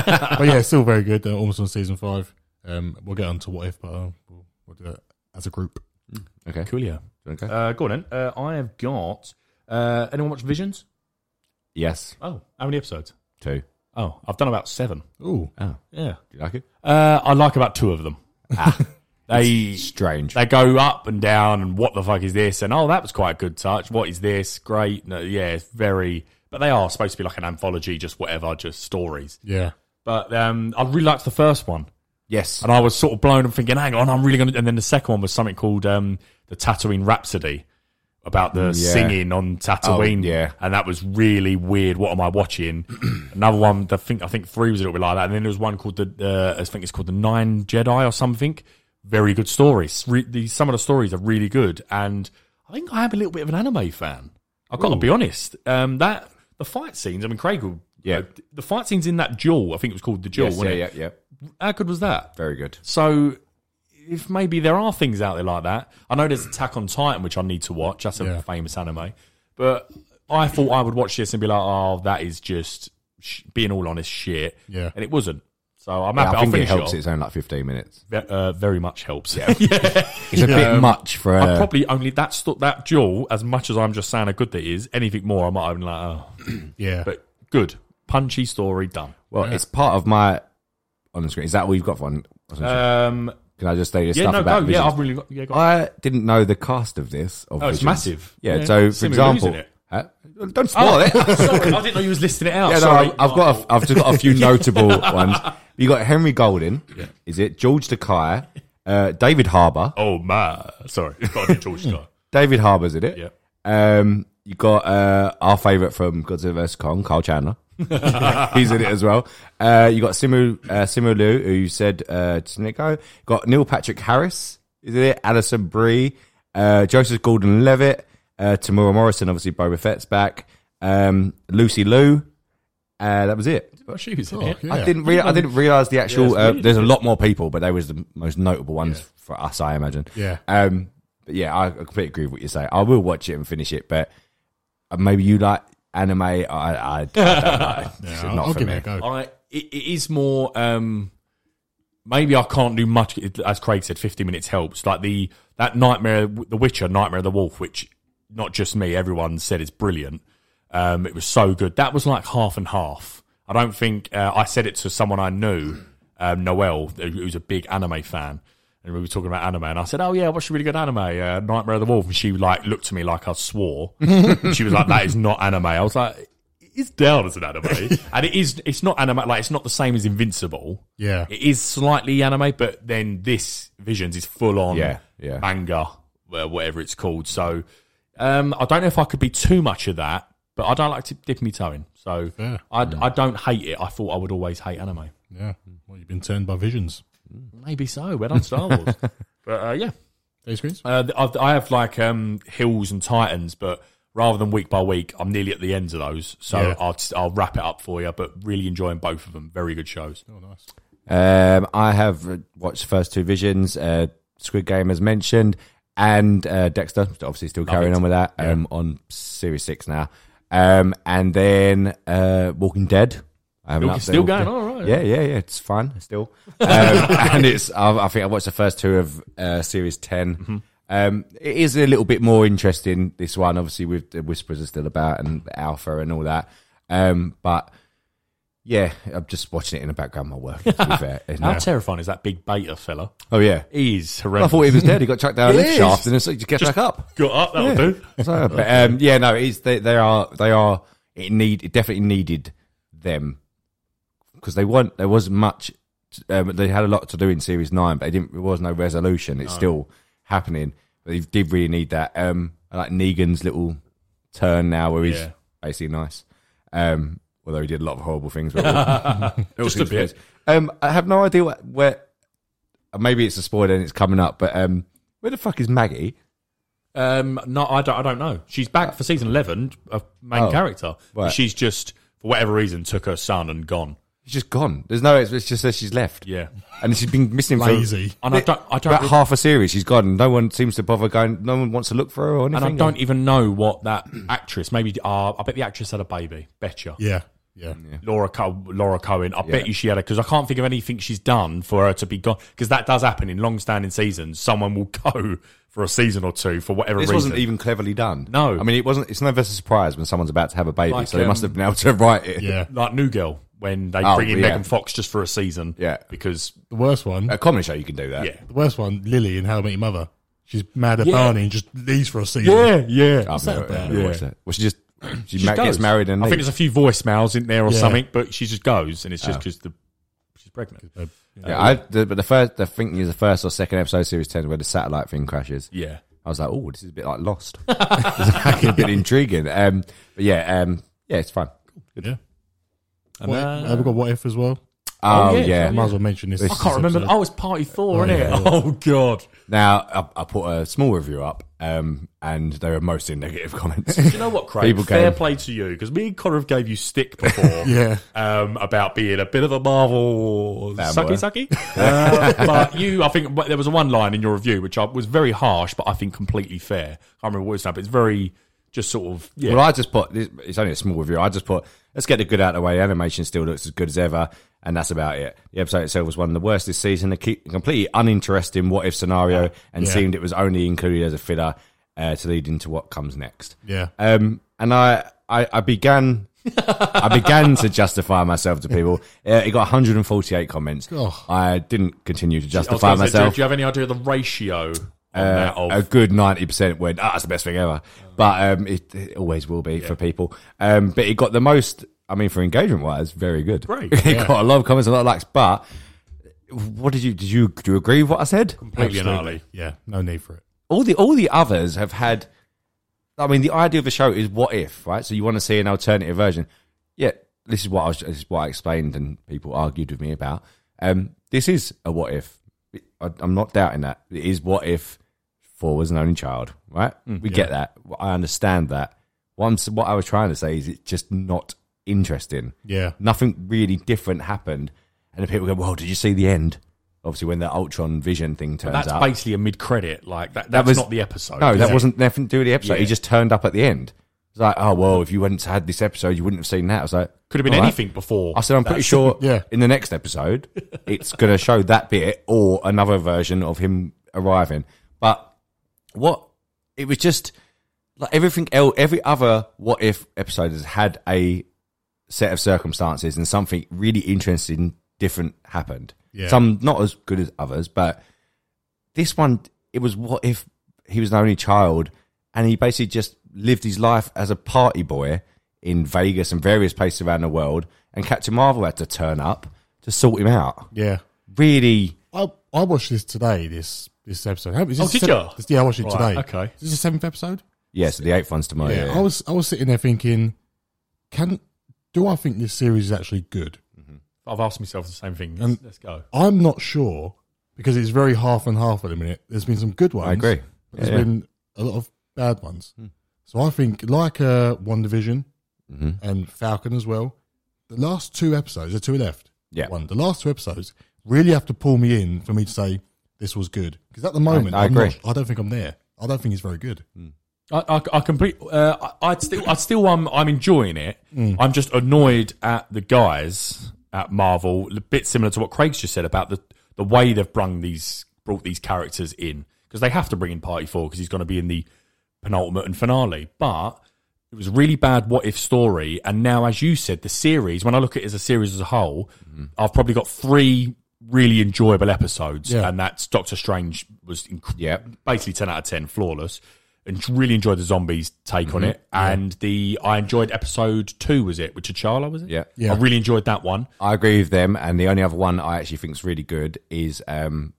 S5: yeah, it's still very good. Uh, almost on season five. Um, we'll get on to what if, but uh, we'll, we'll do that as a group.
S7: Okay,
S6: Coolio.
S7: Okay.
S6: Uh, go on then. Uh, I have got. Uh, anyone watch Visions?
S7: yes,
S6: Oh, how many episodes?
S7: two.
S6: Oh, I've done about seven.
S5: Ooh,
S7: Oh.
S6: Yeah.
S7: Do you like it?
S6: Uh, I like about two of them.
S7: Ah.
S6: they
S7: Strange.
S6: they go up and down, and what the fuck is this? And oh, that was quite a good touch. What is this? Great. No, yeah, it's very. But they are supposed to be like an anthology, just whatever, just stories.
S5: yeah,
S6: But um, I really liked the first one.
S7: yes.
S6: And I was sort of blown and thinking, hang on, I'm really going to. And then the second one was something called um, the Tatooine Rhapsody about the
S7: Mm, yeah.
S6: singing on Tatooine.
S7: Oh, yeah.
S6: And that was really weird. What am I watching? Another one, the think, I think three was a little bit like that. And then there was one called the, uh, I think it's called the Nine Jedi or something. Very good stories. Re- the, some of the stories are really good. And I think I am a little bit of an anime fan. I've got to be honest. Um, that, the fight scenes, I mean, Craig will. uh,
S7: Yeah.
S6: The fight scenes in that duel, I think it was called the duel,
S7: Yes, yeah,
S6: wasn't
S7: yeah,
S6: it?
S7: yeah.
S6: How good was that?
S7: Very good.
S6: So if maybe there are things out there like that, I know there's Attack on Titan, which I need to watch. That's a
S5: Yeah.
S6: famous anime, but I thought I would watch this and be like, "Oh, that is just sh- being all honest shit."
S5: Yeah.
S6: and it wasn't. So I'm
S7: Yeah,
S6: happy.
S7: I think
S6: I'll
S7: it
S6: finish
S7: helps.
S6: it.
S7: It's only like fifteen minutes.
S6: Ve- uh, very much helps.
S7: It's a
S6: um,
S7: bit much for.
S6: I
S7: Uh,
S6: probably only that stu- that duel. As much as I'm just saying how good that is, anything more, I might have been like, "Oh,
S5: yeah.
S6: but good, punchy story done."
S7: well, it's part of my on the screen. Is that all you've got for one? Wasn't sure.
S6: Um,
S7: Can I just say this
S6: yeah,
S7: stuff
S6: no, go.
S7: about
S6: Yeah,
S7: Visions?
S6: I've really got. Yeah, go.
S7: I didn't know the cast of this. Of
S6: Oh, it's
S7: Visions.
S6: massive.
S7: Yeah.
S6: Yeah.
S7: So, for
S6: Simu
S7: example,
S6: losing it.
S7: Huh? don't spoil it.
S6: Sorry, I didn't know you was listing it out.
S7: Yeah, no,
S6: Sorry,
S7: I've, I've got. A, I've just got a few notable ones. You got Henry Golden. Is it George Takei? Uh, David Harbour.
S6: Oh my! Sorry, it's got to be George Scott.
S7: David Harbour's in it.
S6: Yeah.
S7: Um, you got uh, our favourite from Godzilla vs Kong, Carl Chandler. He's in it as well. Uh, you got Simu uh, Simu Liu, who you said uh, to Nico. Got Neil Patrick Harris. Is it Alison Brie? Uh, Joseph Gordon Levitt. Uh, Tamura Morrison, obviously Boba Fett's back. Um, Lucy Liu. Uh, that was it.
S6: she was in
S5: Oh,
S6: it.
S5: yeah.
S7: I didn't. Rea- I didn't realize the actual.
S6: it's
S7: uh,
S6: weird.
S7: there's a lot more people, but they was the most notable ones for us, I imagine.
S5: Yeah.
S7: Um. But yeah, I completely agree with what you say. I will watch it and finish it, but uh, maybe you like anime. I, I, I don't know. It's
S5: I'll,
S7: not
S5: I'll
S7: for
S5: give
S7: me.
S5: it a go.
S6: I, it, it is more. Um, maybe I can't do much. it- As Craig said, fifty minutes helps. Like the that nightmare, The Witcher, Nightmare of the Wolf, which not just me, everyone said is brilliant. Um, it was so good. That was like half and half. I don't think uh, I said it to someone I knew, um, Noel, who's a big anime fan. And we were talking about anime, and I said, "Oh yeah, I watched a really good anime, uh, Nightmare of the Wolf." And she like looked at me like I swore. And she was like, "That is not anime." I was like, "It's down as an anime, and it is. It's not anime. Like it's not the same as Invincible.
S5: Yeah.
S6: It is slightly anime, but then this Visions is full on
S7: Yeah, yeah.
S6: manga, uh, whatever it's called. So um, I don't know if I could be too much of that, but I don't like to dip my toe in. So
S5: Fair.
S6: I, I don't hate it. I thought I would always hate anime.
S5: Yeah, well, you've been turned by visions.
S6: Maybe so. We're on Star Wars. but uh, yeah,
S5: Hey, screens.
S6: uh, th- I've, I have like um, Hills and Titans, but rather than week by week, I'm nearly at the ends of those. So
S5: Yeah.
S6: I'll, I'll wrap it up for you, but really enjoying both of them. Very good shows.
S5: Oh, nice.
S7: Um, I have uh, watched the first two visions. Uh, Squid Game, as mentioned, and uh, Dexter. Obviously, still carrying on with that. Um, on series six now. Um, and then uh, Walking Dead. I haven't
S6: Still-
S7: updated
S6: still going,
S7: Walking Dead.
S6: all right.
S7: Yeah, yeah, yeah. It's fun still. Um, and it's. I, I think I watched the first two of uh, series 10
S6: Mm-hmm.
S7: Um, it is a little bit more interesting. This one, obviously, with the whispers are still about and alpha and all that. Um, but yeah, I'm just watching it in the background. My work. To be fair, And,
S6: How
S7: uh,
S6: terrifying is that big beta fella?
S7: Oh yeah.
S6: He's
S7: I
S6: horrendous.
S7: thought he was dead. He got chucked down a
S6: He
S7: lift
S6: is.
S7: shaft and it's like, just get back up.
S6: got up. That'll do.
S7: So, but, um, yeah, no, it's they, they are they are it need it definitely needed them because they weren't there was much um, they had a lot to do in series nine, but they didn't. There was no resolution. It's still happening, but they did really need that. Um, I like Negan's little turn now, where he's
S6: Yeah.
S7: basically nice. Um, although he did a lot of horrible things, but it all- it all
S6: Just a
S7: seems
S6: bit.
S7: good. Um, I have no idea what, where. uh, Maybe it's a spoiler and it's coming up, but um, where the fuck is Maggie?
S6: Um, no, I don't. I don't know. She's back for season eleven, a main
S7: Oh,
S6: character.
S7: right.
S6: She's just for whatever reason took her son and gone.
S7: She's just gone. There's no. It's it's just that she's left.
S6: Yeah,
S7: and she's been missing for-
S5: Lazy.
S6: and I don't. I don't.
S7: about half a series. She's gone. No one seems to bother going. No one wants to look for her or anything.
S6: and I don't even know what that actress. Maybe uh, I bet the actress had a baby. Betcha.
S5: Yeah, yeah.
S6: Laura Co- Laura Cohen. I
S7: Yeah.
S6: bet you she had it because I can't think of anything she's done for her to be gone. Because that does happen in long-standing seasons. Someone will go for a season or two for whatever
S7: This
S6: reason.
S7: wasn't even cleverly done.
S6: No.
S7: I mean it wasn't. It's never a surprise when someone's about to have a baby,
S6: Like,
S7: so they must
S6: um,
S7: have been able to write it.
S5: Yeah.
S6: like New Girl when they
S7: Oh,
S6: bring in
S7: yeah.
S6: Megan Fox just for a season.
S7: Yeah. Uh,
S6: because
S5: The worst one,
S7: A comedy show you can do that.
S6: yeah,
S5: the worst one, Lily in How I Met Your Mother. She's mad at
S6: Yeah.
S5: Barney and just leaves for a season.
S6: yeah.
S7: I've never,
S5: about?
S7: never
S6: Yeah.
S7: watched that. Well, she just she,
S6: She
S7: ma-
S6: does.
S7: gets married and
S6: I think
S7: leaves.
S6: there's a few voicemails in there or
S5: Yeah.
S6: something, but she just goes and it's
S7: Oh.
S6: just because the she's pregnant.
S7: yeah. I, the, but the first, the thing is the first or second episode of series ten where the satellite thing crashes.
S6: Yeah,
S7: I was like, oh, this is a bit like Lost. it's like a bit intriguing. Um, but yeah, um, yeah, it's fun.
S5: Yeah. What, have we got What If as well?
S7: Oh,
S6: uh, yeah.
S7: yeah.
S5: I might as well mention this.
S6: I can't remember. Oh, it's Party Four, isn't it? Oh God.
S7: Now I, I put a small review up, um, and they were mostly negative comments.
S6: You know what, Craig?
S7: People
S6: Fair
S7: gave-
S6: play to you because me and Connor have gave you stick before.
S5: Yeah.
S6: Um, about being a bit of a Marvel
S7: Fanboy.
S6: sucky sucky. uh, but you, I think but there was one line in your review which I, was very harsh, but I think completely fair. I can't remember what it's now, but it's very just sort of yeah.
S7: Well, I just put this- it's only a small review. I just put let's get the good out of the way. Animation still looks as good as ever, and that's about it. The episode itself was one of the worst this season. A ke- completely uninteresting what if scenario, and
S5: Yeah.
S7: seemed it was only included as a filler uh, to lead into what comes next.
S5: Yeah.
S6: Uh,
S7: Um, and I, I, I began. I began to justify myself to people. Uh, it got 148 comments. I didn't continue
S6: I
S7: to
S6: was
S7: justify
S6: gonna say,
S7: myself. Uh,
S6: do, do you have any idea of the ratio on that of
S7: a good 90% went, ah, it's the best thing ever. But um, it, it always will be for people. Um, but it got the most, I mean, for engagement wise, very good.
S6: Great,
S7: it got a lot of comments, a lot of likes. But what did you, did you, do you agree with what I said?
S6: completely and utterly?
S5: Yeah, no need for it.
S7: all the all the others have had. I mean, the idea of the show is what if, right? So you want to see an alternative version. Yeah, this is what I was, this is what I explained, and people argued with me about. Um, this is a what if. I, I'm not doubting that it is what if four was an only child, right? we get that. I understand that. What, I'm, s- what I was trying to say is it's just not interesting.
S5: Yeah.
S7: Nothing really different happened, and the people go, "Well, did you see the end?" Obviously, when the Ultron Vision thing turns
S6: That's
S7: up,
S6: basically a mid-credit. Like that. That's
S7: was-
S6: not the episode.
S7: no, that
S6: Yeah.
S7: wasn't nothing to do with the episode.
S6: Oh, Yeah.
S7: He just turned up at the end. It's like, oh well, if you hadn't had this episode, you wouldn't have seen that. I was like,
S6: Could have been
S7: all right.
S6: anything before.
S7: I said, I'm pretty sure
S5: yeah.
S7: in the next episode, it's going to show that bit or another version of him arriving. But what it was just like everything else, every other what if episode has had a set of circumstances and something really interesting, different happened.
S5: Yeah.
S7: Some not as good as others, but this one, it was what if he was an only child and he basically just lived his life as a party boy in Vegas and various places around the world, and Captain Marvel had to turn up to sort him out.
S5: Yeah.
S7: Really,
S5: I I watched this today. This this episode. How- is
S6: Oh,
S5: this
S6: did
S5: the
S6: ya?
S5: seventh- Yeah, I watched it
S6: Right,
S5: today.
S6: okay.
S5: Is this the seventh episode?
S7: yeah. So the eighth one's tomorrow. Yeah,
S5: I was I was sitting there thinking, can do I think this series is actually good?
S6: I've asked myself the same thing.
S5: And-
S6: Let's go.
S5: I'm not sure because it's very half and half at the minute. There's been some good ones.
S7: I agree.
S5: But There's
S7: Yeah, Hmm. yeah.
S5: been a lot of bad ones. So I think like uh, One Division
S7: Mm-hmm.
S5: and Falcon as well. The last two episodes, the two left.
S7: Yeah.
S5: One. The last two episodes really have to pull me in for me to say this was good because at the moment
S7: I
S5: I'm not-
S7: agree. Hmm.
S5: I don't think I'm there. I don't think it's very good.
S6: I, I, I complete. Uh, I, I'd still, I still, um, I'm enjoying it. I'm just annoyed at the guys at Marvel. A bit similar to what Craig's just said about the the way they've brung these brought these characters in because they have to bring in Party Four because he's going to be in the penultimate and finale. But it was a really bad what if story, and now, as you said, the series. When I look at it as a series as a whole, I've probably got three really enjoyable episodes,
S5: Yeah.
S6: and that's Doctor Strange was inc-
S7: Yep.
S6: basically ten out of ten, flawless. and really enjoyed the zombies take
S7: Mm-hmm.
S6: on it. And the I enjoyed episode two, was it? With T'Challa, was it?
S7: Yeah.
S5: Yeah.
S6: I really enjoyed that one.
S7: I agree with them. And the only other one I actually think is really good is um,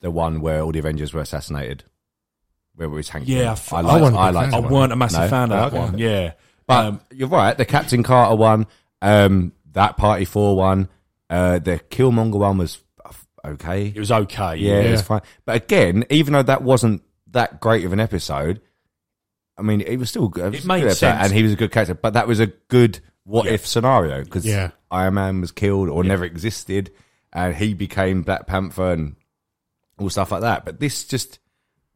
S7: the one where all the Avengers were assassinated, where it was Hank.
S6: Yeah, I
S7: Pym.
S6: f-
S7: I
S6: I
S7: like.
S5: wasn't a
S7: I,
S5: big
S6: I
S5: fan
S7: liked
S5: of
S7: that one.
S6: weren't a massive
S7: No?
S6: fan of that
S7: Okay.
S6: one. Yeah. Um,
S7: But you're right. The Captain Carter one, um, that Party Four one, uh, the Killmonger one was uh, okay.
S6: It was okay.
S7: yeah, it was
S5: Yeah.
S7: fine. But again, even though that wasn't that great of an episode, I mean, it was still good. It, was a
S6: made
S7: good episode,
S6: sense.
S7: and he was a good character. But that was a good what if scenario because
S5: Yeah.
S7: Iron Man was killed or never existed, and he became Black Panther and all stuff like that. But this just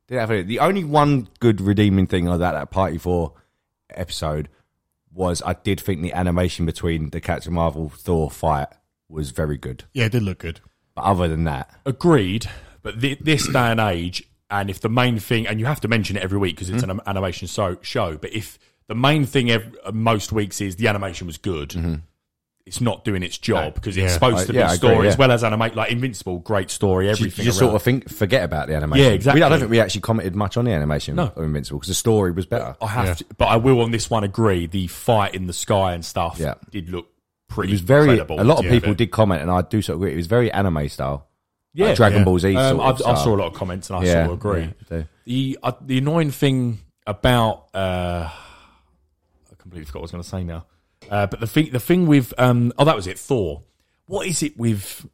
S7: didn't have any. The only one good redeeming thing of that that Party Four episode was I did think the animation between the Captain Marvel Thor fight was very good.
S5: Yeah, it did look good.
S7: But other than that,
S6: Agreed. But th- this day and age, and if the main thing, and you have to mention it every week because it's
S7: Mm-hmm.
S6: an an animation so- show, but if the main thing ev- uh, most weeks is the animation was good, it's not doing its job because it's
S5: Yeah.
S6: supposed
S7: Mm-hmm.
S6: to
S7: I- yeah, I
S6: be
S7: agree,
S6: story as
S7: yeah.
S6: well as animate. Like Invincible, great story,
S7: you,
S6: everything.
S7: you just
S6: around.
S7: sort of think forget about the animation.
S6: Yeah, exactly.
S7: We- I don't think we actually commented much on the animation
S6: No. Oh,
S7: of Invincible because the story was better.
S6: I have to, but I will on this one agree. The fight in the sky and stuff
S7: Yeah.
S6: did look
S7: It
S6: pretty.
S7: was very.
S6: credible
S7: A lot of
S6: to
S7: people
S6: it.
S7: did comment, and I do sort of agree. It was very anime style.
S6: Yeah,
S7: like Dragon
S5: yeah.
S7: Ball Z.
S6: Um,
S7: sort of
S6: I, I
S7: style.
S6: saw a lot of comments, and I
S7: Yeah,
S6: sort of agree.
S7: yeah,
S6: the uh, the annoying thing about uh, I completely forgot what I was going to say now. Uh, but the thing the thing with um, oh that was it Thor. What is it with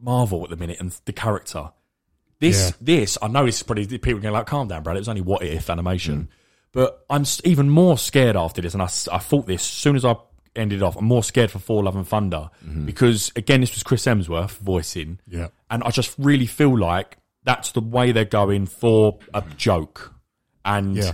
S6: Marvel at the minute and the character? This
S5: Yeah.
S6: this I know it's probably people are going like calm down, Brad. It was only what if animation. But I'm s- even more scared after this, and I, s- I thought this as soon as I ended off. I'm more scared for Thor: Love and Thunder
S7: Mm-hmm.
S6: because again, this was Chris Hemsworth voicing.
S5: Yeah.
S6: And I just really feel like that's the way they're going for a joke. And
S5: Yeah.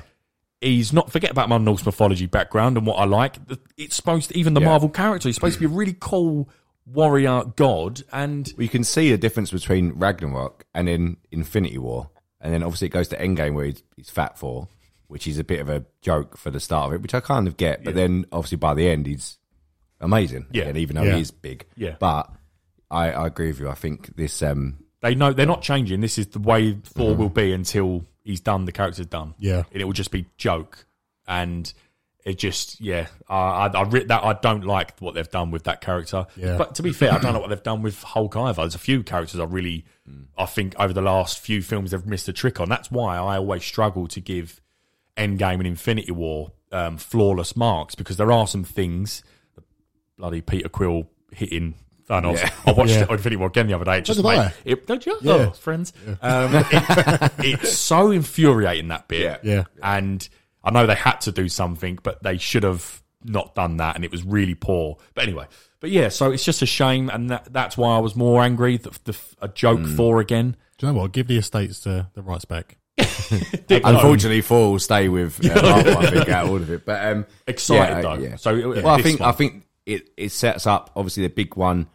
S6: he's not forget about my Norse mythology background and what I like. The- It's supposed to even the
S7: Yeah.
S6: Marvel character, he's supposed to be a really cool warrior god and
S7: Well, you can see the difference between Ragnarok and then Infinity War, and then obviously it goes to Endgame where he's, he's fat for, which is a bit of a joke for the start of it, which I kind of get. But then obviously by the end he's amazing.
S6: Yeah.
S7: again, even though
S5: Yeah.
S7: he is big.
S6: Yeah.
S7: but I, I agree with you. I think this. um
S6: they know they're not changing. This is the way Thor will be until he's done, the character's done.
S5: Yeah.
S6: And it will just be joke. And it just yeah, I I, I re- that I don't like what they've done with that character.
S5: Yeah.
S6: But to be fair, I don't know what they've done with Hulk either. There's a few characters I really, I think over the last few films they've missed a trick on. That's why I always struggle to give Endgame and Infinity War um, flawless marks because there are some things. Bloody Peter Quill hitting Thanos. I watched
S5: Yeah.
S6: Infinity War again the other day. It just
S5: did
S6: made,
S5: I.
S6: it, don't you?
S5: Yeah.
S6: Oh, friends. Um, it- it's so infuriating that bit.
S7: Yeah.
S5: Yeah.
S6: And I know they had to do something, but they should have not done that, and it was really poor. But anyway, but yeah, so it's just a shame, and that, that's why I was more angry. The, the, a joke for again.
S5: Do you know what? Give the estates the, the rights back.
S7: Unfortunately, four will stay with uh, Marvel, I think, out of all of it. But um,
S6: Excited
S7: yeah,
S6: though.
S7: yeah.
S6: So uh,
S7: well, I think I think it, it sets up obviously the big one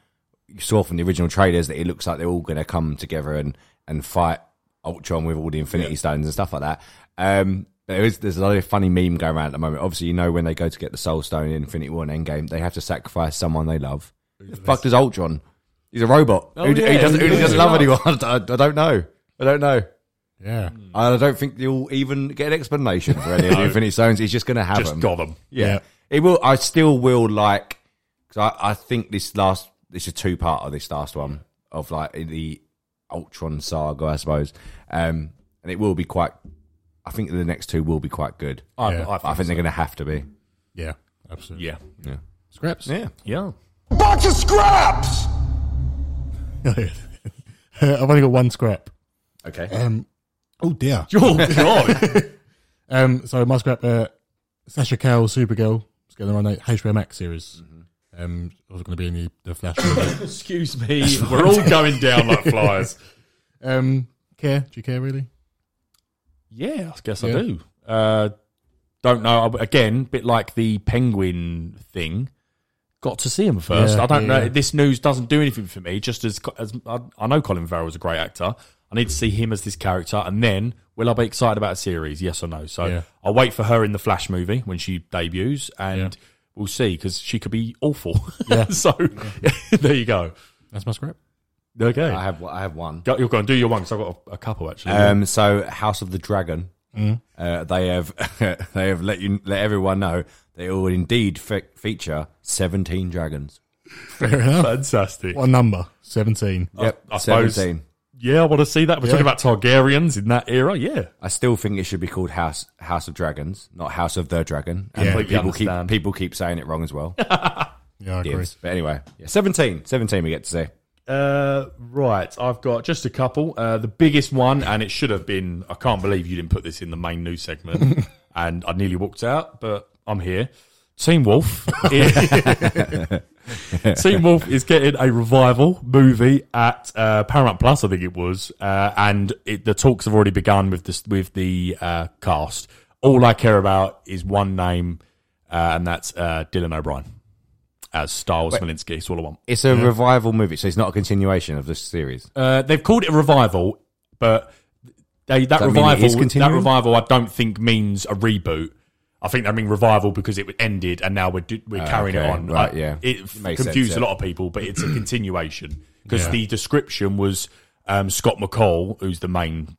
S7: you saw from the original trailers that it looks like they're all going to come together and and fight Ultron with all the Infinity Stones and stuff like that. Um, there is there's a lot of funny meme going around at the moment. Obviously, you know when they go to get the Soul Stone in Infinity War and Endgame, they have to sacrifice someone they love. Who the fuck does Ultron? He's a robot. who, d- who
S6: Oh, yeah,
S7: doesn't, who
S6: who does
S7: doesn't
S6: he love?
S7: love anyone? I, I don't know. I don't know.
S5: Yeah.
S7: I don't think you'll even get an explanation for any of the Infinity Stones. He's just going to have
S6: just
S7: them.
S6: got them.
S7: Yeah.
S5: Yeah.
S7: it will. I still will like because I, I think this last this is two part of this last one of like the Ultron saga, I suppose, um, and it will be quite. I think the next two will be quite good.
S6: I,
S5: Yeah.
S6: I
S7: I think
S6: think.
S7: they're going to have to be.
S5: Yeah. Absolutely.
S6: Yeah.
S5: Scraps.
S7: Yeah,
S6: Yeah.
S2: Bunch of scraps!
S5: I've only got one scrap.
S7: okay.
S5: Oh dear.
S6: Oh God.
S5: Um, so my scrap, uh, Sasha Cowell, Supergirl, is going to run a HBO Max series. Um, also going to be in the, the Flash. movie.
S6: Excuse me. We're all going down like flies.
S5: um, care? Do you care really?
S6: Yeah, I guess
S5: Yeah.
S6: I do. Uh, don't know. I- Again, bit like the penguin thing. Got to see him first.
S5: Yeah,
S6: I don't know.
S5: yeah.
S6: This news doesn't do anything for me. Just as, as I, I know, Colin Farrell is a great actor. I need to see him as this character, and then will I be excited about a series? Yes or no? So
S5: Yeah.
S6: I'll wait for her in the Flash movie when she debuts, and we'll see because she could be awful.
S5: Yeah.
S6: so there you go.
S5: That's my scrap.
S6: Okay,
S7: I have I have one.
S5: Uh,
S6: Go- you're going to do your one because I've got a, a couple actually.
S7: Um, so House of the Dragon.
S6: Mm.
S7: uh, they have they have let you let everyone know they will indeed fe- feature seventeen dragons.
S5: Fair enough. Oh,
S6: Fantastic.
S5: What a number. 17.
S7: Yep,
S6: I suppose-
S7: seventeen.
S6: Yeah, I want to see that. We're
S5: Yeah.
S6: talking about Targaryens in that era. Yeah.
S7: I still think it should be called House House of Dragons, not House of the Dragon. And
S5: Yeah.
S6: Completely
S7: people keep
S6: understand.
S7: people keep saying it wrong as well.
S5: Yeah, I agree.
S7: Divs. But anyway, yeah, 17. 17 we get to see.
S6: Uh, right. I've got just a couple. Uh, the biggest one, and it should have been. I can't believe you didn't put this in the main news segment, and I nearly walked out, but I'm here. Team Wolf. Team Wolf is getting a revival movie at uh, Paramount Plus, I think it was, uh, and it, the talks have already begun with this with the uh, cast. All I care about is one name, uh, and that's uh, Dylan O'Brien as Styles Smolinski. It's all I want.
S7: It's a revival movie, so it's not a continuation of this series.
S6: Uh, they've called it a revival, but they, that,
S7: that mean it
S6: revival,
S7: is
S6: that
S7: continuing?
S6: revival, I don't think means a reboot. I think they mean revival because it ended, and now we're do, we're carrying
S7: Ah, okay.
S6: it on.
S7: Right,
S6: I-
S7: yeah.
S6: it,
S7: Makes sense,
S6: confused
S7: yeah.
S6: a lot of people, but it's a continuation because
S5: Yeah.
S6: the description was um, Scott McCall, who's the main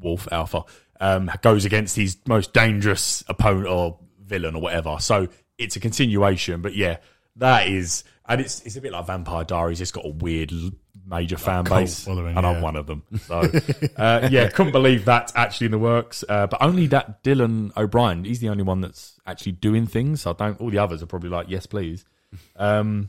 S6: wolf alpha, um, goes against his most dangerous opponent or villain or whatever. So it's a continuation, but yeah, that is, and it's it's a bit like Vampire Diaries. It's got a weird l- major fan
S5: cult
S6: base,
S5: following,
S6: and
S5: yeah.
S6: I'm one of them. So uh, yeah, couldn't believe that's actually in the works. Uh, but only that Dylan O'Brien, he's the only one that's actually doing things. I don't. All the others are probably like, yes, please. Um,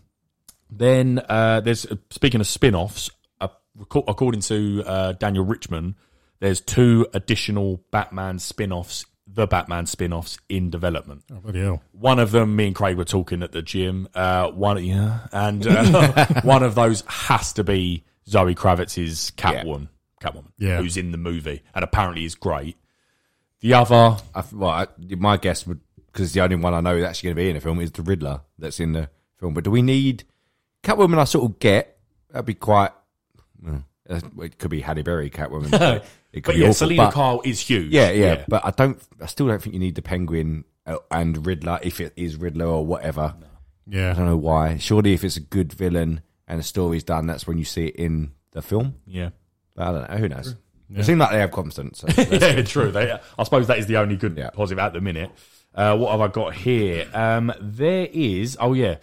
S6: then uh, there's speaking of spin-offs, uh, reco- according to uh, Daniel Richman, there's two additional Batman spin-offs, the Batman spin-offs in development.
S5: Oh, bloody hell.
S6: One of them, me and Craig were talking at the gym. Uh, one, yeah, and uh, one of those has to be Zoe Kravitz's Catwoman, Catwoman,
S5: Yeah.
S6: who's in the movie and apparently is great. The other,
S7: I, f- well, I, my guess would, because the only one I know is actually going to be in a film is the Riddler that's in the film. But do we need Catwoman? I sort of get that'd be quite. mm, uh, it could be Halle Berry Catwoman. but it could
S6: but
S7: be
S6: yeah,
S7: awful,
S6: Selena
S7: but-
S6: Kyle is huge.
S7: Yeah, yeah, But I don't. I still don't think you need the Penguin uh, and Riddler if it is Riddler or whatever. I
S5: Yeah.
S7: don't know why. Surely, if it's a good villain and the story's done, that's when you see it in the film.
S6: yeah.
S7: But I don't know. Who knows? It seems like they have confidence. So that's-
S6: yeah, true. They, I suppose that is the only good
S7: Yeah.
S6: positive at the minute. Uh, what have I got here? Um, there is. Oh yeah,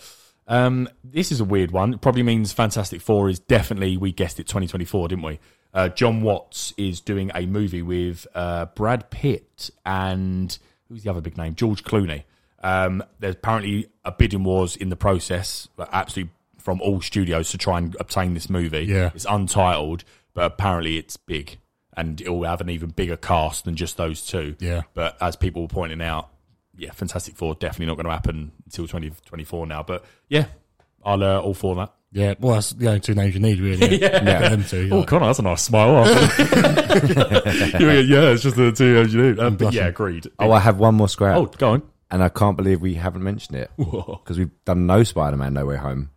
S6: um, this is a weird one. It probably means Fantastic Four is definitely. We guessed it, 2024, didn't we? Uh, John Watts is doing a movie with uh, Brad Pitt and who's the other big name? George Clooney. Um, there's apparently a bidding wars in the process, like, absolutely from all studios to try and obtain this movie.
S5: Yeah.
S6: It's untitled, but apparently it's big and it will have an even bigger cast than just those two.
S5: Yeah.
S6: But as people were pointing out, yeah, Fantastic Four definitely not going to happen until 2024 now. But yeah, I'll uh, all for that.
S5: Yeah. Well, that's the only two names you need, really. yeah. Them two.
S6: Oh,
S5: like-
S6: Connor, that's a nice smile. yeah, it's just the two of you. Um, but yeah, agreed.
S7: oh, I have one more scrap.
S6: oh, go on.
S7: and I can't believe we haven't mentioned it because we've done no Spider-Man No Way Home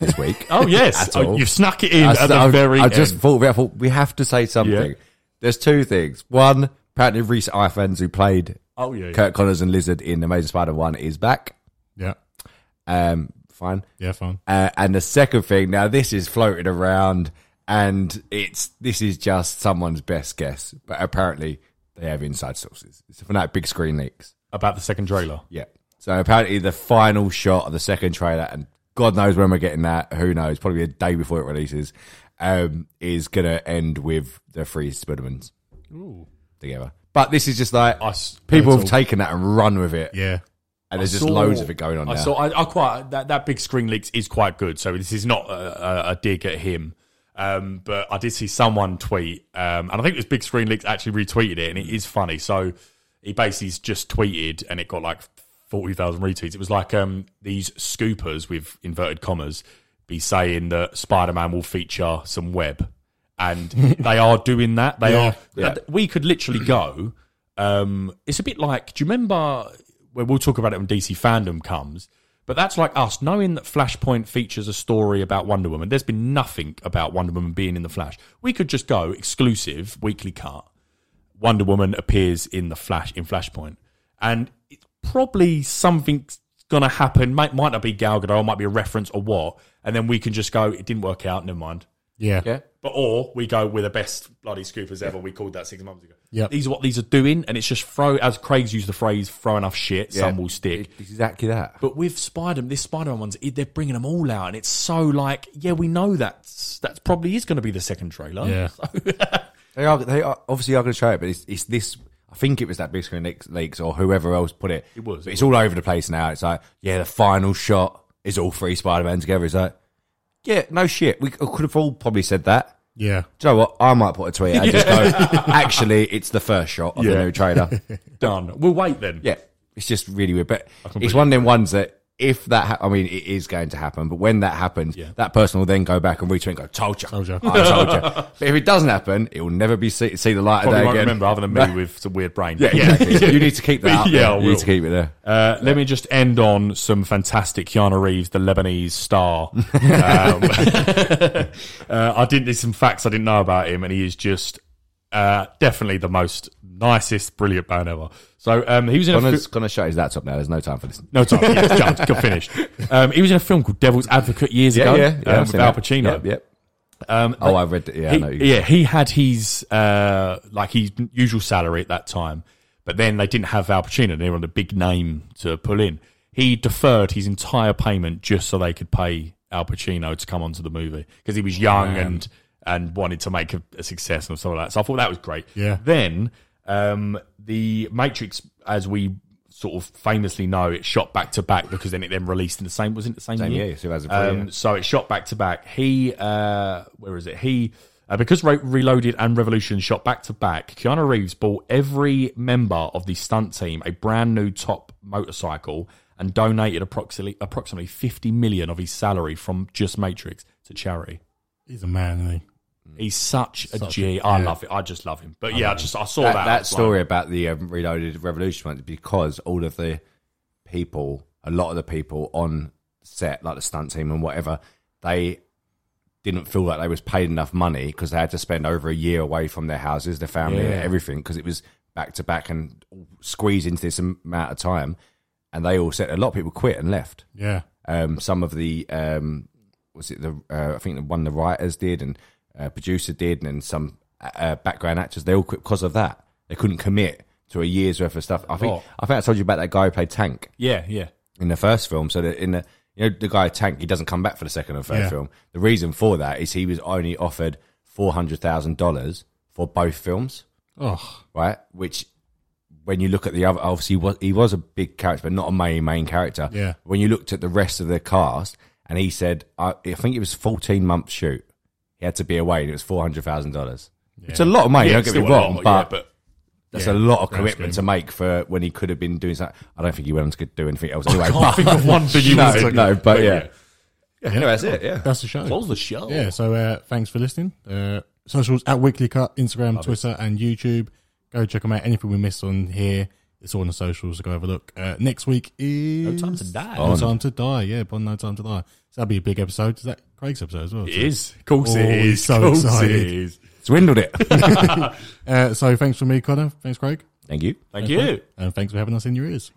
S7: this week.
S6: Oh, yes.
S7: At
S6: Oh,
S7: all.
S6: you've snuck it in at the
S7: I,
S6: very
S7: I
S6: end.
S7: just thought, of it, I thought we have to say something.
S6: Yeah.
S7: There's two things. One, apparently Reese Ifans, who played
S6: oh, yeah.
S7: Kurt Connors and Lizard in Amazing Spider-One, is back.
S5: Yeah.
S7: Um, fine.
S5: Yeah, fine.
S7: Uh, and the second thing, now this is floated around, and it's this is just someone's best guess, but apparently they have inside sources. It's from that big screen leaks.
S6: About the second trailer.
S7: Yeah. So apparently the final shot of the second trailer, and God knows when we're getting that. Who knows? Probably a day before it releases. Um, is gonna end with the three Spidermans together. But this is just like
S6: Us-
S7: people have taken that and run with it,
S5: Yeah.
S7: and there's just
S6: saw-
S7: loads of it going on
S6: I
S7: now.
S6: saw. I, I quite that, that big screen leaks is quite good. So this is not a, a, a dig at him. Um, but I did see someone tweet, um, and I think it was Big Screen Leaks actually retweeted it, and it is funny. So he basically just tweeted, and it got like forty thousand retweets. It was like um, these scoopers with inverted commas be saying that Spider Man will feature some web, and they are doing that. They
S5: Yeah.
S6: are. We could literally go. Um, it's a bit like. Do you remember? Well, we'll talk about it when DC fandom comes. But that's like us knowing that Flashpoint features a story about Wonder Woman. There's been nothing about Wonder Woman being in the Flash. We could just go exclusive weekly cut. Wonder Woman appears in the Flash in Flashpoint, and it's probably something's gonna happen. Might might not be Gal Gadot, might be a reference or what, and then we can just go. It didn't work out. Never mind.
S5: Yeah.
S7: Yeah.
S6: But or we go with the best bloody scoopers ever. We called that six months ago.
S5: Yep.
S6: These are what these are doing, and it's just throw as Craig's used the phrase, throw enough shit, some will stick.
S7: It's Exactly that.
S6: But with Spider, this Spider-Man ones, it- they're bringing them all out, and it's so like, yeah, we know that's that's probably is going to be the second trailer.
S5: Yeah.
S7: They are. They are obviously are going to show it, but it's, it's this. I think it was that big screen Lakes- lakes or whoever else put it. It
S6: was,
S7: But
S6: it
S7: it's all over the place now. It's like, yeah, the final shot is all three Spider Men together. It's like, yeah, no shit. We could have all probably said that.
S5: Yeah.
S7: Do you know what? I might put a tweet out and just go. Actually, it's the first shot of
S6: Yeah.
S7: the new trailer.
S6: Done. We'll wait then.
S7: yeah, it's just really weird. But it's one of them ones that if that, ha- I mean, it is going to happen. But when that happens, that person will then go back and retweet and go, "Told you,
S5: Told ya.
S7: I told you." But if it doesn't happen, it will never be see, see the light of
S6: Probably
S7: day
S6: won't
S7: again.
S6: remember other than me with some weird brain.
S7: Yeah, exactly. you need to keep that. Up
S6: Yeah,
S7: there.
S6: I
S7: you
S6: will.
S7: need to keep it there.
S6: Uh, let me just end on some fantastic Keanu Reeves, the Lebanese star. um, uh, I didn't. There's some facts I didn't know about him, and he is just uh, definitely the most nicest, brilliant man ever. So um, he was in a fi-
S7: Connor's, Connor's shut his laptop now. There's no time for this.
S6: no time. Yes, jumped, got finished. Um, he was in a film called Devil's Advocate years ago um,
S7: I've
S6: with
S7: seen
S6: Al
S7: that.
S6: Pacino. Um,
S7: Yep. yep. oh, I read. it. Yeah, I
S6: he,
S7: know. you-
S6: yeah, he had his uh, like his usual salary at that time, but then they didn't have Al Pacino. They wanted a big name to pull in. He deferred his entire payment just so they could pay Al Pacino to come onto the movie because he was young and and wanted to make a, a success and stuff like that. So I thought that was great.
S5: Yeah.
S6: Then um, the Matrix, as we sort of famously know, it shot back to back because then it then released in the same was it the same,
S7: Same
S6: year?
S7: year, 2003, yeah.
S6: Um, So it shot back to back. He, uh, where is it? He, uh, because Re- Reloaded and Revolution shot back to back, Keanu Reeves bought every member of the stunt team a brand new top motorcycle and donated approximately approximately 50 million of his salary from just Matrix to charity.
S5: He's a man, isn't he?
S7: Mm.
S6: He's such a G. I love it. I just love him. But yeah, I just I saw that.
S7: that, that,
S6: I was like-
S7: story about the um, Reloaded Revolution one because all of the people, a lot of the people on set, like the stunt team and whatever, they didn't feel like they was paid enough money because they had to spend over a year away from their houses, their family,
S6: Yeah.
S7: and everything because it was back to back and squeezed into this amount of time. And they all said a lot of people quit and left
S5: Yeah.
S7: um, some of the um, was it the uh, I think the one the writers did and uh, producer did and then some uh, background actors they all quit because of that they couldn't commit to a year's worth of stuff. I think
S6: Oh.
S7: I think I told you about that guy who played Tank
S6: yeah, yeah.
S7: in the first film. So that in the you know the guy Tank he doesn't come back for the second and third
S5: Yeah.
S7: film. The reason for that is he was only offered four hundred thousand dollars for both films
S5: Oh,
S7: right? Which, when you look at the other, obviously he was, he was a big character, but not a main main character.
S5: Yeah.
S7: When you looked at the rest of the cast, and he said, I, I think it was fourteen month shoot. He had to be away, and it was four hundred thousand dollars. It's a lot of money.
S6: Yeah,
S7: don't get me
S6: still a lot,
S7: wrong,
S6: yeah,
S7: but,
S6: but-
S7: that's a lot of
S5: grand
S7: commitment to
S5: scheme.
S7: make for when he could have been doing something. I don't think he went on to do anything else anyway.
S6: I can't think of one thing he was
S7: no,
S6: in.
S7: no, but yeah.
S5: yeah.
S7: Anyway, that's it. Yeah.
S5: That's the show.
S6: the show?
S5: Yeah, so uh, thanks for listening. Uh, socials at Weekly Cut, Instagram, Twitter, and YouTube. Go check them out. Anything we miss on here, it's all on the socials. So go have a look. Uh, next week is
S6: Time to Die.
S5: No Time to Die. Yeah, Bond, No Time to Die. So that'll be a big episode. Is that Craig's episode as well?
S6: It is. Of course it
S5: Oh, he's
S6: is.
S5: so
S6: Of course
S5: excited.
S6: it is.
S7: Swindled it.
S5: Uh, so thanks for me, Connor. Thanks, Craig.
S7: Thank you.
S6: Thank you.
S5: And thanks for having us in your ears.